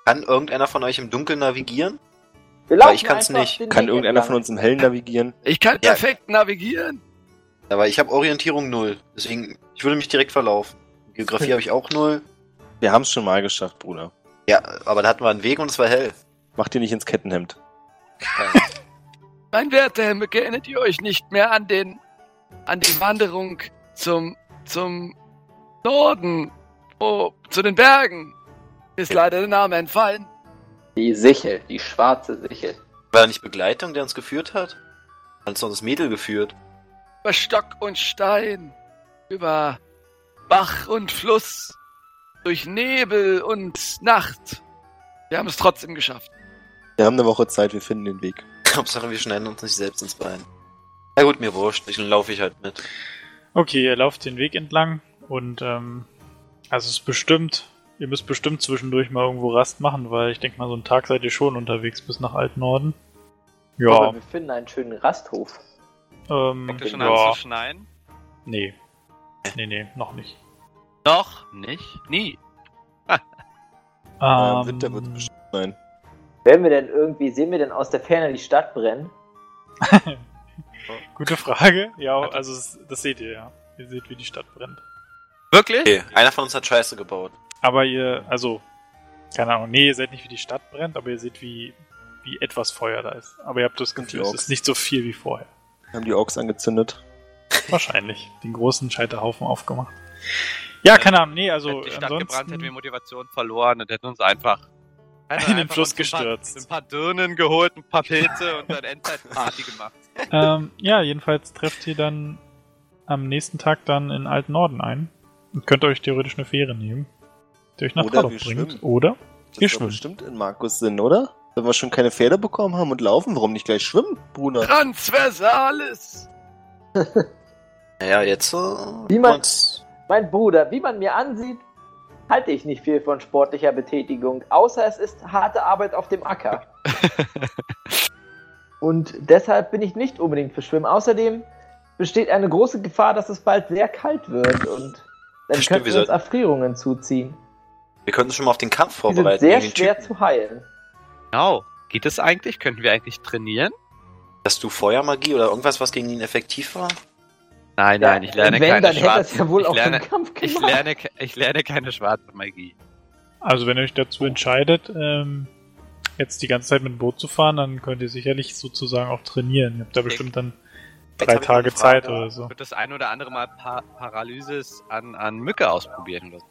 E: Kann irgendeiner von euch im Dunkeln navigieren?
C: Wir
E: ich kann's
C: einfach
E: nicht.
C: den
F: Kann
C: Weg
F: irgendeiner von
C: entlang.
F: uns im Hellen navigieren?
B: Ich kann
E: Ja.
B: perfekt navigieren.
E: Aber ich habe Orientierung null. Deswegen, ich würde mich direkt verlaufen. Geografie habe ich auch null.
F: Wir haben es schon mal geschafft, Bruder.
E: Ja, aber da hatten wir einen Weg und es war hell.
F: Mach dir nicht ins Kettenhemd.
B: Mein werter Herr Mücke, erinnert ihr euch nicht mehr an den, an die Wanderung zum, zum Norden, oh, zu den Bergen? Mir ist leider der Name entfallen.
C: Die Sichel, die schwarze Sichel.
E: War da nicht Begleitung, der uns geführt hat? Hat uns doch das Mädel geführt.
B: Über Stock und Stein, über Bach und Fluss, durch Nebel und Nacht. Wir haben es trotzdem geschafft.
F: Wir haben eine Woche Zeit, wir finden den Weg.
E: Hauptsache, wir schneiden uns nicht selbst ins Bein. Na gut, mir wurscht. Dann laufe ich halt mit.
A: Okay, ihr lauft den Weg entlang und ähm, also es ist bestimmt, ihr müsst bestimmt zwischendurch mal irgendwo Rast machen, weil ich denke mal, so einen Tag seid ihr schon unterwegs bis nach Alten Norden. Ja,
C: Aber wir finden einen schönen Rasthof.
A: ähm,
I: Fängt ihr schon
A: ja,
I: an zu schneien?
A: nee. Nee, nee, noch nicht.
I: Noch nicht. Nie.
F: Äh,
A: Ähm,
F: Winter wird bestimmt sein.
C: Werden wir denn irgendwie, sehen wir denn aus der Ferne die Stadt brennen?
A: Gute Frage. Ja, also es- das seht ihr ja. Ihr seht, wie die Stadt brennt.
B: Wirklich?
E: Okay, einer von uns hat Scheiße gebaut.
A: Aber ihr, also, keine Ahnung, nee, ihr seht nicht, wie die Stadt brennt, aber ihr seht, wie, wie etwas Feuer da ist. Aber ihr habt das
F: Und die
A: Gefühl, es
F: Orks.
A: ist nicht so viel wie vorher.
F: Haben die Orks angezündet.
A: Wahrscheinlich. Den großen Scheiterhaufen aufgemacht. Ja, keine Ahnung, nee, also
B: hätte die Stadt gebrannt, hätten wir
A: ansonsten...
B: Motivation verloren und hätten uns einfach hätten
A: In den
B: einfach
A: Fluss
B: uns ein paar-
A: gestürzt.
B: Ein paar Dirnen geholt, ein paar Pilze und dann Endzeitparty gemacht.
A: Ähm, ja, jedenfalls trefft ihr dann am nächsten Tag dann in Alten Norden ein. Und könnt euch theoretisch eine Fähre nehmen, die euch nach
F: Oder
A: Kordorf
F: wir
A: bringt.
F: schwimmen.
A: Oder?
F: Das
A: Wir
F: ist doch
A: schwimmen.
F: bestimmt in Markus Sinn, oder? Wenn wir schon keine Pferde bekommen haben und laufen, warum nicht gleich schwimmen, Bruder?
G: Transversalis!
E: Naja, jetzt. Äh, wie
C: man- Mein Bruder, wie man mir ansieht, halte ich nicht viel von sportlicher Betätigung, außer es ist harte Arbeit auf dem Acker. Und deshalb bin ich nicht unbedingt für Schwimmen. Außerdem besteht eine große Gefahr, dass es bald sehr kalt wird und dann
E: Stimmt,
C: können wir
E: wir
C: uns
E: sollten-
C: Erfrierungen zuziehen.
E: Wir können uns schon mal auf den Kampf
C: Die sind
E: vorbereiten.
C: sehr
E: gegen den
C: schwer
E: Typen.
C: zu heilen.
B: Genau. Geht es eigentlich? Könnten wir eigentlich trainieren?
E: Hast du Feuermagie oder irgendwas, was gegen ihn effektiv war?
B: Nein, nein, ich lerne
C: Und Wenn,
B: keine
C: dann hätte das
B: schwarze
C: ja wohl
B: ich,
C: auch
B: lerne,
C: den Kampf gemacht.
B: ich, lerne, ke- ich lerne keine schwarze Magie.
A: Also wenn ihr euch dazu
F: Oh.
A: entscheidet, ähm, jetzt die ganze Zeit mit dem Boot zu fahren, dann könnt ihr sicherlich sozusagen auch trainieren. Ihr habt da bestimmt dann
E: Jetzt
A: drei
E: hab ich noch eine
A: Tage
E: Frage.
A: Zeit oder so.
B: Ich würde das ein oder andere Mal pa Paralysis an, an Mücke ausprobieren. oder so.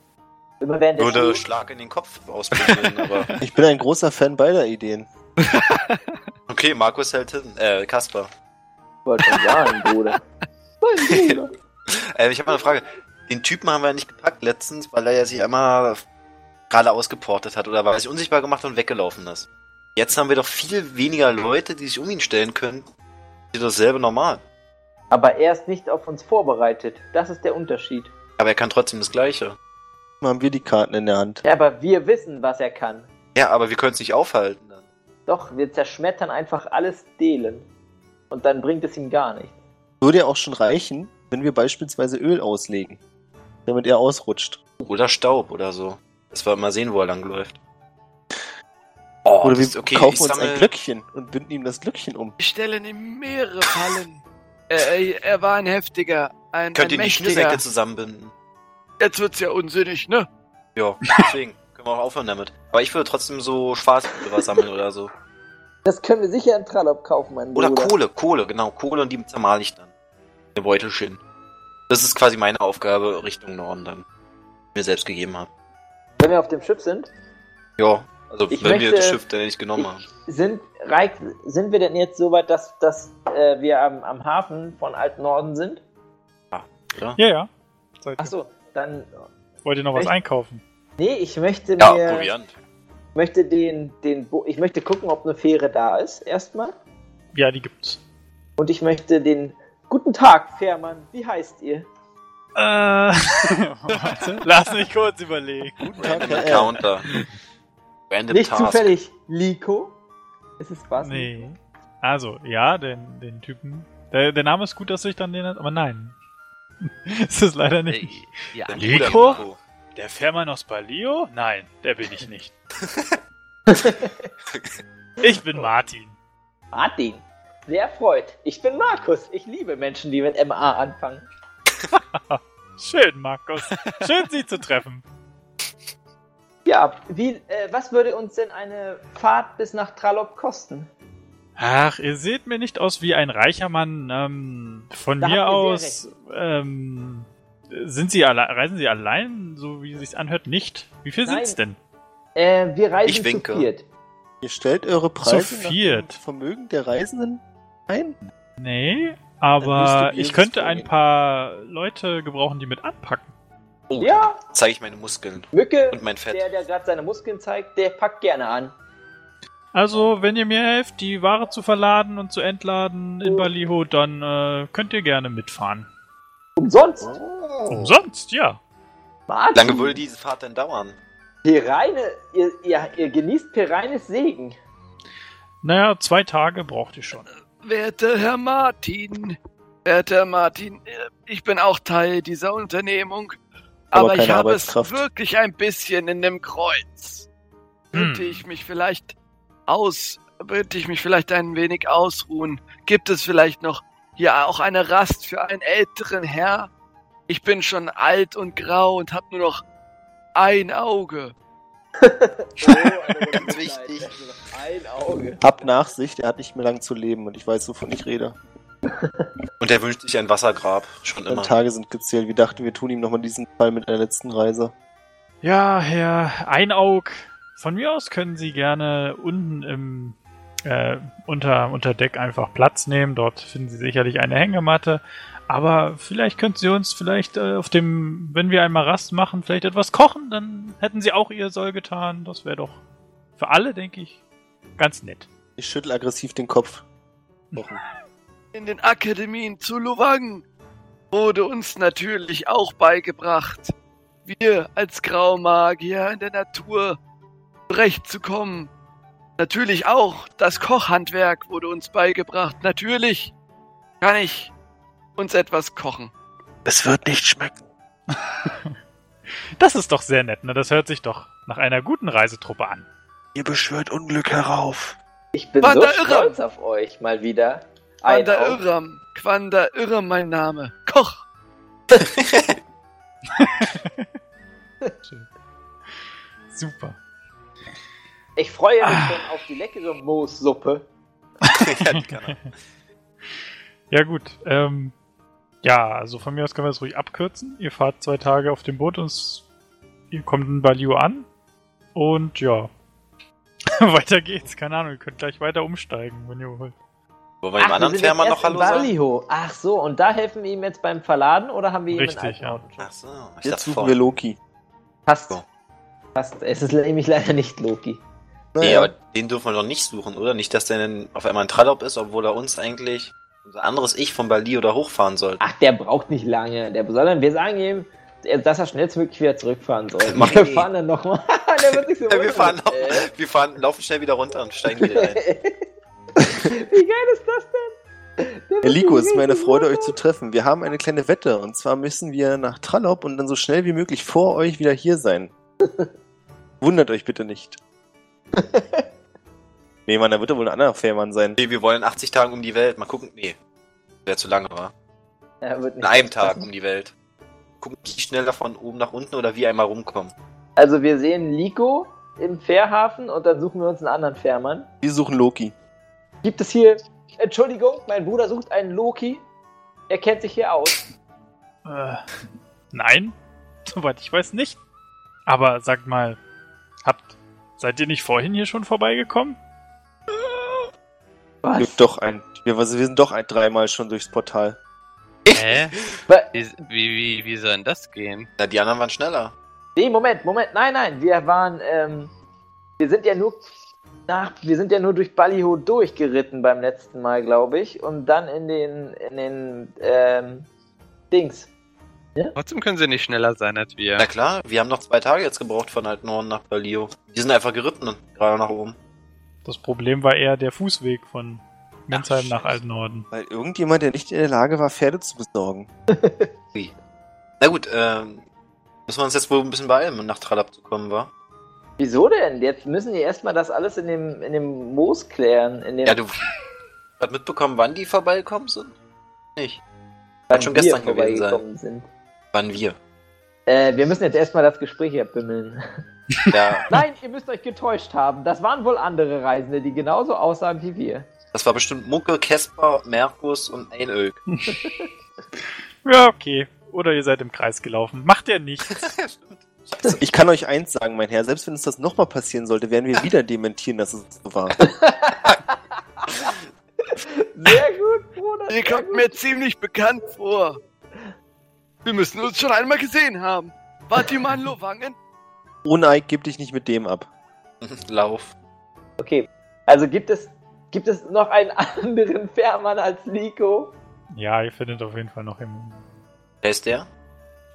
C: Immer während der
E: Würde
C: Schule-
E: Schlag in den Kopf ausprobieren, aber.
F: Ich bin ein großer Fan beider Ideen.
E: Okay, Markus hält hin. Äh, Kasper.
C: wollte schon sagen, Bruder. Mein Bruder.
E: Äh, ich habe mal eine Frage. Den Typen haben wir ja nicht gepackt letztens, weil er ja sich einmal gerade ausgeportet hat oder war er sich unsichtbar gemacht und weggelaufen ist. Jetzt haben wir doch viel weniger Leute, die sich um ihn stellen können. Das ist dasselbe normal.
C: Aber er ist nicht auf uns vorbereitet. Das ist der Unterschied.
E: Aber er kann trotzdem das Gleiche.
F: Mal haben wir die Karten in der Hand.
C: Ja, aber wir wissen, was er kann.
E: Ja, aber wir können es nicht aufhalten. Dann.
C: Doch, wir zerschmettern einfach alles Delen. Und dann bringt es ihm gar nichts.
F: Würde ja auch schon reichen, wenn wir beispielsweise Öl auslegen, damit er ausrutscht.
E: Oder Staub oder so. Dass wir mal sehen, wo er langläuft. Oh,
F: Oder
E: das
F: wir
E: ist okay.
F: kaufen
E: Ich
F: uns
E: sammel-
F: ein Glöckchen und binden ihm das Glöckchen um.
G: Ich stelle ihm mehrere Fallen. Er, er, er war ein heftiger, ein,
E: Könnt
G: ein
E: ihr die
G: mächtiger.
E: Schnürsenkel zusammenbinden?
G: Jetzt wird's ja unsinnig, ne?
E: Ja, deswegen. können wir auch aufhören damit. Aber ich würde trotzdem so Schwarzpulver sammeln oder so.
C: Das können wir sicher in Trallop kaufen, mein
E: Oder Kohle, Kohle, genau. Kohle und die zermal ich dann. Eine Beutelchen. Das ist quasi meine Aufgabe Richtung Norden dann. Die ich mir selbst gegeben habe.
C: Wenn wir auf dem Schiff sind,
E: Ja, also
C: Ich
E: wenn wir
C: möchte-
E: das Schiff dann nicht genommen haben.
C: sind, reicht, sind wir denn jetzt so weit, dass, dass äh, wir am, am Hafen von Alten Norden sind?
A: Ja, ja. Seid ihr.
C: Achso, dann.
A: Wollt ihr noch was
C: Echt?
A: einkaufen?
C: Nee, ich möchte
E: Ja,
C: mir.
E: Proviant.
C: Möchte den, den Bo ich möchte gucken, ob eine Fähre da ist, erstmal.
A: Ja, die gibt's.
C: Und ich möchte den. Guten Tag, Fährmann. Wie heißt ihr?
A: Äh, warte, lass mich kurz überlegen.
F: Guten Tag,
E: Random
F: Herr R.
E: Encounter. Random
C: äh, Nicht
E: Task.
C: zufällig Liko? Ist es was?
A: Nee. Also, ja, den, den Typen. Der, der Name ist gut, dass ich dann den aber nein. ist es leider nicht.
B: Äh, ja,
E: Dein
A: Nico?
E: Bruder Nico.
A: Der Fährmann aus Palio? Nein, der bin ich nicht. ich bin Martin.
C: Martin. Sehr freut. Ich bin Markus. Ich liebe Menschen, die mit MA anfangen.
A: Schön, Markus. Schön, Sie zu treffen.
C: Ja, wie, äh, was würde uns denn eine Fahrt bis nach Tralop kosten?
A: Ach, ihr seht mir nicht aus wie ein reicher Mann. Ähm, von
C: Da
A: mir
C: habt ihr
A: aus ähm, sind Sie alle, reisen Sie allein, so wie es sich anhört, nicht. Wie viel
C: Nein.
A: sind's denn?
C: Äh, wir reisen
E: Ich winke.
C: zu viert.
F: Ihr stellt eure Preise nach dem
A: viert.
F: Vermögen der Reisenden ein?
A: Nee,
F: Dann
A: aber
F: müsstet ihr
A: ich
F: das
A: könnte ein
F: vorgehen.
A: paar Leute gebrauchen, die mit anpacken.
E: Oh, ja.
C: Ja,
E: zeige ich meine Muskeln
C: Mücke,
E: und mein Fett.
C: der, der gerade seine Muskeln zeigt, der packt gerne an.
A: Also, wenn ihr mir helft, die Ware zu verladen und zu entladen in Baliho, dann äh, könnt ihr gerne mitfahren.
C: Umsonst.
A: Umsonst, ja.
C: Martin,
E: Oh. Lange würde diese Fahrt denn dauern?
C: Pereine, ihr, ihr, ihr genießt Pereines Segen.
A: Naja, zwei Tage braucht ihr schon.
G: Werter Herr Martin, werter Herr Martin, äh, ich bin auch Teil dieser Unternehmung,
F: Aber
G: aber, ich
F: keine
G: habe es
F: Arbeitskraft.
G: wirklich ein bisschen in dem Kreuz. Könnte
A: Hm.
G: ich mich vielleicht aus, könnte ich mich vielleicht ein wenig ausruhen? Gibt es vielleicht noch hier auch eine Rast für einen älteren Herr. Ich bin schon alt und grau und habe nur noch ein Auge.
C: Oh,
E: Ganz wichtig.
C: Also Ein Auge.
F: Hab Nachsicht, er hat nicht mehr lang zu leben und ich weiß, wovon ich rede.
E: Und er wünscht sich ein Wassergrab. Schon
F: Seine
E: immer.
F: Tage sind gezählt. Wir dachten, wir tun ihm nochmal diesen Fall mit einer letzten Reise.
A: Ja, Herr Einaug, von mir aus können Sie gerne unten im äh, unter, unter Deck einfach Platz nehmen. Dort finden Sie sicherlich eine Hängematte. Aber vielleicht könnten Sie uns vielleicht äh, auf dem, wenn wir einmal Rast machen, vielleicht etwas kochen. Dann hätten Sie auch Ihr Soll getan. Das wäre doch für alle, denke ich, ganz nett.
F: Ich schüttel aggressiv den Kopf.
G: In den Akademien zu Luwang wurde uns natürlich auch beigebracht, wir als Graumagier in der Natur zurechtzukommen. Natürlich auch das Kochhandwerk wurde uns beigebracht. Natürlich kann ich uns etwas kochen.
D: Es wird nicht schmecken.
A: Das ist doch sehr nett, ne? Das hört sich doch nach einer guten Reisetruppe an.
D: Ihr beschwört Unglück herauf.
C: Ich bin so
G: Wander irre.
C: stolz auf euch mal wieder. Ein
G: Quanda
C: Auge.
G: Irram, Quanda Irram mein Name. Koch!
A: Super.
C: Ich freue mich
A: Ah.
C: schon auf die leckere Moossuppe.
E: ja, die kann er.
A: Ja, gut. Ähm, ja, also von mir aus können wir es ruhig abkürzen. Ihr fahrt zwei Tage auf dem Boot und s- ihr kommt in Baliu an. Und ja. weiter geht's. Keine Ahnung, ihr könnt gleich weiter umsteigen, wenn ihr wollt.
E: Wollen wir dem
C: wir
E: anderen
C: sind jetzt
E: Fährmann noch
C: erst in
E: Hallo sagen?
C: Ballyho. Ach so, und da helfen wir ihm jetzt beim Verladen oder haben wir ihm
A: Richtig,
C: einen
A: ja.
C: Automaten schon?
E: Ach so, ich
F: Jetzt
E: dachte
F: suchen wir
E: vorhin.
F: Loki.
C: Passt.
E: So.
C: Passt. Es ist nämlich leider nicht Loki.
E: Nee,
F: Naja,
E: aber den dürfen wir doch nicht suchen, oder? Nicht, dass der dann auf einmal ein Trallop ist, obwohl er uns eigentlich unser anderes Ich von Bali oder hochfahren sollte.
C: Ach, der braucht nicht lange. Der, sondern wir sagen ihm, äh, dass er schnellstmöglich wieder zurückfahren soll.
E: Nee.
C: Wir fahren dann nochmal. der wird sich so
E: Ja, wir,
C: wundern.
E: fahren noch,
C: Äh,
E: wir fahren, laufen schnell wieder runter und steigen wieder ein.
C: Wie geil ist das denn? Der
F: Herr
C: wird
F: Liko,
C: sich
F: es ist mir eine
C: richtig
F: Freude, euch zu treffen. Wir haben eine kleine Wette und zwar müssen wir nach Trallop und dann so schnell wie möglich vor euch wieder hier sein. Wundert euch bitte nicht. Nee, Mann, da wird doch wohl ein anderer Fährmann sein.
E: Nee, wir wollen in 80 Tagen um die Welt. Mal gucken. Nee, wäre zu lange, war.
C: wundern. Er wird
E: In
C: nicht
E: einem Tag
C: aufpassen.
E: um die Welt. Gucken, wie schnell da von oben nach unten oder wie einmal rumkommen.
C: Also wir sehen Liko im Fährhafen und dann suchen wir uns einen anderen Fährmann.
F: Wir suchen Loki.
C: Gibt es hier... Entschuldigung, mein Bruder sucht einen Loki. Er kennt sich hier aus.
A: Äh, nein, soweit ich weiß nicht. Aber sagt mal, habt seid ihr nicht vorhin hier schon vorbeigekommen?
F: Wir, doch ein, wir, wir sind doch ein, dreimal schon durchs Portal.
B: Hä?
C: Wa-
B: Wie, wie, wie, wie soll denn das gehen?
E: Na, die anderen waren schneller.
C: Nee, Moment, Moment, nein, nein, wir waren, ähm, wir sind ja nur nach, wir sind ja nur durch Ballyho durchgeritten beim letzten Mal, glaube ich, und dann in den, in den, ähm, Dings.
B: Trotzdem können sie nicht schneller sein als wir.
E: Na klar, wir haben noch zwei Tage jetzt gebraucht von Altenhorn nach Balio. Die sind einfach geritten und gerade nach oben.
A: Das Problem war eher der Fußweg von Menzheim nach
E: Scheiße.
A: Alten Norden.
F: Weil irgendjemand, der nicht in der Lage war, Pferde zu besorgen.
E: Na gut, ähm, müssen wir uns jetzt wohl ein bisschen beeilen, um nach Trallab zu kommen, wa?
C: Wieso denn? Jetzt müssen die erstmal das alles in dem, in dem Moos klären, in dem
E: Ja, du hast mitbekommen, wann die vorbeigekommen sind? Nicht.
C: wann
E: schon
C: wir
E: gestern gewesen sein.
C: vorbeigekommen Sind.
E: Wann wir.
C: Äh, wir müssen jetzt erstmal das Gespräch hier bimmeln.
E: Ja,
C: Nein, ihr müsst euch getäuscht haben. Das waren wohl andere Reisende, die genauso aussahen wie wir.
E: das war bestimmt Mucke, Kesper, Merkus und Einölk.
A: Ja, okay. Oder ihr seid im Kreis gelaufen. Macht ihr nichts.
F: Ich kann euch eins sagen, mein Herr, selbst wenn uns das nochmal passieren sollte, werden wir wieder dementieren, dass es so war.
C: Sehr gut, Bruder.
G: Ihr
C: sehr
G: kommt
C: gut.
G: mir ziemlich bekannt vor. Wir müssen uns schon einmal gesehen haben. Wart ihr mal in Lowangen?
F: Oneig, gib dich nicht mit dem ab.
E: Lauf.
C: Okay, also gibt es, gibt es noch einen anderen Fährmann als Nico?
A: ja, ihr findet auf jeden Fall noch jemanden.
E: Wer ist der?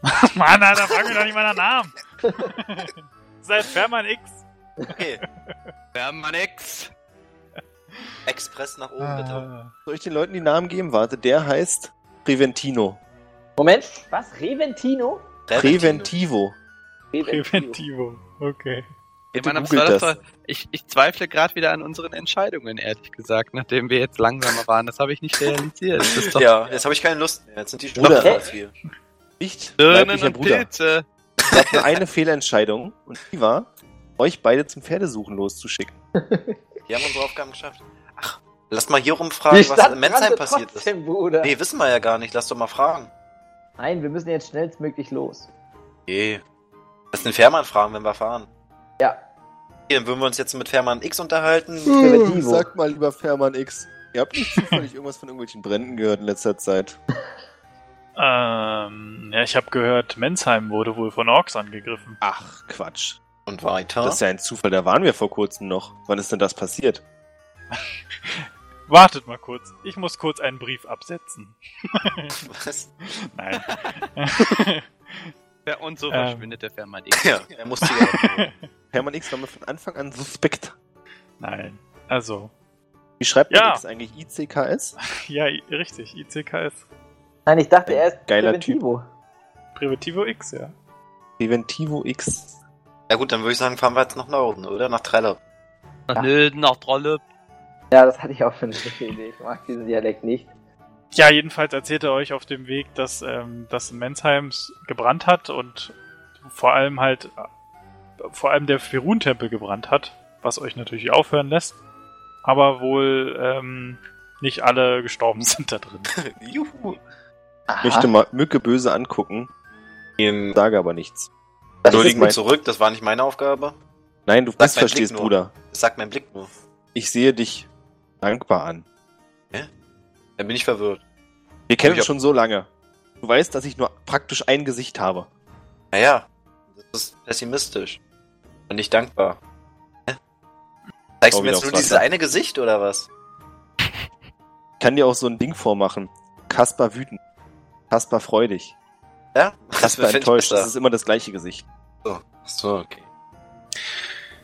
A: Mann, da fragen wir doch nicht mal nach Namen. Seid Fährmann X.
E: Okay.
B: Wir haben mal nix.
E: Express nach oben,
A: Ah,
E: bitte.
F: Soll ich den Leuten die Namen geben? Warte, der heißt Preventino.
C: Moment, was? Reventino?
F: Preventivo.
A: Preventivo. Okay.
B: Ich,
F: Bitte
B: meine, was war das
F: googelt das.
B: doch- ich, ich zweifle gerade wieder an unseren Entscheidungen, ehrlich gesagt, nachdem wir jetzt langsamer waren. Das habe ich nicht realisiert. Das ist doch
E: ja, jetzt habe ich keine Lust mehr. Jetzt sind die schon
F: Bruder.
E: voll viel.
F: Nicht
B: Birnen
F: leiblicher
B: und
F: Bruder.
B: Pilze.
F: Wir hatten eine Fehlentscheidung und die war, euch beide zum Pferdesuchen loszuschicken.
E: Die haben unsere Aufgaben geschafft. Ach, lass mal hier rumfragen, was in Mensheim passiert ist.
C: trotzdem, Bruder.
E: Nee, wissen wir ja gar nicht. Lass doch mal fragen.
C: Nein, wir müssen jetzt schnellstmöglich los.
E: Nee. Lass den Fährmann fragen, wenn wir fahren.
C: Ja.
E: Hier, würden wir uns jetzt mit Fährmann X
F: Hm.
E: unterhalten?
C: Präventivo.
F: Sag mal, lieber Fährmann X, ihr habt nicht zufällig irgendwas von irgendwelchen Bränden gehört in letzter Zeit.
A: Ähm, ja, ich habe gehört, Mensheim wurde wohl von Orks angegriffen.
F: Ach, Quatsch.
E: Und weiter.
F: Das ist ja ein Zufall, da waren wir vor kurzem noch. Wann ist denn das passiert?
A: Wartet mal kurz. Ich muss kurz einen Brief absetzen.
E: was?
A: Nein.
B: Ja, Und so
A: Ähm.
B: verschwindet der Fermadin.
E: Ja, er musste ja.
F: Fährmann X war mir von Anfang an suspekt.
A: Nein. Also,
F: Wie schreibt
A: Ja.
F: man X eigentlich? ICKS?
A: ja, i- richtig. ICKS.
C: Nein, ich dachte, er ist
F: Geiler
C: Präventivo.
A: Privativo X, ja.
F: Preventivo X.
E: Na gut, dann würde ich sagen, fahren wir jetzt nach Norden, oder? Nach Trelle.
B: Nach Nilden, nach Trolle.
C: Ja, das hatte ich auch für eine gute Idee. Ich mag diesen Dialekt nicht.
A: Ja, jedenfalls erzählt er euch auf dem Weg, dass ähm, das in Mensheims gebrannt hat und vor allem halt äh, vor allem der Ferun-Tempel gebrannt hat, was euch natürlich aufhören lässt, aber wohl ähm, nicht alle gestorben sind da drin.
E: Juhu.
C: Aha.
F: Möchte mal Mücke böse angucken,
E: Entschuldigen
F: sage aber nichts. Das ist
E: Entschuldigung
F: Ähm, mein-
E: zurück, das war nicht meine Aufgabe.
F: Nein, du
E: mein Blick
F: missverstehst,
E: nur.
F: Bruder.
E: Das sagt mein Blick nur.
F: Ich sehe dich dankbar an.
E: Dann bin ich verwirrt.
F: Wir kennen
E: Ich hab-
F: uns schon so lange. Du weißt, dass ich nur praktisch ein Gesicht habe.
E: Naja, das ist pessimistisch. Und nicht dankbar. Hä? Zeigst du
F: Oh,
E: mir
F: wieder
E: jetzt nur
F: aufs
E: dieses
F: Wasser.
E: eine Gesicht oder was?
F: Ich kann dir auch so ein Ding vormachen. Kaspar wütend. Kaspar freudig.
E: Ja?
F: Kaspar
E: find ich
F: enttäuscht. Das
E: besser.
F: ist immer das gleiche Gesicht.
E: Ach So, okay.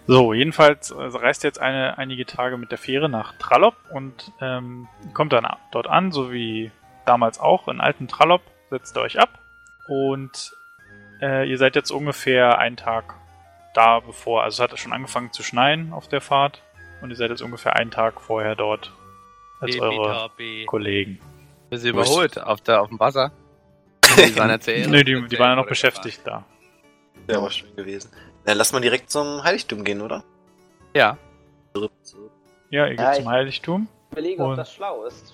A: So, jedenfalls äh, reist jetzt eine, einige Tage mit der Fähre nach Trallop und ähm, kommt dann a- dort an, so wie damals auch in alten Trallop, setzt ihr euch ab und äh, ihr seid jetzt ungefähr einen Tag da bevor, also es hat schon angefangen zu schneien auf der Fahrt und ihr seid jetzt ungefähr einen Tag vorher dort als eure
B: B.
A: Kollegen.
B: Wir sie überholt auf, der, auf dem Wasser. Die waren ja zuerst-
A: Nö, die, die waren ja noch
B: oder
A: beschäftigt da.
E: Wäre aber schön gewesen. Dann lass mal direkt zum Heiligtum gehen, oder?
B: Ja.
A: Ja, ihr geht
C: Ja,
A: zum
C: ich-
A: Heiligtum.
C: Ich überlege,
A: Und-
C: ob das schlau ist.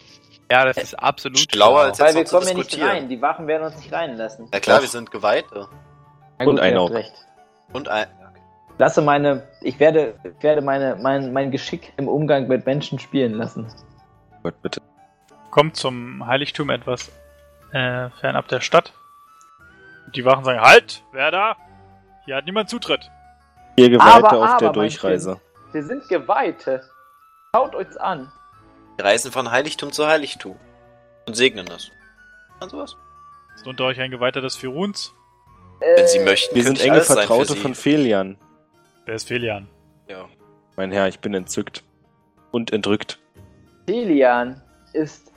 B: Ja, das ist absolut
E: Schlauer als
C: Weil
E: jetzt
C: wir kommen
E: noch zu
C: ja nicht
E: diskutieren.
C: rein. Die Wachen werden uns nicht reinlassen.
E: Na klar,
F: Doch.
E: wir sind Geweihte.
C: Na
F: Und
C: ihr habt
F: Einauge.
C: recht.
E: Und ein.
C: Lasse meine, ich werde, ich werde meine, mein, mein Geschick im Umgang mit Menschen spielen lassen.
F: Gott, bitte.
A: kommt zum Heiligtum etwas äh, fernab der Stadt. Die Wachen sagen, halt, wer da? Hier hat niemand Zutritt.
F: Ihr Geweihte
C: Aber-
F: auf
C: aber,
F: der
C: mein
F: Durchreise.
C: Wir sind Geweihte. Schaut euch's an.
E: Wir reisen von Heiligtum zu Heiligtum. Und segnen das. Und sowas.
A: Ist unter euch ein Geweihter des Firuns?
E: Wenn Sie
C: Äh,
E: möchten.
F: Wir
E: könnte
F: sind
E: ich
F: enge
E: alles sein für
F: Vertraute
E: Sie.
F: von Felian.
A: Wer ist Felian?
E: Ja.
F: Mein Herr, ich bin entzückt. Und entrückt.
C: Delian ist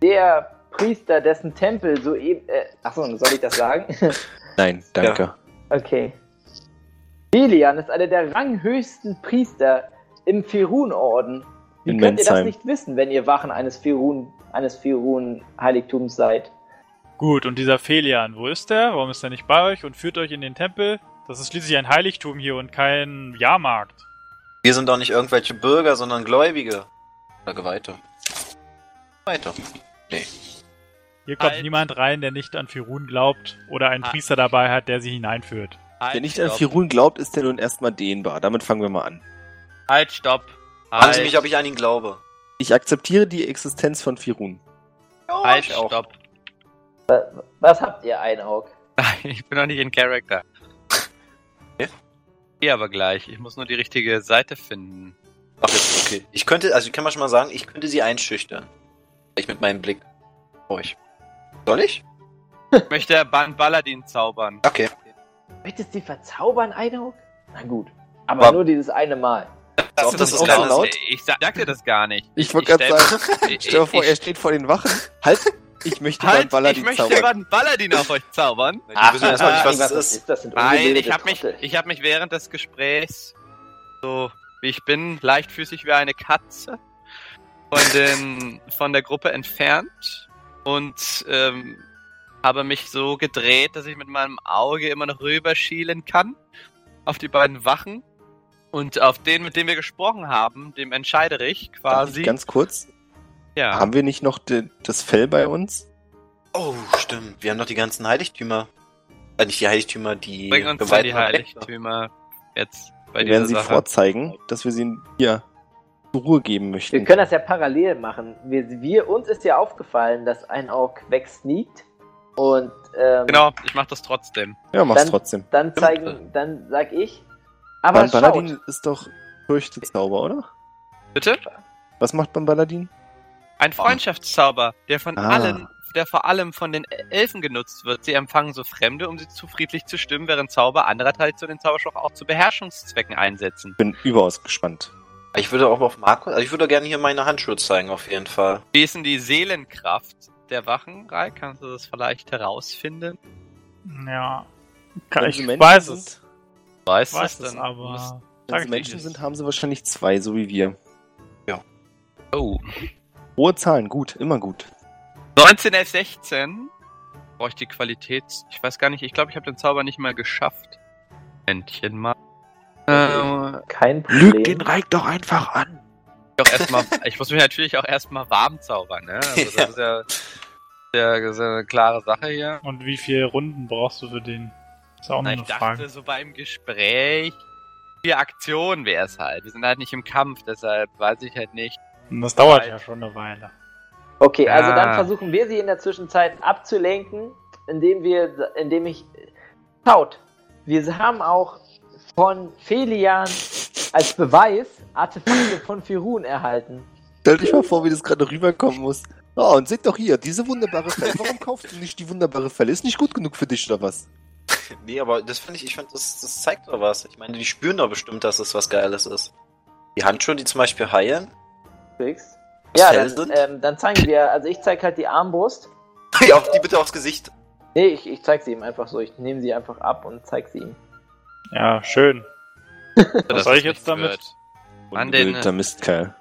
C: der Priester, dessen Tempel soeben. Äh, achso, soll ich das sagen?
F: Nein, danke.
C: okay. Delian ist einer der ranghöchsten Priester im Firun-Orden. Wie
F: In
C: könnt ihr das
F: Mensheim.
C: nicht wissen, wenn ihr Wachen eines Firun, eines Firun-Heiligtums seid?
A: Gut, und dieser Felian, wo ist er? Warum ist er nicht bei euch und führt euch in den Tempel? Das ist schließlich ein Heiligtum hier und kein Jahrmarkt.
E: Wir sind doch nicht irgendwelche Bürger, sondern Gläubige. Oder Geweihte. Halt. Geweihte.
A: Hier kommt
B: Halt.
A: niemand rein, der nicht an Firun glaubt oder einen
B: Ah.
A: Priester dabei hat, der sie hineinführt.
B: Halt,
F: Wer nicht an
B: stopp.
F: Firun glaubt, ist der nun erstmal dehnbar. Damit fangen wir mal an.
B: Halt, stopp.
E: Fragen
B: Halt,
E: Sie mich, ob ich an ihn glaube.
F: Ich akzeptiere die Existenz von Firun.
B: halt,
E: ich auch.
B: stopp.
C: Was habt ihr, Einaug?
B: Ich bin noch nicht in Character.
E: Okay.
B: Geh aber gleich. Ich muss nur die richtige Seite finden.
E: Ach, jetzt, okay. Ich könnte, also ich kann mal schon mal sagen, ich könnte sie einschüchtern. Ich mit meinem Blick. Euch. Soll ich?
B: Ich möchte Ban Baladin zaubern.
E: Okay.
C: Möchtest du sie verzaubern, Einaug? Na gut. Aber
E: Aber-
C: nur dieses eine Mal.
E: Das,
F: das
E: das
F: ist
E: ist
F: auch
E: klar.
F: so laut?
B: Ich sag, sag dir das gar nicht.
F: Ich wollte gerade sagen,
B: sagen,
F: Stell dir vor, er steht vor den Wachen. Halt! Ich möchte mal
B: Äh, Halt, ich
F: Balladim
B: möchte
F: zaubern.
B: Ban Baladin auf euch zaubern.
C: Äh,
B: Ah.
E: Wir wissen erstmal nicht, was
C: Irgendwas
E: es ist.
C: Das sind
B: Nein,
C: ungebildete
B: ich habe mich,
C: Trottel.
B: ich hab mich während des Gesprächs so wie ich bin, leichtfüßig wie eine Katze, von, den, von der Gruppe entfernt und ähm, habe mich so gedreht, dass ich mit meinem Auge immer noch rüberschielen kann auf die beiden Wachen. Und auf den, mit dem wir gesprochen haben, dem Entscheiderich quasi.
F: Ganz kurz,
B: ja.
F: haben wir nicht noch de, das Fell bei uns?
E: Oh, stimmt. Wir haben noch die ganzen Heiligtümer. Äh, nicht die Heiligtümer, die
B: Bring uns dann die
E: geweihten Objekte.
B: Heiligtümer jetzt bei
F: Wir werden
B: dieser
F: sie
B: Sache.
F: vorzeigen, dass wir sie hier zur Ruhe geben möchten.
C: Wir können das ja parallel machen. Wir, wir, uns ist ja aufgefallen, dass ein Ork wegsneakt. Und ähm,
B: Genau, ich mache das trotzdem.
F: ja, mach's
C: dann-
F: trotzdem.
C: dann zeigen, dann sag ich. Aber
F: Ban
C: schaut,
F: Baladin ist doch Fürchtezauber, oder?
B: Bitte?
F: Was macht Ban Baladin?
B: Ein Freundschaftszauber, der von
F: Ah.
B: allen, der vor allem von den E- Elfen genutzt wird. Sie empfangen so Fremde, um sie zu friedlich zu stimmen, während Zauber anderer Teil zu den Zauberspruch auch zu Beherrschungszwecken einsetzen.
F: Bin überaus gespannt.
E: Ich würde auch auf Markus, also ich würde gerne hier meine Handschuhe zeigen, auf jeden Fall.
B: Wie ist denn die Seelenkraft der Wachen, Rai? Kannst du das vielleicht herausfinden?
A: Ja. Kann,
F: Wenn
A: ich
F: sie Menschen
A: weiß
F: sind,
A: es.
B: Weißt
A: Weiß
B: du
A: es,
B: dann? musst-
A: aber.
F: Wenn
A: sag
F: sie
A: ich
F: Menschen
A: nicht.
F: sind, haben sie wahrscheinlich zwei, so wie wir.
B: Oh.
F: Hohe Zahlen, gut, immer gut.
B: 19 f 16. Brauche ich die Qualität? Ich weiß gar nicht, ich glaube, ich habe den Zauber nicht mal geschafft. Momentchen mal. Ähm,
C: kein
D: Lüg den
C: Problem.
D: Reich doch einfach an.
B: ich auch erstmal, ich muss mich natürlich auch erstmal warm zaubern, ne? Also das ist ja, ja, das ist ja eine klare Sache hier.
A: Und wie viele Runden brauchst du für den? Ist auch noch
B: Na, ich
A: eine
B: dachte,
A: Frage.
B: so beim Gespräch, vier Aktionen wäre es halt. Wir sind halt nicht im Kampf, deshalb weiß ich halt nicht.
A: Und das dauert
B: halt
A: ja schon eine Weile.
C: Okay, also dann
B: Ah.
C: versuchen wir sie in der Zwischenzeit abzulenken, indem wir, indem ich. Schaut, wir haben auch von Felian als Beweis Artefakte von Firun erhalten.
F: Stell dich mal vor, wie das gerade rüberkommen muss. Ah, und seht doch hier, diese wunderbare Fell. Warum kaufst du nicht die wunderbare Fell? Ist nicht gut genug für dich oder was?
E: Nee, aber das finde ich, ich finde, das, das zeigt doch was. Ich meine, die spüren doch bestimmt, dass es was Geiles ist. Die Handschuhe, die zum Beispiel heilen.
C: Felix?
E: Das
C: Ja,
E: Fell
C: dann,
E: sind?
C: ähm, dann zeigen wir, also ich zeige halt die Armbrust.
E: ja, auf die bitte aufs Gesicht.
C: Nee, ich, ich zeig sie ihm einfach so. Ich nehme sie einfach ab und zeig sie ihm.
A: Ja, schön.
B: dass
A: soll ich jetzt
B: das nichts
A: damit?
B: wird. An den-
F: Ungebildeter Mistkerl.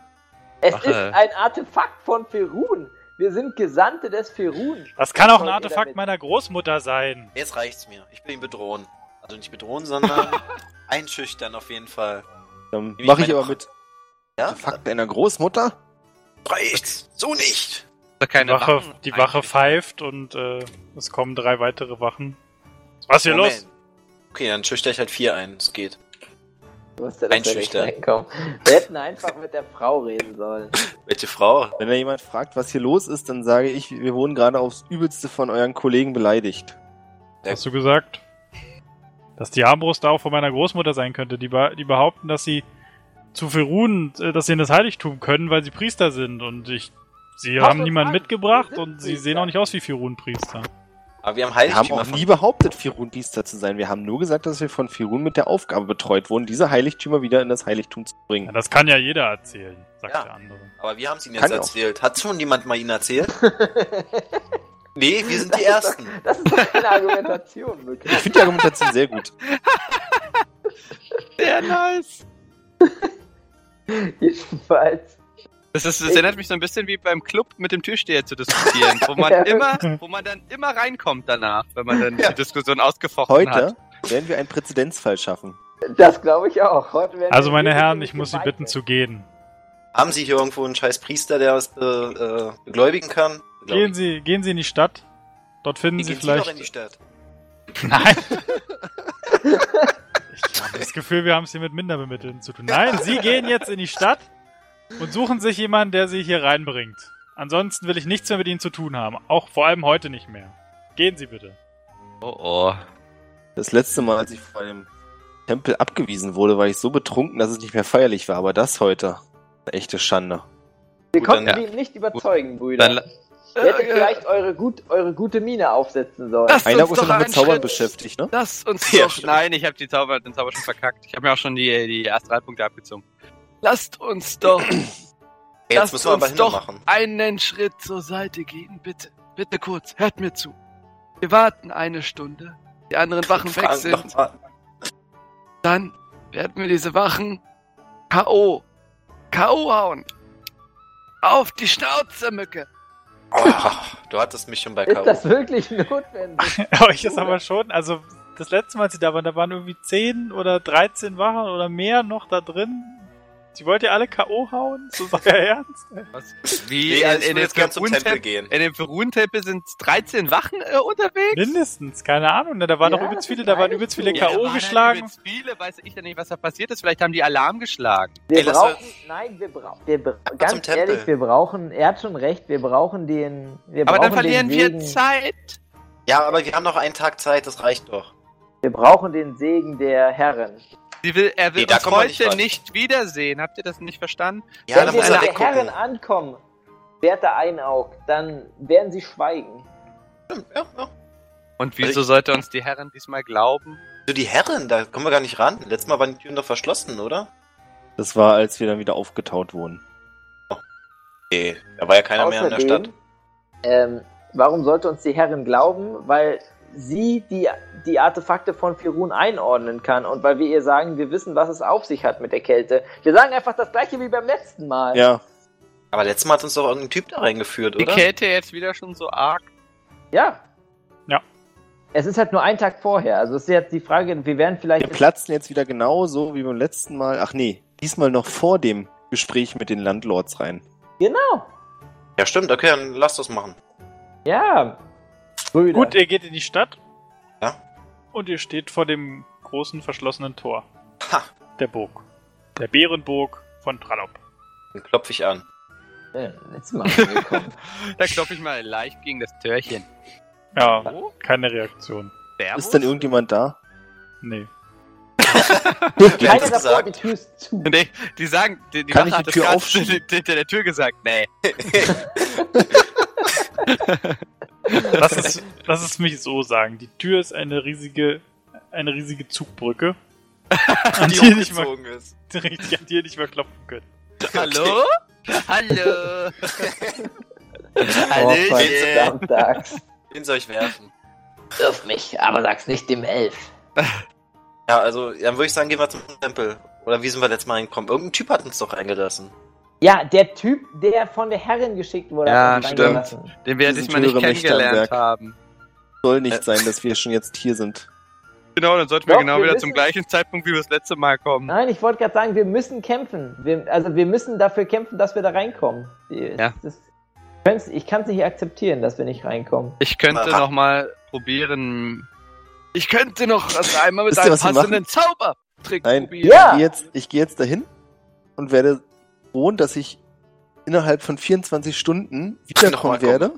C: Es
B: Ach, äh.
C: ist ein Artefakt von Ferun. Wir sind Gesandte des Ferun.
A: Das kann auch ein
C: Was wollt ihr
A: Artefakt
C: damit?
A: meiner Großmutter sein.
E: Jetzt reicht's mir. Ich will ihn bedrohen. Also nicht bedrohen, sondern einschüchtern auf jeden Fall.
F: Dann
E: Wie
F: mache ich
E: meine-
F: aber mit
E: Ja?
F: Fakten deiner Großmutter.
E: Reicht's! So nicht!
B: Da
A: Die
B: äh, keine
A: Wache,
B: Wachen
A: die Wache
B: eigentlich.
A: pfeift und äh, es kommen drei weitere Wachen. Was ist hier los?
E: Okay, dann schüchter ich halt vier ein. Es geht.
C: Du musst ja das
E: Einschüchtern.
C: ja nicht reinkommen. Wir hätten einfach mit der Frau reden sollen.
E: Welche Frau?
F: Wenn da jemand fragt, was hier los ist, dann sage ich, wir wurden gerade aufs Übelste von euren Kollegen beleidigt.
A: Hast du gesagt? Dass die Armbrust auch von meiner Großmutter sein könnte. Die, be die behaupten, dass sie zu viel ruhen, äh, dass sie in das Heiligtum können, weil sie Priester sind. Und ich, sie
C: Mach
A: haben
C: uns
A: niemanden
C: an.
A: mitgebracht
C: Wir sind
A: und sie
C: Priester.
A: sehen auch nicht aus wie Firun-Priester.
E: Aber wir haben
F: Wir haben
E: Heiligtümer
F: auch nie behauptet, Firun Priester zu sein. Wir haben nur gesagt, dass wir von Firun mit der Aufgabe betreut wurden, diese Heiligtümer wieder in das Heiligtum zu
A: Ja,
F: bringen.
A: das kann ja jeder erzählen, sagt
E: Ja.
A: der andere.
E: Aber wir haben es ihnen
F: Kann
E: jetzt
F: ja auch.
E: erzählt. Hat schon jemand mal ihnen erzählt? Nee, wir sind die
C: Das ist
E: Ersten.
C: Das ist doch keine Argumentation,
F: Ich
C: wirklich.
F: finde die Argumentation sehr gut.
B: Sehr nice.
C: Jedenfalls.
B: Das, ist, das erinnert mich so ein bisschen wie beim Club mit dem Türsteher zu diskutieren, wo man
C: Ja.
B: immer, wo man dann immer reinkommt danach, wenn man dann die Diskussion ausgefochten hat.
F: Heute werden wir einen Präzedenzfall schaffen.
C: Das glaube ich auch. Heute werden
A: Also,
C: wir
A: meine
C: wirklich
A: Herren,
C: nicht
A: ich muss Sie
C: geweiht.
A: bitten zu gehen.
E: Haben Sie hier irgendwo einen scheiß Priester, der es be, äh, begläubigen kann?
A: Gehen Sie, gehen Sie in die Stadt. Dort finden
E: Gehen
A: Sie
E: Sie doch in die
A: vielleicht.
E: Stadt.
A: Nein! ich habe das Gefühl, wir haben es hier mit Minderbemittelten zu tun. Nein, Sie gehen jetzt in die Stadt und suchen sich jemanden, der Sie hier reinbringt. Ansonsten will ich nichts mehr mit Ihnen zu tun haben. Auch vor allem heute nicht mehr. Gehen Sie bitte.
B: Oh oh.
F: Das letzte Mal, als ich vor dem Tempel abgewiesen wurde, war ich so betrunken, dass es nicht mehr feierlich war. Aber das heute, eine echte Schande.
C: Wir
E: Gut,
C: konnten
B: dann-
C: ihn nicht überzeugen, Brüder.
B: Dann,
C: Ihr hättet
G: Äh,
C: vielleicht eure, gut, eure gute Miene aufsetzen sollen.
G: Lasst
F: Einer
G: uns
F: wurde
G: doch
F: noch mit
G: einen
F: Zaubern
G: Schritt-
F: beschäftigt, ne?
G: Lasst uns
E: Ja,
G: doch,
E: stimmt.
G: nein,
B: Nein, ich habe die Zauber, den Zauber schon verkackt. Ich habe mir auch schon die, die Astralpunkte abgezogen.
G: lasst uns doch,
E: Jetzt
G: lasst
E: müssen wir aber
G: uns
E: Hinde
G: doch
E: machen.
G: einen Schritt zur Seite gehen, bitte. Bitte kurz, hört mir zu. Wir warten eine Stunde, die anderen Wachen weg
E: Fragen
G: sind,
E: doch mal.
G: dann werden wir diese Wachen K.O. K.O. hauen. Auf die Schnauze, Mücke.
E: Oh, du hattest mich schon bei
C: Ist das
E: K.O.
C: wirklich notwendig?
A: Euch ist aber schon, also das letzte Mal, als sie da waren, da waren irgendwie 10 oder 13 Wachen oder mehr noch da drin. Sie wollt ihr alle K.O. hauen? So euer Ernst?
B: Was? Wie? äh,
E: Nee, also ich will jetzt gerne zum Tempel
B: Verruhen-Tempel-
E: gehen.
B: in dem Perun-Tempel sind 13 Wachen äh, unterwegs?
A: Mindestens, keine Ahnung. Ne? Da waren
C: Ja,
A: doch übelst
C: das ist
A: viele, da waren
C: eigentlich
A: übelst
C: so.
A: viele
C: Ja,
A: K.O.
B: da waren halt
A: geschlagen.
B: übelst Viele, weiß ich ja nicht, was da passiert ist. Vielleicht haben die Alarm geschlagen.
C: Wir
E: Ey, lass
C: brauchen, nein, wir brauchen, wir bra
E: Ab zum
C: ganz
E: Tempel.
C: ehrlich, wir brauchen, er hat schon recht, wir brauchen den, wir
B: Aber dann
C: brauchen
B: verlieren
C: den
B: wir
C: Segen,
B: Zeit.
E: Ja, aber wir haben noch einen Tag Zeit, das reicht doch.
C: wir brauchen den Segen der Herren.
B: Sie will, er will
E: Nee, da
B: uns
E: kommen wir
B: heute
E: nicht ran.
B: nicht wiedersehen. Habt ihr das nicht verstanden?
E: Ja, da
C: Wenn wir
E: muss
C: bei
E: er
C: der Herren
E: weggucken.
C: ankommen, werter Einaug, dann werden sie schweigen.
E: Ja, ja.
B: Und wieso sollte uns die Herren diesmal glauben?
E: So, die Herren, da kommen wir gar nicht ran. Letztes Mal waren die Türen doch verschlossen, oder?
F: Das war, als wir dann wieder aufgetaut wurden.
E: Nee, da war ja keiner mehr in der Stadt.
C: Ähm, warum sollte uns die Herren glauben? Weil sie die, die Artefakte von Firun einordnen kann und weil wir ihr sagen, wir wissen, was es auf sich hat mit der Kälte. Wir sagen einfach das gleiche wie beim letzten Mal.
F: Ja,
E: Aber letztes Mal hat uns doch irgendein Typ da reingeführt,
B: Die
E: oder?
B: Kälte jetzt wieder schon so arg.
C: Ja.
A: Ja.
C: Es ist halt nur ein Tag vorher. Also es ist jetzt die Frage, wir werden vielleicht.
F: wir platzen jetzt wieder genauso wie beim letzten Mal. Ach nee, diesmal noch vor dem Gespräch mit den Landlords rein.
C: Genau.
E: Ja, stimmt, okay, dann lass das machen.
C: Ja. Brüder.
A: Gut, ihr geht in die Stadt.
E: Ja.
A: Und ihr steht vor dem großen verschlossenen Tor.
E: Ha.
A: Der Burg. Der Bärenburg von Trallop.
E: Dann klopfe ich an.
C: Äh, Letztes Mal. angekommen.
B: Da klopfe ich mal leicht gegen das Törchen.
A: Ja,
B: Oh,
A: keine Reaktion.
B: Servus?
F: Ist denn irgendjemand da?
A: Nee.
E: Wer
C: Keiner
E: hat's
C: davor, die
E: gesagt?
C: Tür ist zu.
B: Nee, die sagen, die, die
F: Kann
B: Wache
F: ich die
B: hat das
F: Tür
B: gerade
F: aufschieben?
B: hinter der Tür gesagt. Nee.
A: Lass es, lass es mich so sagen. Die Tür ist eine riesige, eine riesige Zugbrücke. An die, ihr nicht mal,
E: umgezogen ist.
A: richtig, an die ihr nicht mehr klopfen könnt.
B: Hallo? Hallo?
C: Oh,
B: Hallöchen.
C: verdammt, Dax.
E: Den soll ich werfen.
C: Wirf mich, aber sag's nicht dem Elf.
E: Ja, also, dann würde ich sagen, gehen wir zum Tempel. Oder wie sind wir letztes Mal reingekommen? Irgendein Typ hat uns doch eingelassen.
C: Ja, der Typ, der von der Herrin geschickt wurde.
B: Ja,
C: hat uns
B: stimmt.
C: reingelassen.
B: Den wir ja
F: Diese
B: diesmal nicht
F: Türe möchte am
B: kennengelernt
F: Werk.
B: haben.
F: Soll nicht
E: Äh.
F: sein, dass wir schon jetzt hier sind.
B: Genau, dann sollten wir
C: Doch,
B: genau
C: wir
B: wieder
C: wissen-
B: zum gleichen Zeitpunkt wie wir das letzte Mal kommen.
C: Nein, ich wollte gerade sagen, wir müssen kämpfen. Wir, also wir müssen dafür kämpfen, dass wir da reinkommen. Die-
B: Ja.
C: Das, das, ich kann es nicht akzeptieren, dass wir nicht reinkommen.
B: Ich könnte
E: Aha.
B: nochmal probieren.
G: Ich könnte noch das einmal mit
F: Wisst ihr,
G: einem
F: was wir
G: passenden Zaubertrick
F: Nein.
G: probieren.
F: Ich
C: Ja.
F: gehe jetzt, ich gehe jetzt dahin und werde drohen, dass ich innerhalb von 24 Stunden
E: Nochmal
F: wiederkommen
E: kommen.
F: werde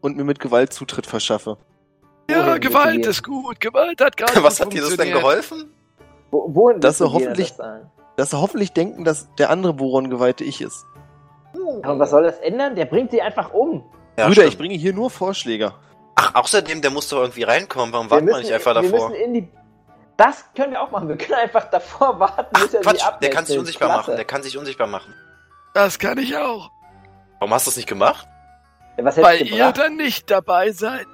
F: und mir mit Gewalt Zutritt verschaffe.
G: Ja,
C: Wohin
G: Gewalt
C: willst du
G: ist gut. Gewalt hat gerade
E: Was hat dir das denn
G: funktioniert.
E: geholfen?
C: Wo, wohin willst
F: Das
C: du
F: soll
C: dir
F: hoffentlich-
C: das sagen?
F: Dass sie hoffentlich denken, dass der andere Boron-Geweihte ich ist.
C: Aber was soll das ändern? Der bringt sie einfach um.
E: Ja,
F: Brüder,
E: stimmt.
F: ich bringe hier nur Vorschläge.
E: Ach, außerdem, der muss doch irgendwie reinkommen. Warum warten wir nicht einfach
C: wir
E: davor?
C: Müssen in die, das können wir auch machen. Wir können einfach davor warten,
E: Ach,
C: bis er
E: Quatsch,
C: sie abwechselt.
E: der kann sich unsichtbar
C: Klasse.
E: machen. Der kann sich unsichtbar machen.
G: Das kann ich auch.
E: Warum hast du es nicht gemacht?
C: Ja, was
G: Weil
C: hättest du
G: ihr
C: gebracht?
G: dann nicht dabei seid.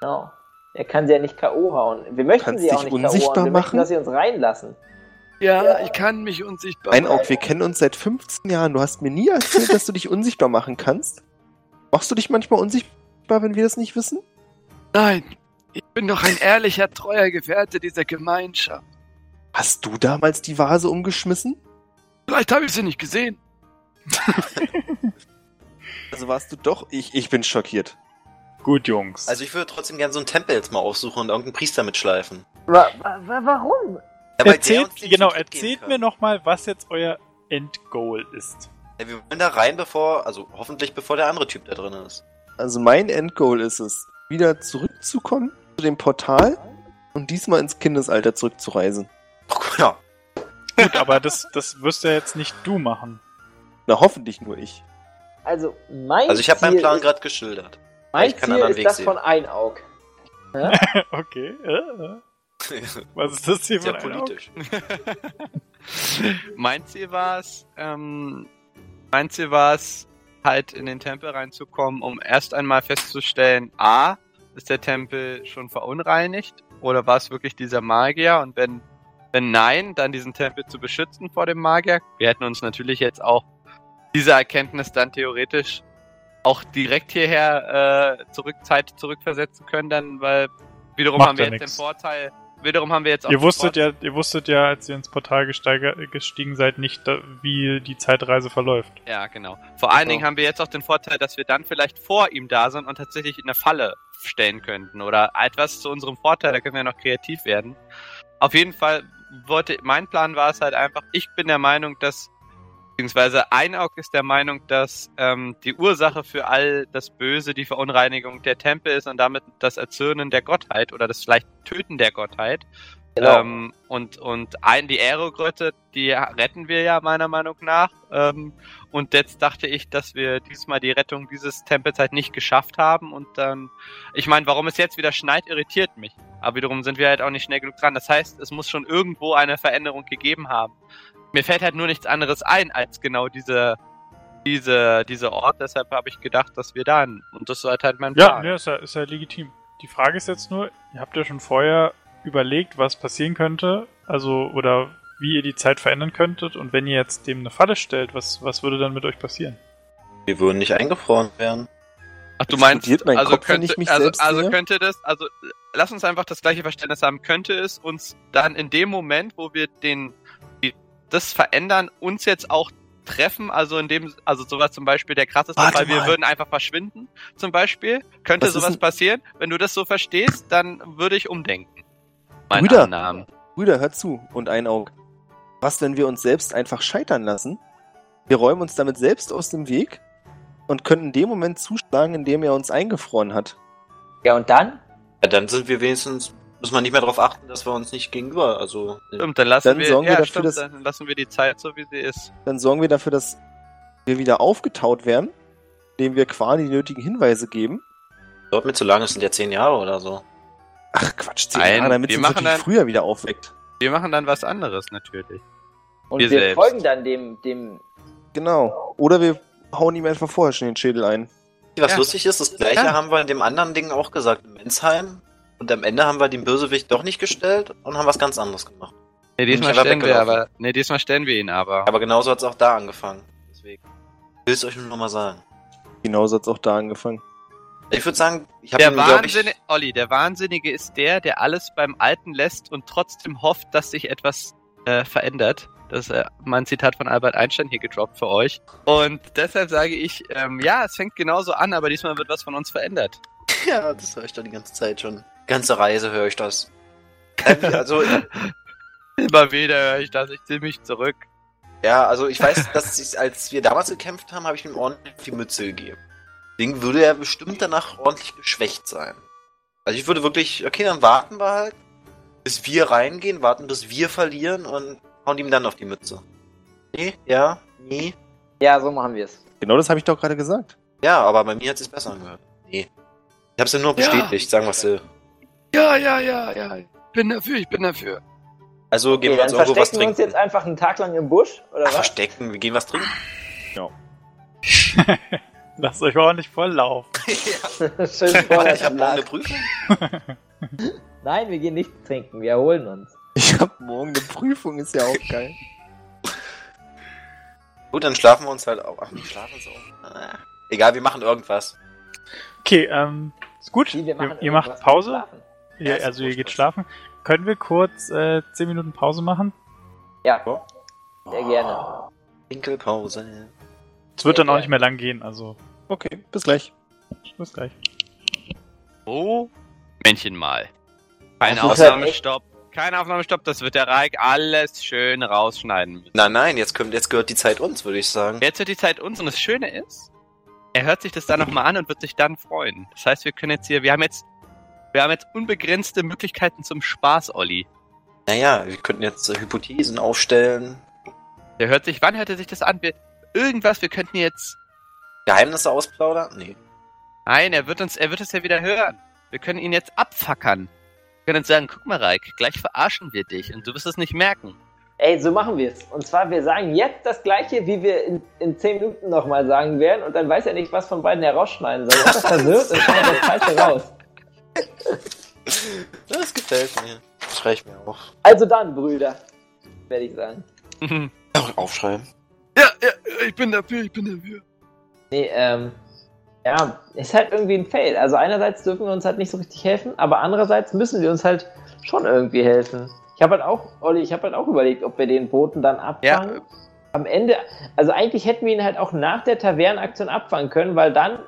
C: Genau. Er kann sie ja nicht K.O. hauen. Wir möchten
F: Kannst
C: sie auch nicht
F: dich unsichtbar
C: K.O. hauen. Wir möchten,
F: machen?
C: dass sie uns reinlassen.
G: Ja,
C: Ja.
G: ich kann mich unsichtbar
F: Ein Auge, wir kennen uns seit 15 Jahren. Du hast mir nie erzählt, dass du dich unsichtbar machen kannst. Machst du dich manchmal unsichtbar, wenn wir das nicht wissen?
G: Nein, ich bin doch ein ehrlicher, treuer Gefährte dieser Gemeinschaft.
F: Hast du damals die Vase umgeschmissen?
G: Vielleicht habe ich sie nicht gesehen.
F: Also warst du doch. Ich, ich bin schockiert.
A: Gut, Jungs.
E: Also ich würde trotzdem gerne so einen Tempel jetzt mal aufsuchen und irgendeinen Priester mitschleifen.
C: warum?
E: Ja, weil der
A: erzählt,
E: uns den
A: genau,
E: Zutritt geben
A: erzählt
E: kann.
A: mir nochmal, was jetzt euer Endgoal ist.
E: Ja, wir wollen da rein, bevor, also hoffentlich bevor der andere Typ da drin ist.
F: Also mein Endgoal ist es, wieder zurückzukommen zu dem Portal und diesmal ins Kindesalter zurückzureisen.
E: Oh, ja.
A: Gut, aber das, das wirst ja jetzt nicht du machen.
F: Na, hoffentlich nur ich.
C: Also, mein
E: Also ich habe
C: Ziel
E: meinen Plan
C: ist-
E: gerade geschildert.
C: Mein
E: Ich kann
C: Ziel
E: einen anderen
C: ist
E: Weg
C: das
E: sehen.
C: von Einaug.
A: Okay. äh, äh.
E: Sehr
A: Was ist das hier für ein
E: politisch.
B: mein Ziel war es, ähm, mein Ziel war es, halt in den Tempel reinzukommen, um erst einmal festzustellen, a, ist der Tempel schon verunreinigt oder war es wirklich dieser Magier? Und wenn Wenn nein, dann diesen Tempel zu beschützen vor dem Magier. Wir hätten uns natürlich jetzt auch diese Erkenntnis dann theoretisch auch direkt hierher äh, zurück, Zeit zurückversetzen können, dann, weil wiederum
A: Macht
B: haben wir
A: ja
B: jetzt
A: nix.
B: den Vorteil, wiederum haben wir jetzt auch
A: Ihr
B: den
A: wusstet ja,
B: Vorteil-
A: ihr wusstet ja, als ihr ins Portal gesteiger- gestiegen seid, nicht, da- wie die Zeitreise verläuft.
B: Ja, genau. Vor allen
A: Genau.
B: Dingen haben wir jetzt auch den Vorteil, dass wir dann vielleicht vor ihm da sind und tatsächlich in eine Falle stellen könnten oder etwas zu unserem Vorteil, da können wir noch kreativ werden. Auf jeden Fall wollte, mein Plan war es halt einfach, ich bin der Meinung, dass, beziehungsweise Einaug ist der Meinung, dass ähm, die Ursache für all das Böse die Verunreinigung der Tempel ist und damit das Erzürnen der Gottheit oder das vielleicht Töten der Gottheit.
C: Genau.
B: Ähm, und und ein, die Aerogrötte, die retten wir ja meiner Meinung nach. Ähm, und jetzt dachte ich, dass wir diesmal die Rettung dieses Tempels halt nicht geschafft haben. Und dann, ich meine, warum es jetzt wieder schneit, irritiert mich. Aber wiederum sind wir halt auch nicht schnell genug dran. Das heißt, es muss schon irgendwo eine Veränderung gegeben haben. Mir fällt halt nur nichts anderes ein als genau diese, diese, diese Ort. Deshalb habe ich gedacht, dass wir da hin. Und das war halt mein
A: Ja,
B: Plan.
A: ja ist, ja, ist ja legitim. Die Frage ist jetzt nur, ihr habt ja schon vorher überlegt, was passieren könnte, also oder wie ihr die Zeit verändern könntet und wenn ihr jetzt dem eine Falle stellt, was, was würde dann mit euch passieren?
E: Wir würden nicht eingefroren werden.
B: Ach, du
F: Explodiert
B: meinst,
F: mein
B: also
F: Kopf, wenn
B: könnte,
F: ich mich
B: also,
F: selbst
B: also
F: sehe?
B: könnte das, also äh, lass uns einfach das gleiche Verständnis haben, könnte es uns dann in dem Moment, wo wir den, die, das verändern, uns jetzt auch treffen, also in dem, also sowas zum Beispiel der krasseste,
D: Warte
B: weil wir
D: mal.
B: würden einfach verschwinden, zum Beispiel, könnte
F: Was ist
B: sowas
F: denn-
B: passieren? Wenn du das so verstehst, dann würde ich umdenken. Meine
F: Brüder.
B: Annahmen.
F: Brüder, hör zu und ein Auge. Was, wenn wir uns selbst einfach scheitern lassen? Wir räumen uns damit selbst aus dem Weg und können in dem Moment zuschlagen, in dem er uns eingefroren hat.
C: Ja, und dann?
E: Ja, dann sind wir wenigstens, muss man nicht mehr darauf achten, dass wir uns nicht gegenüber, also.
B: Stimmt, dann lassen
F: Dann
B: wir,
F: sorgen wir
B: ja,
F: dafür,
B: stimmt,
F: dass-
B: dann lassen wir die Zeit so, wie sie ist.
F: Dann sorgen wir dafür, dass wir wieder aufgetaut werden, indem wir Quan die nötigen Hinweise geben.
E: Dort mir zu lang, es sind ja zehn Jahre oder so.
F: Ach Quatsch, zehn
B: Nein,
F: Jahre, damit
B: wir
F: sie
B: machen
F: natürlich
B: dann-
F: früher wieder aufweckt.
B: Wir machen dann was anderes natürlich.
C: Und
B: Wir
C: wir,
B: selbst.
C: folgen dann dem, dem.
F: Genau. Oder wir hauen ihm einfach vorher schon den Schädel ein.
E: Was
B: Ja.
E: lustig ist, das gleiche
B: Ja.
E: haben wir in dem anderen Ding auch gesagt, in Mensheim. Und am Ende haben wir den Bösewicht doch nicht gestellt und haben was ganz anderes gemacht.
B: Nee, diesmal
E: Ich hab
B: stellen wir
E: weggelaufen.
B: aber, nee, diesmal stellen wir ihn aber.
E: Aber genauso hat es auch da angefangen. Deswegen. Will es euch nur nochmal sagen.
F: Genauso hat's auch da angefangen.
E: Ich würde sagen, ich habe
B: Der
E: ihn, glaube ich,
B: Wahnsinnige, Olli, der Wahnsinnige ist der, der alles beim Alten lässt und trotzdem hofft, dass sich etwas äh, verändert. Das ist äh, mein Zitat von Albert Einstein hier gedroppt für euch. Und deshalb sage ich, ähm, ja, es fängt genauso an, aber diesmal wird was von uns verändert.
E: Ja, das höre ich doch die ganze Zeit schon. Ganze Reise höre ich das. Ähm, Also,
B: Immer wieder höre ich das, ich ziehe mich zurück.
E: ja, also ich weiß, dass ich, als wir damals gekämpft haben, habe ich ihm ordentlich auf die Mütze gegeben. Deswegen würde er bestimmt danach ordentlich geschwächt sein. Also ich würde wirklich, okay, dann warten wir halt, bis wir reingehen, warten, bis wir verlieren und hauen ihm dann auf die Mütze. Nee, ja, nee.
C: Ja, so machen wir es.
F: Genau das habe ich doch gerade gesagt.
E: Ja, aber bei mir hat es sich besser angehört. Nee. Ich hab's ja nur
G: Ja.
E: bestätigt, sagen wir will.
G: Ja, ja, ja, ja. Ich bin dafür, ich bin dafür.
E: Also gehen
C: Okay,
E: wir
C: dann
E: uns irgendwo was
C: verstecken wir uns
E: trinken.
C: jetzt einfach einen Tag lang im Busch, oder
E: Ach,
C: was?
E: verstecken, wir gehen was trinken.
A: Lasst euch ordentlich volllaufen.
C: Schön
E: Warte,
C: vorher
E: ich habe
C: am
E: morgen eine
C: Tag.
E: Prüfung.
C: Nein, wir gehen nichts trinken, wir erholen uns.
F: Ich habe morgen eine Prüfung, ist ja auch geil.
E: Gut, dann schlafen wir uns halt auch. Ach, nicht schlafen so. Ah. Egal, wir machen irgendwas.
A: Okay, ähm, ist gut.
C: Wir machen
A: Ihr, ihr
C: irgendwas
A: macht
C: zum
A: Pause.
C: Schlafen.
E: Ja,
A: Ihr,
E: ist
A: also ihr
E: wurscht,
A: geht
E: was.
A: schlafen. Können wir kurz äh, 10 Minuten Pause machen?
C: Ja, sehr gerne.
E: Winkelpause.
A: Es wird
C: Sehr
A: dann auch
C: gerne.
A: nicht mehr lang gehen, also
F: Okay, bis gleich.
A: bis gleich.
B: Oh, Männchen mal.
C: Das
B: Kein
C: ist halt
B: Aufnahmestopp. Kein Aufnahmestopp, das wird der Reik alles schön rausschneiden müssen.
E: Nein, nein, jetzt, kommt, jetzt gehört die Zeit uns, würde ich sagen.
B: Jetzt wird die Zeit uns und das Schöne ist, er hört sich das dann nochmal an und wird sich dann freuen. Das heißt, wir können jetzt hier, wir haben jetzt, wir haben jetzt unbegrenzte Möglichkeiten zum Spaß, Olli.
E: Naja, wir könnten jetzt äh, Hypothesen aufstellen,
B: Der hört sich, wann hört er sich das an? Wir, irgendwas, wir könnten jetzt,
E: Geheimnisse ausplaudern. Nee.
B: nein, er wird uns, er wird es ja wieder hören. Wir können ihn jetzt abfackern. Wir können jetzt sagen, guck mal, Reik, gleich verarschen wir dich und du wirst es nicht merken.
C: Ey, so machen wir es. Und zwar, wir sagen jetzt das Gleiche, wie wir in, in 10 Minuten nochmal sagen werden. Und dann weiß er nicht, was von beiden er rausschneiden soll. Er ist verwirrt und schneidet das Falsche raus.
E: Das gefällt mir. Das schreibe ich mir auf.
C: Also dann, Brüder, werde ich sagen.
E: Aufschreiben.
G: Ja, ja, ich bin dafür, ich bin dafür.
C: Nee, ähm, ja, ist halt irgendwie ein Fail. Also einerseits dürfen wir uns halt nicht so richtig helfen, aber andererseits müssen wir uns halt schon irgendwie helfen. Ich habe halt auch, Olli, ich habe halt auch überlegt, ob wir den Boten dann abfangen.
B: Ja.
C: Am Ende, also eigentlich hätten wir ihn halt auch nach der Tavernenaktion abfangen können, weil dann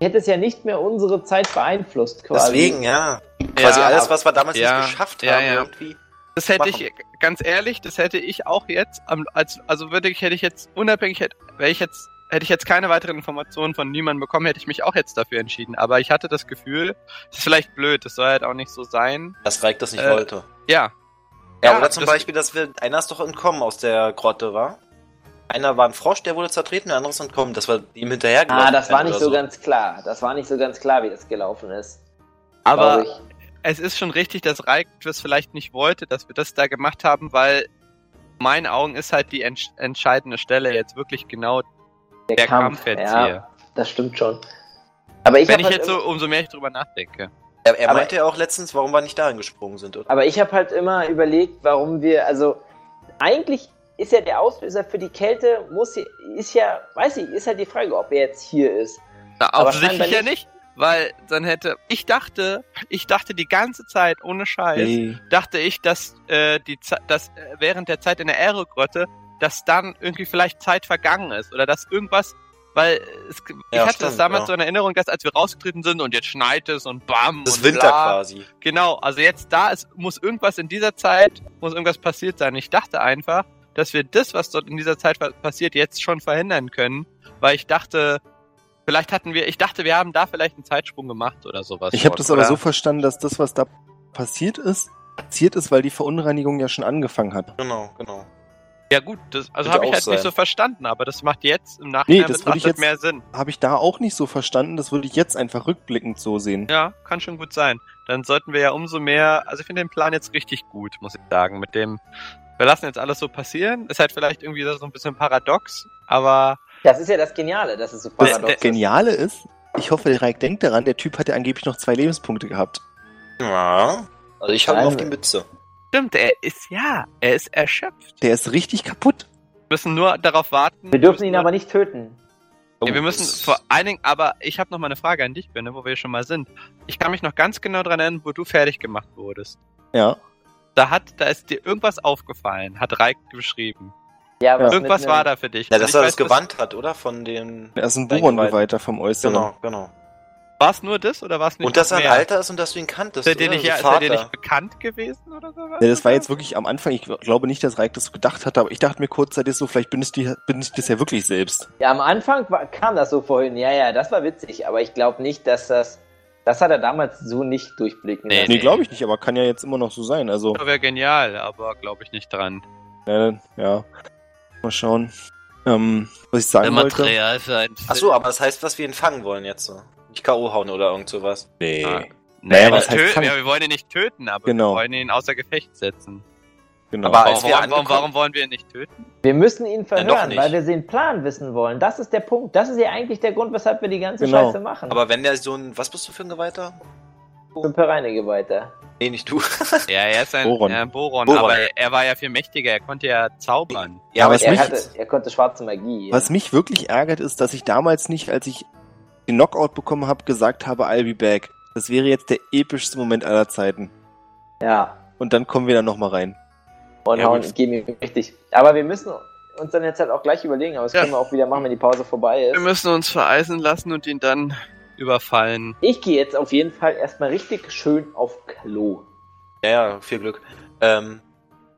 C: hätte es ja nicht mehr unsere Zeit beeinflusst quasi.
E: Deswegen, ja. Quasi
B: Ja,
E: alles, was wir damals
B: ja,
E: nicht geschafft haben,
B: ja, ja.
E: irgendwie.
B: Das
E: machen.
B: hätte ich, ganz ehrlich, das hätte ich auch jetzt, am- als, also würde ich, hätte ich jetzt, unabhängig, hätte, wäre ich jetzt, hätte ich jetzt keine weiteren Informationen von niemandem bekommen, hätte ich mich auch jetzt dafür entschieden. Aber ich hatte das Gefühl, das ist vielleicht blöd, das soll halt auch nicht so sein.
E: Das reicht, das nicht
B: Äh,
E: wollte.
B: Ja.
E: Ja, oder zum
B: das-
E: Beispiel, dass wir. Einer ist doch entkommen aus der Grotte, war? Einer war ein Frosch, der wurde zertreten, der andere ist entkommen. Das war ihm hinterhergelaufen.
C: Ah, das war nicht
E: oder
C: so ganz klar. Das war nicht so ganz klar, wie das gelaufen ist.
B: Aber
C: glaub ich.
B: es ist schon richtig, dass Reiktwist vielleicht nicht wollte, dass wir das da gemacht haben, weil in meinen Augen ist halt die entsch- entscheidende Stelle jetzt wirklich genau
C: der,
B: der Kampf, jetzt
C: ja,
B: hier.
C: das stimmt schon. Aber ich
B: Wenn
C: habe
B: ich
C: halt
B: jetzt
C: im-
B: so, umso mehr ich drüber nachdenke.
E: Er, er
C: Aber-
E: meinte ja auch letztens, warum wir nicht da hingesprungen sind. Oder?
C: Aber ich habe halt immer überlegt, warum wir, also eigentlich ist ja der Auslöser für die Kälte, muss sie- ist ja, weiß ich, ist halt die Frage, ob er jetzt hier ist.
B: Na,
C: Aber
B: offensichtlich ja
C: scheinbar
B: nicht, weil dann hätte, ich dachte, ich dachte die ganze Zeit, ohne Scheiß, dachte ich, dass, äh, die Ze- dass äh, während der Zeit in der Aerogrotte, dass dann irgendwie vielleicht Zeit vergangen ist oder dass irgendwas, weil äh, es, ich
E: Ja,
B: hatte das
E: stimmt,
B: damals
E: ja.
B: so in Erinnerung, dass als wir rausgetreten sind und jetzt schneit es und bam
E: Das
B: und
E: ist Winter
B: bla.
E: quasi.
B: Genau, also jetzt da ist, muss irgendwas in dieser Zeit, muss irgendwas passiert sein. Ich dachte einfach, dass wir das, was dort in dieser Zeit pa- passiert, jetzt schon verhindern können, weil ich dachte, vielleicht hatten wir, ich dachte, wir haben da vielleicht einen Zeitsprung gemacht oder sowas.
F: Ich habe
B: schon,
F: das aber
B: oder?
F: so verstanden, dass das, was da passiert ist, passiert ist, weil die Verunreinigung ja schon angefangen hat.
E: Genau, genau.
B: Ja gut, das, also
E: Könnte
B: habe ich
E: auch
B: halt nicht
E: sein.
B: so verstanden, aber das macht jetzt im Nachhinein
F: Nee, das würd ich
B: betrachtet
F: jetzt-
B: mehr Sinn.
F: Habe ich da auch nicht so verstanden, das würde ich jetzt einfach rückblickend so sehen.
B: Ja, kann schon gut sein. Dann sollten wir ja umso mehr, also ich finde den Plan jetzt richtig gut, muss ich sagen, mit dem wir lassen jetzt alles so passieren. Ist halt vielleicht irgendwie so ein bisschen paradox, aber
C: Das ist ja das Geniale, das ist so
B: Der-
C: paradox.
B: der-
F: Das Geniale ist, ich hoffe, der Reik denkt daran, der Typ hat ja angeblich noch zwei Lebenspunkte gehabt.
E: Ja. Also ich hau ihn
C: Also-
E: auf die Mütze.
B: stimmt, er ist ja, er ist erschöpft.
F: Der ist richtig kaputt.
B: Wir müssen nur darauf warten.
C: wir dürfen ihn
B: müssen-
C: aber nicht töten.
B: Ja, wir müssen
E: Das-
B: vor allen Dingen, aber ich habe noch mal eine Frage an dich, Benne, wo wir schon mal sind. Ich kann mich noch ganz genau dran erinnern, wo du fertig gemacht wurdest.
F: Ja.
B: Da hat, da ist dir irgendwas aufgefallen, hat Reik geschrieben.
C: Ja, was
B: Irgendwas
C: mit
B: war
C: einem-
B: da für dich.
E: Ja,
B: Und
E: dass
B: Also ich
E: er
B: weiß,
E: das Gewand hat, oder? Von dem.
F: Er ist ein
E: Dein
F: Buron-Geweihter vom Äußeren.
E: Genau, genau.
B: War es nur das oder war es nicht
E: Und dass
B: noch
E: er ein
B: mehr?
E: Alter ist und dass du ihn kanntest.
B: Ist er dir
E: oder?
B: nicht,
E: So
B: ja, ist er dir
E: Vater.
B: nicht bekannt gewesen oder so?
F: Ja, das war jetzt wirklich am Anfang. Ich glaube nicht, dass Reik das so gedacht hatte, aber ich dachte mir kurzzeitig so, vielleicht bin ich, die, bin ich das ja wirklich selbst.
C: Ja, am Anfang war, kam das so vorhin. Ja, ja, das war witzig, aber ich glaube nicht, dass das. Das hat er damals so nicht durchblicken
B: Nee,
C: lassen.
F: Nee, glaube ich nicht, aber kann ja jetzt immer noch so sein. Also,
B: wäre genial, aber glaube ich nicht dran.
F: äh, ja. Mal schauen. Ähm, was ich sagen wollte.
B: für ein
E: Ach so, aber das heißt, dass wir ihn fangen wollen jetzt so. Nicht K.O. hauen oder irgend sowas.
F: Nee.
B: Ah,
F: Naja,
B: naja,
F: was heißt
B: töten,
F: fangen?
B: ja, wir wollen ihn nicht töten, aber
F: Genau.
B: wir wollen ihn außer Gefecht setzen.
F: Genau.
E: aber-
B: Warum,
E: als wir
B: warum, warum,
E: Ah, angekommen-
B: warum wollen wir ihn nicht töten?
C: Wir müssen ihn
E: doch
C: verhören,
E: nicht.
C: weil wir den Plan wissen wollen. Das ist der Punkt. Das ist ja eigentlich der Grund, weshalb wir die ganze
F: Genau.
C: Scheiße machen.
E: Aber wenn der so ein. Was bist du für ein Geweihter?
C: Für Pereinige weiter.
E: Nee, nicht du.
B: Ja, er ist ein
F: Boron.
B: Ja, ein Boron,
E: Boron.
B: aber er war ja viel mächtiger, er konnte ja zaubern.
E: Ja, aber
F: Was
C: Er,
F: mich-
C: hatte, er konnte schwarze Magie.
F: Was mich wirklich ärgert, ist, dass ich damals nicht, als ich den Knockout bekommen habe, gesagt habe, I'll be back. Das wäre jetzt der epischste Moment aller Zeiten.
C: ja.
F: Und dann kommen wir da nochmal rein.
C: und
E: Ja,
C: hauen,
E: gut.
C: geben ihm richtig. Aber wir müssen uns dann jetzt halt auch gleich überlegen, aber das
G: Ja.
C: können wir auch wieder machen, wenn die Pause vorbei
G: Wir
C: ist.
G: müssen uns vereisen lassen und ihn dann.
B: Überfallen.
C: Ich gehe jetzt auf jeden Fall erstmal richtig schön auf Klo.
E: Ja, ja, viel Glück. Ähm,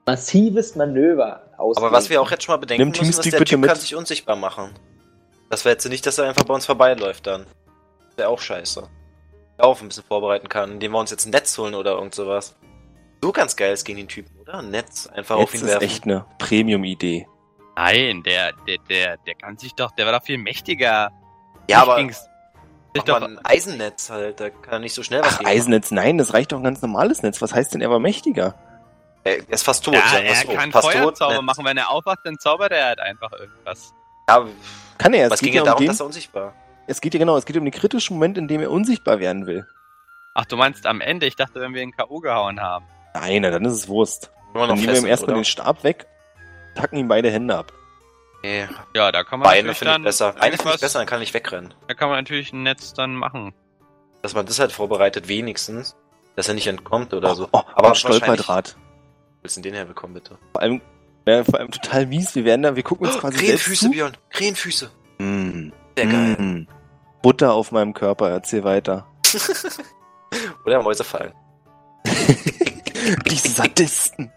C: Massives Manöver aus.
E: aber was wir auch jetzt schon mal bedenken
F: Nimm
E: müssen, ist,
F: Teamspeak
E: der
F: bitte
E: Typ
F: mit.
E: kann sich unsichtbar machen. Das wäre jetzt nicht, dass er einfach bei uns vorbeiläuft dann. Wäre auch scheiße. Wir auch ein bisschen vorbereiten kann, indem wir uns jetzt ein Netz holen oder irgend sowas. So ganz geil ist gegen den Typen, oder? Ein Netz einfach auf
F: Jetzt
E: ihn
F: ist
E: werfen.
F: echt eine Premium-Idee.
B: Nein, der, der, der, der kann sich doch, der war doch viel
E: ja,
B: mächtiger. Nicht
E: aber
B: ging's- sich
E: mach
B: doch,
E: mal ein Eisennetz halt, da kann er nicht so schnell was
F: Ach,
E: gegen
F: Eisennetz, nein, das reicht doch ein ganz normales Netz. Was heißt denn, er war mächtiger?
E: machen. Er er ist fast tot.
B: ja,
E: sagen wir's
B: er
E: so.
B: kann
E: fast
B: Feuerzauber
E: Netz.
B: machen, wenn er aufwacht, dann zaubert er halt einfach irgendwas.
E: Ja,
F: Kann er? Es
E: was
F: geht
E: ging ja
F: ja um
E: darum,
F: den,
E: dass er unsichtbar
F: es geht ja genau, es geht um den kritischen Moment, in dem er unsichtbar werden will.
B: Ach, du meinst am Ende? Ich dachte, wenn wir ihn K.O. gehauen haben.
F: Nein, na, dann ist es Wurst.
E: Nur
F: Dann nehmen wir ihm erstmal den
E: oder?
F: Stab weg, tacken ihm beide Hände ab.
E: Nee,
B: Ja, da kann man
E: Beine
B: natürlich
E: finde ich
B: dann.
E: besser. Beine finde ich
B: irgendwas-
E: besser, dann kann ich wegrennen.
B: Da kann man natürlich ein Netz dann machen.
E: Dass man das halt vorbereitet, wenigstens. Dass er nicht entkommt oder so.
F: Oh, oh,
E: Aber
F: aber Stolperdraht.
E: Willst du den herbekommen, bitte?
F: Vor allem, wäre vor allem total mies. Wir werden da, wir gucken uns quasi Also selbst
E: Krähenfüße,
F: zu.
E: Björn. Krähenfüße.
F: Mm,
E: Oh, Sehr geil.
F: mm. Butter auf meinem Körper, erzähl weiter. Hm.
E: Oder Mäuse fallen.
F: Diese Sadisten.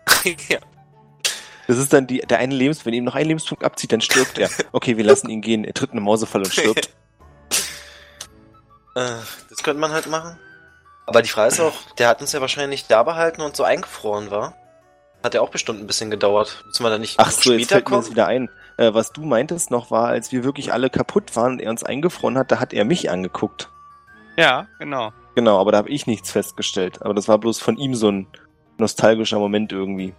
E: ja.
F: Das ist dann die, der eine Lebenspunkt. Wenn ihm noch ein Lebenspunkt abzieht, dann stirbt er. Okay, wir lassen ihn gehen. Er tritt in eine Mausefalle und stirbt.
E: Äh, das könnte man halt machen. Aber die Frage ist auch, der hat uns ja wahrscheinlich da behalten und so eingefroren war. Hat ja auch bestimmt ein bisschen gedauert. Müssen wir da nicht
F: Ach so, jetzt
E: später
F: fällt mir das
E: kommen?
F: wieder ein. Äh, was du meintest noch war, als wir wirklich alle kaputt waren und er uns eingefroren hat, da hat er mich angeguckt.
B: Ja, genau.
F: Genau, aber da habe ich nichts festgestellt. Aber das war bloß von ihm so ein nostalgischer Moment irgendwie.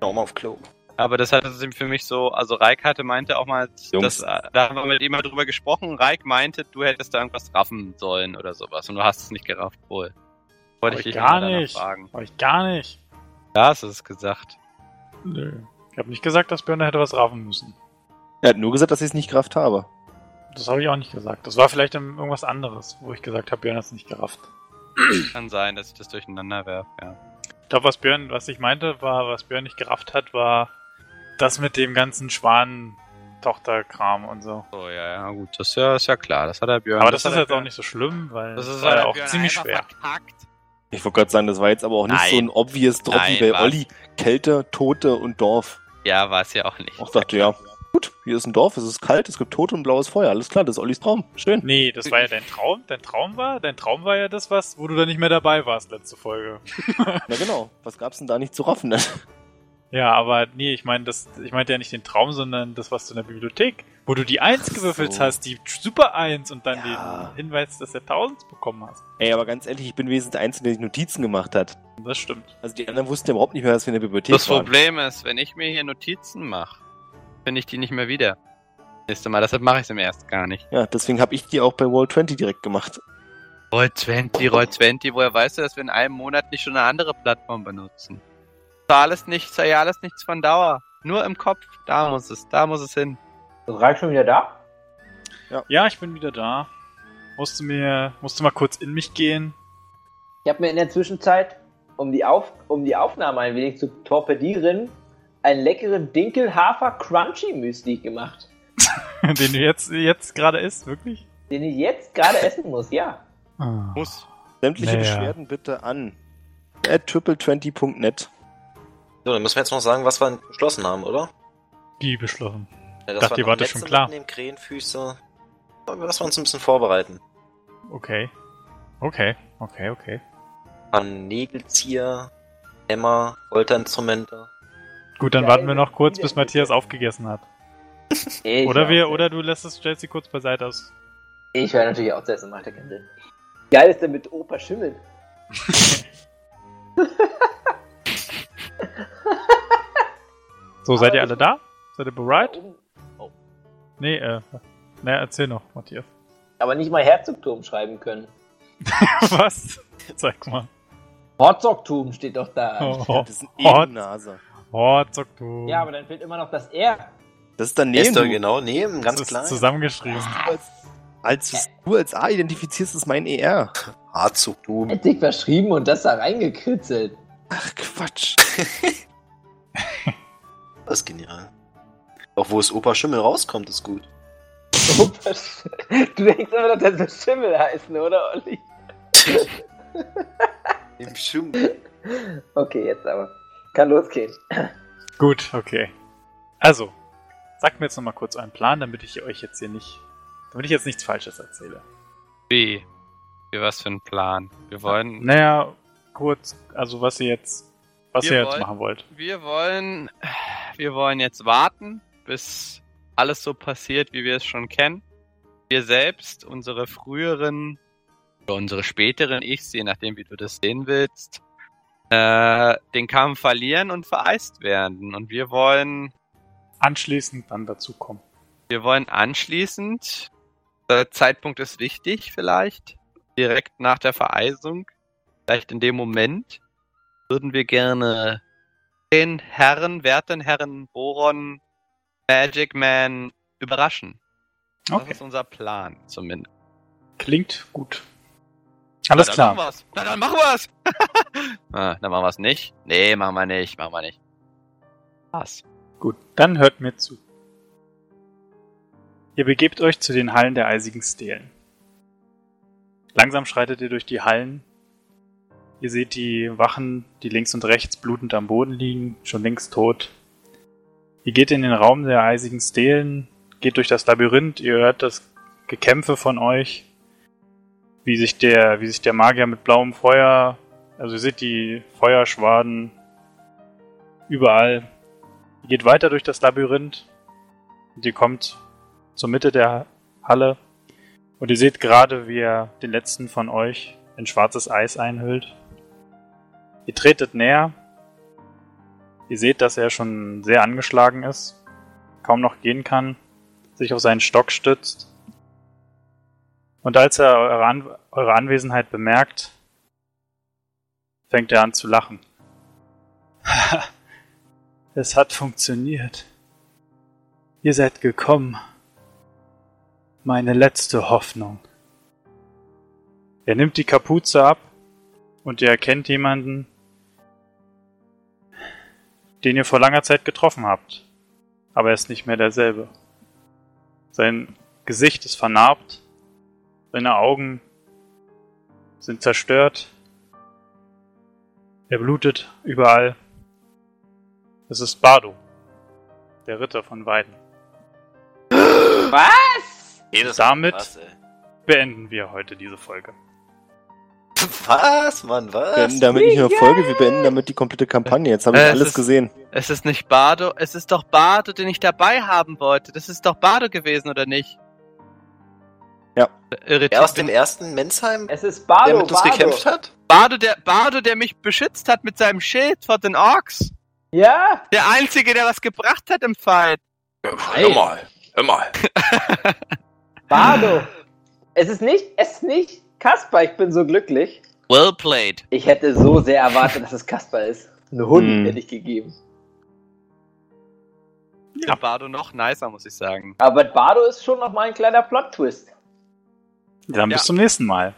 E: Nochmal auf Klo.
B: Aber das hat es ihm für mich so, also Reik hatte meinte auch mal,
F: Jungs.
B: dass, äh, da haben wir mit ihm mal drüber gesprochen. Reik meinte, du hättest da irgendwas raffen sollen oder sowas und du hast es nicht gerafft wohl. Wollte
A: Hab
B: ich
A: ich
B: dich
A: gar
B: mal danach
A: nicht.
B: fragen.
A: Hab ich gar nicht.
B: Da hast du es gesagt.
A: Nö. Ich habe nicht gesagt, dass Björn da hätte was raffen müssen.
F: Er hat nur gesagt, dass ich es nicht gerafft habe.
A: Das habe ich auch nicht gesagt. Das war vielleicht dann irgendwas anderes, wo ich gesagt habe, Björn hat es nicht gerafft.
B: Kann sein, dass ich das durcheinander werfe, ja.
A: Ich glaube, was Björn, was ich meinte, war, was Björn nicht gerafft hat, war das mit dem ganzen Schwan-Tochter-Kram und so.
B: So, ja, ja, gut. Das ist ja, ist ja klar. Das hat er Björn.
A: Aber das,
B: hat
A: ist
B: der
A: jetzt auch
B: Björn-
A: nicht so schlimm, weil
B: Das
A: das
B: ist halt
A: war
B: ja
A: ja auch ziemlich schwer.
B: Verkackt.
F: Ich wollte gerade sagen, das war jetzt aber auch nicht
B: Nein.
F: so ein obvious Drop
B: Nein,
F: wie bei
B: was?
F: Olli. Kälte, Tote und Dorf.
B: Ja, war es ja auch nicht.
F: Ich dachte, ja, gut, hier ist ein Dorf, es ist kalt, es gibt Tote und blaues Feuer. Alles klar, das ist Ollis Traum. Schön.
A: Nee, das war ja dein Traum. Dein Traum war, dein Traum war ja das, was, wo du da nicht mehr dabei warst letzte Folge.
F: Na genau, was gab's denn da nicht zu raffen?
A: Ja, aber nee, ich meine das, ich meinte ja nicht den Traum, sondern das, was du in der Bibliothek, wo du die Eins
F: Ach
A: gewürfelt
F: so.
A: hast, die Super Eins und dann
F: Ja.
A: den Hinweis, dass du Tausends bekommen hast.
F: Ey, aber ganz ehrlich, ich bin wesentlich der Einzige, der sich Notizen gemacht hat.
A: Das stimmt.
F: Also die anderen wussten ja überhaupt nicht mehr, dass wir in der Bibliothek
B: Das
F: waren.
B: Problem ist, wenn ich mir hier Notizen mache, finde ich die nicht mehr wieder. Nächste Mal, deshalb mache ich es im ersten gar nicht.
F: Ja, deswegen habe ich die auch bei World 20 direkt gemacht.
B: Roll 20, Roll 20, woher weißt du, dass wir in einem Monat nicht schon eine andere Plattform benutzen? Sei alles nichts, sei alles nichts von Dauer. Nur im Kopf, da muss es, da muss es hin.
C: Ist Reik schon wieder da?
A: Ja, ich bin wieder da. Musste mir, musste mal kurz in mich gehen.
C: Ich habe mir in der Zwischenzeit, um die, Auf um die Aufnahme ein wenig zu torpedieren, einen leckeren Dinkel-Hafer-Crunchy-Müsli gemacht,
A: Den du jetzt, jetzt gerade isst, wirklich?
C: den ich jetzt gerade essen muss, ja.
F: Ah.
B: Muss.
F: Sämtliche
A: Naja.
F: Beschwerden bitte an at triple20.net.
E: So, dann müssen wir jetzt noch sagen, was wir beschlossen haben, oder?
A: Die beschlossen.
E: Ja,
A: Dachte, ihr wart
E: das
A: schon klar.
E: Mit Krähenfüße. Aber Lass wir uns ein bisschen vorbereiten.
A: Okay. Okay, okay, okay.
E: An Nägelzieher, Hämmer, Folterinstrumente.
A: Gut, dann
C: Ja,
A: warten
C: ey,
A: wir
F: äh,
A: noch kurz,
C: wieder
A: bis
C: in-
A: Matthias aufgegessen hat.
C: Ich
A: Oder wir,
C: auch.
A: oder du lässt es, stellst sie kurz beiseite aus.
C: Ich höre natürlich auch zu essen, macht ja keinen Sinn. Geil ist denn mit Opa Schimmel.
A: So, seid ihr alle da? Seid ihr bereit?
C: Oben-
A: Nee, äh, naja, erzähl noch, Matthias.
C: Aber nicht mal Herzogtum schreiben können.
A: Was? Zeig mal.
C: Herzogtum steht doch da.
A: Oh,
F: Ja,
A: oh,
F: das ist
A: Hot.
F: eine Nase.
A: oh zock du.
C: Ja, aber dann fehlt immer noch das R.
F: Das ist daneben.
E: Neben,
F: du.
E: genau, neben,
A: das
E: ganz
A: ist
E: klein.
A: zusammengeschrieben.
F: Als, als du als A identifizierst, ist mein E ER.
E: Harzug, du.
C: Hat sich verschrieben und das da reingekritzelt.
F: Ach Quatsch.
E: Das ist genial. Auch wo es Opa Schimmel rauskommt, ist gut.
C: Opa Sch- du denkst immer noch, das wird Schimmel heißen, oder, Olli?
E: Im Schimmel.
C: Okay, jetzt aber. Kann losgehen.
A: Gut, okay. Also, sagt mir jetzt nochmal kurz euren Plan, damit ich euch jetzt hier nicht, damit ich jetzt nichts Falsches erzähle.
B: Wie? Wie was für ein Plan? Wir wollen,
A: Naja, kurz, also was ihr jetzt, was
B: Wir
A: ihr jetzt
B: wollen-
A: machen wollt.
B: wir wollen, wir wollen jetzt warten, bis alles so passiert, wie wir es schon kennen. Wir selbst, unsere früheren, oder unsere späteren Ichs, je nachdem, wie du das sehen willst, äh, den Kampf verlieren und vereist werden. Und wir wollen
A: Anschließend dann dazu kommen.
B: Wir wollen anschließend, der Zeitpunkt ist wichtig vielleicht, direkt nach der Vereisung, vielleicht in dem Moment, würden wir gerne den Herren, werten Herren Boron Magic Man überraschen. Das
A: Okay.
B: ist unser Plan zumindest.
A: Klingt gut. Alles
B: Na,
A: klar.
B: Dann machen wir's. Na dann machen wir's! ah, dann machen wir's nicht. Nee, machen wir nicht, machen wir nicht. Was?
A: Gut, dann hört mir zu. Ihr begebt euch zu den Hallen der eisigen Stelen. Langsam schreitet ihr durch die Hallen. Ihr seht die Wachen, die links und rechts blutend am Boden liegen, schon längst tot. Ihr geht in den Raum der eisigen Stelen, geht durch das Labyrinth, ihr hört das Gekämpfe von euch, wie sich der, wie sich der Magier mit blauem Feuer, also ihr seht die Feuerschwaden überall, Ihr geht weiter durch das Labyrinth und ihr kommt zur Mitte der Halle und ihr seht gerade, wie er den letzten von euch in schwarzes Eis einhüllt. Ihr tretet näher. Ihr seht, dass er schon sehr angeschlagen ist, kaum noch gehen kann, sich auf seinen Stock stützt. Und als er eure, An eure Anwesenheit bemerkt, fängt er an zu lachen. Es hat funktioniert. Ihr seid gekommen. Meine letzte Hoffnung. Er nimmt die Kapuze ab und ihr erkennt jemanden, den ihr vor langer Zeit getroffen habt. Aber er ist nicht mehr derselbe. Sein Gesicht ist vernarbt, seine Augen sind zerstört, er blutet überall. Es ist Bardo, der Ritter von Weiden.
C: Was?
E: Jedes
A: Damit-
E: Was, ey.
A: Beenden wir heute diese Folge.
E: was Mann, was?
F: beenden damit nicht nur Folge, wir beenden damit die komplette Kampagne. Jetzt habe ich
B: Äh, es
F: alles
B: ist-
F: gesehen.
B: Es ist nicht Bardo, es ist doch Bardo, den ich dabei haben wollte. Das ist doch Bardo gewesen, oder nicht?
F: Ja.
B: Irritiert.
E: Er aus dem ersten Mensheim,
C: Es ist Bardo.
E: der mit uns
C: Bardo.
E: gekämpft hat?
B: Bardo, der, Bardo, der mich beschützt hat mit seinem Schild vor den Orks.
C: Ja?
B: Der Einzige, der was gebracht hat im Fight.
C: Hey.
J: Hör mal, hör mal.
C: Bardo. es ist nicht, es ist nicht Kasper. Ich bin so glücklich.
B: Well played.
C: Ich hätte so sehr erwartet, dass es Kasper ist. Eine Hund
F: Hm.
C: hätte ich gegeben.
B: Ja. Bardo noch nicer, muss ich sagen.
C: Aber Bardo ist schon nochmal ein kleiner Plot-Twist.
A: Dann
B: Ja.
A: bis zum nächsten Mal.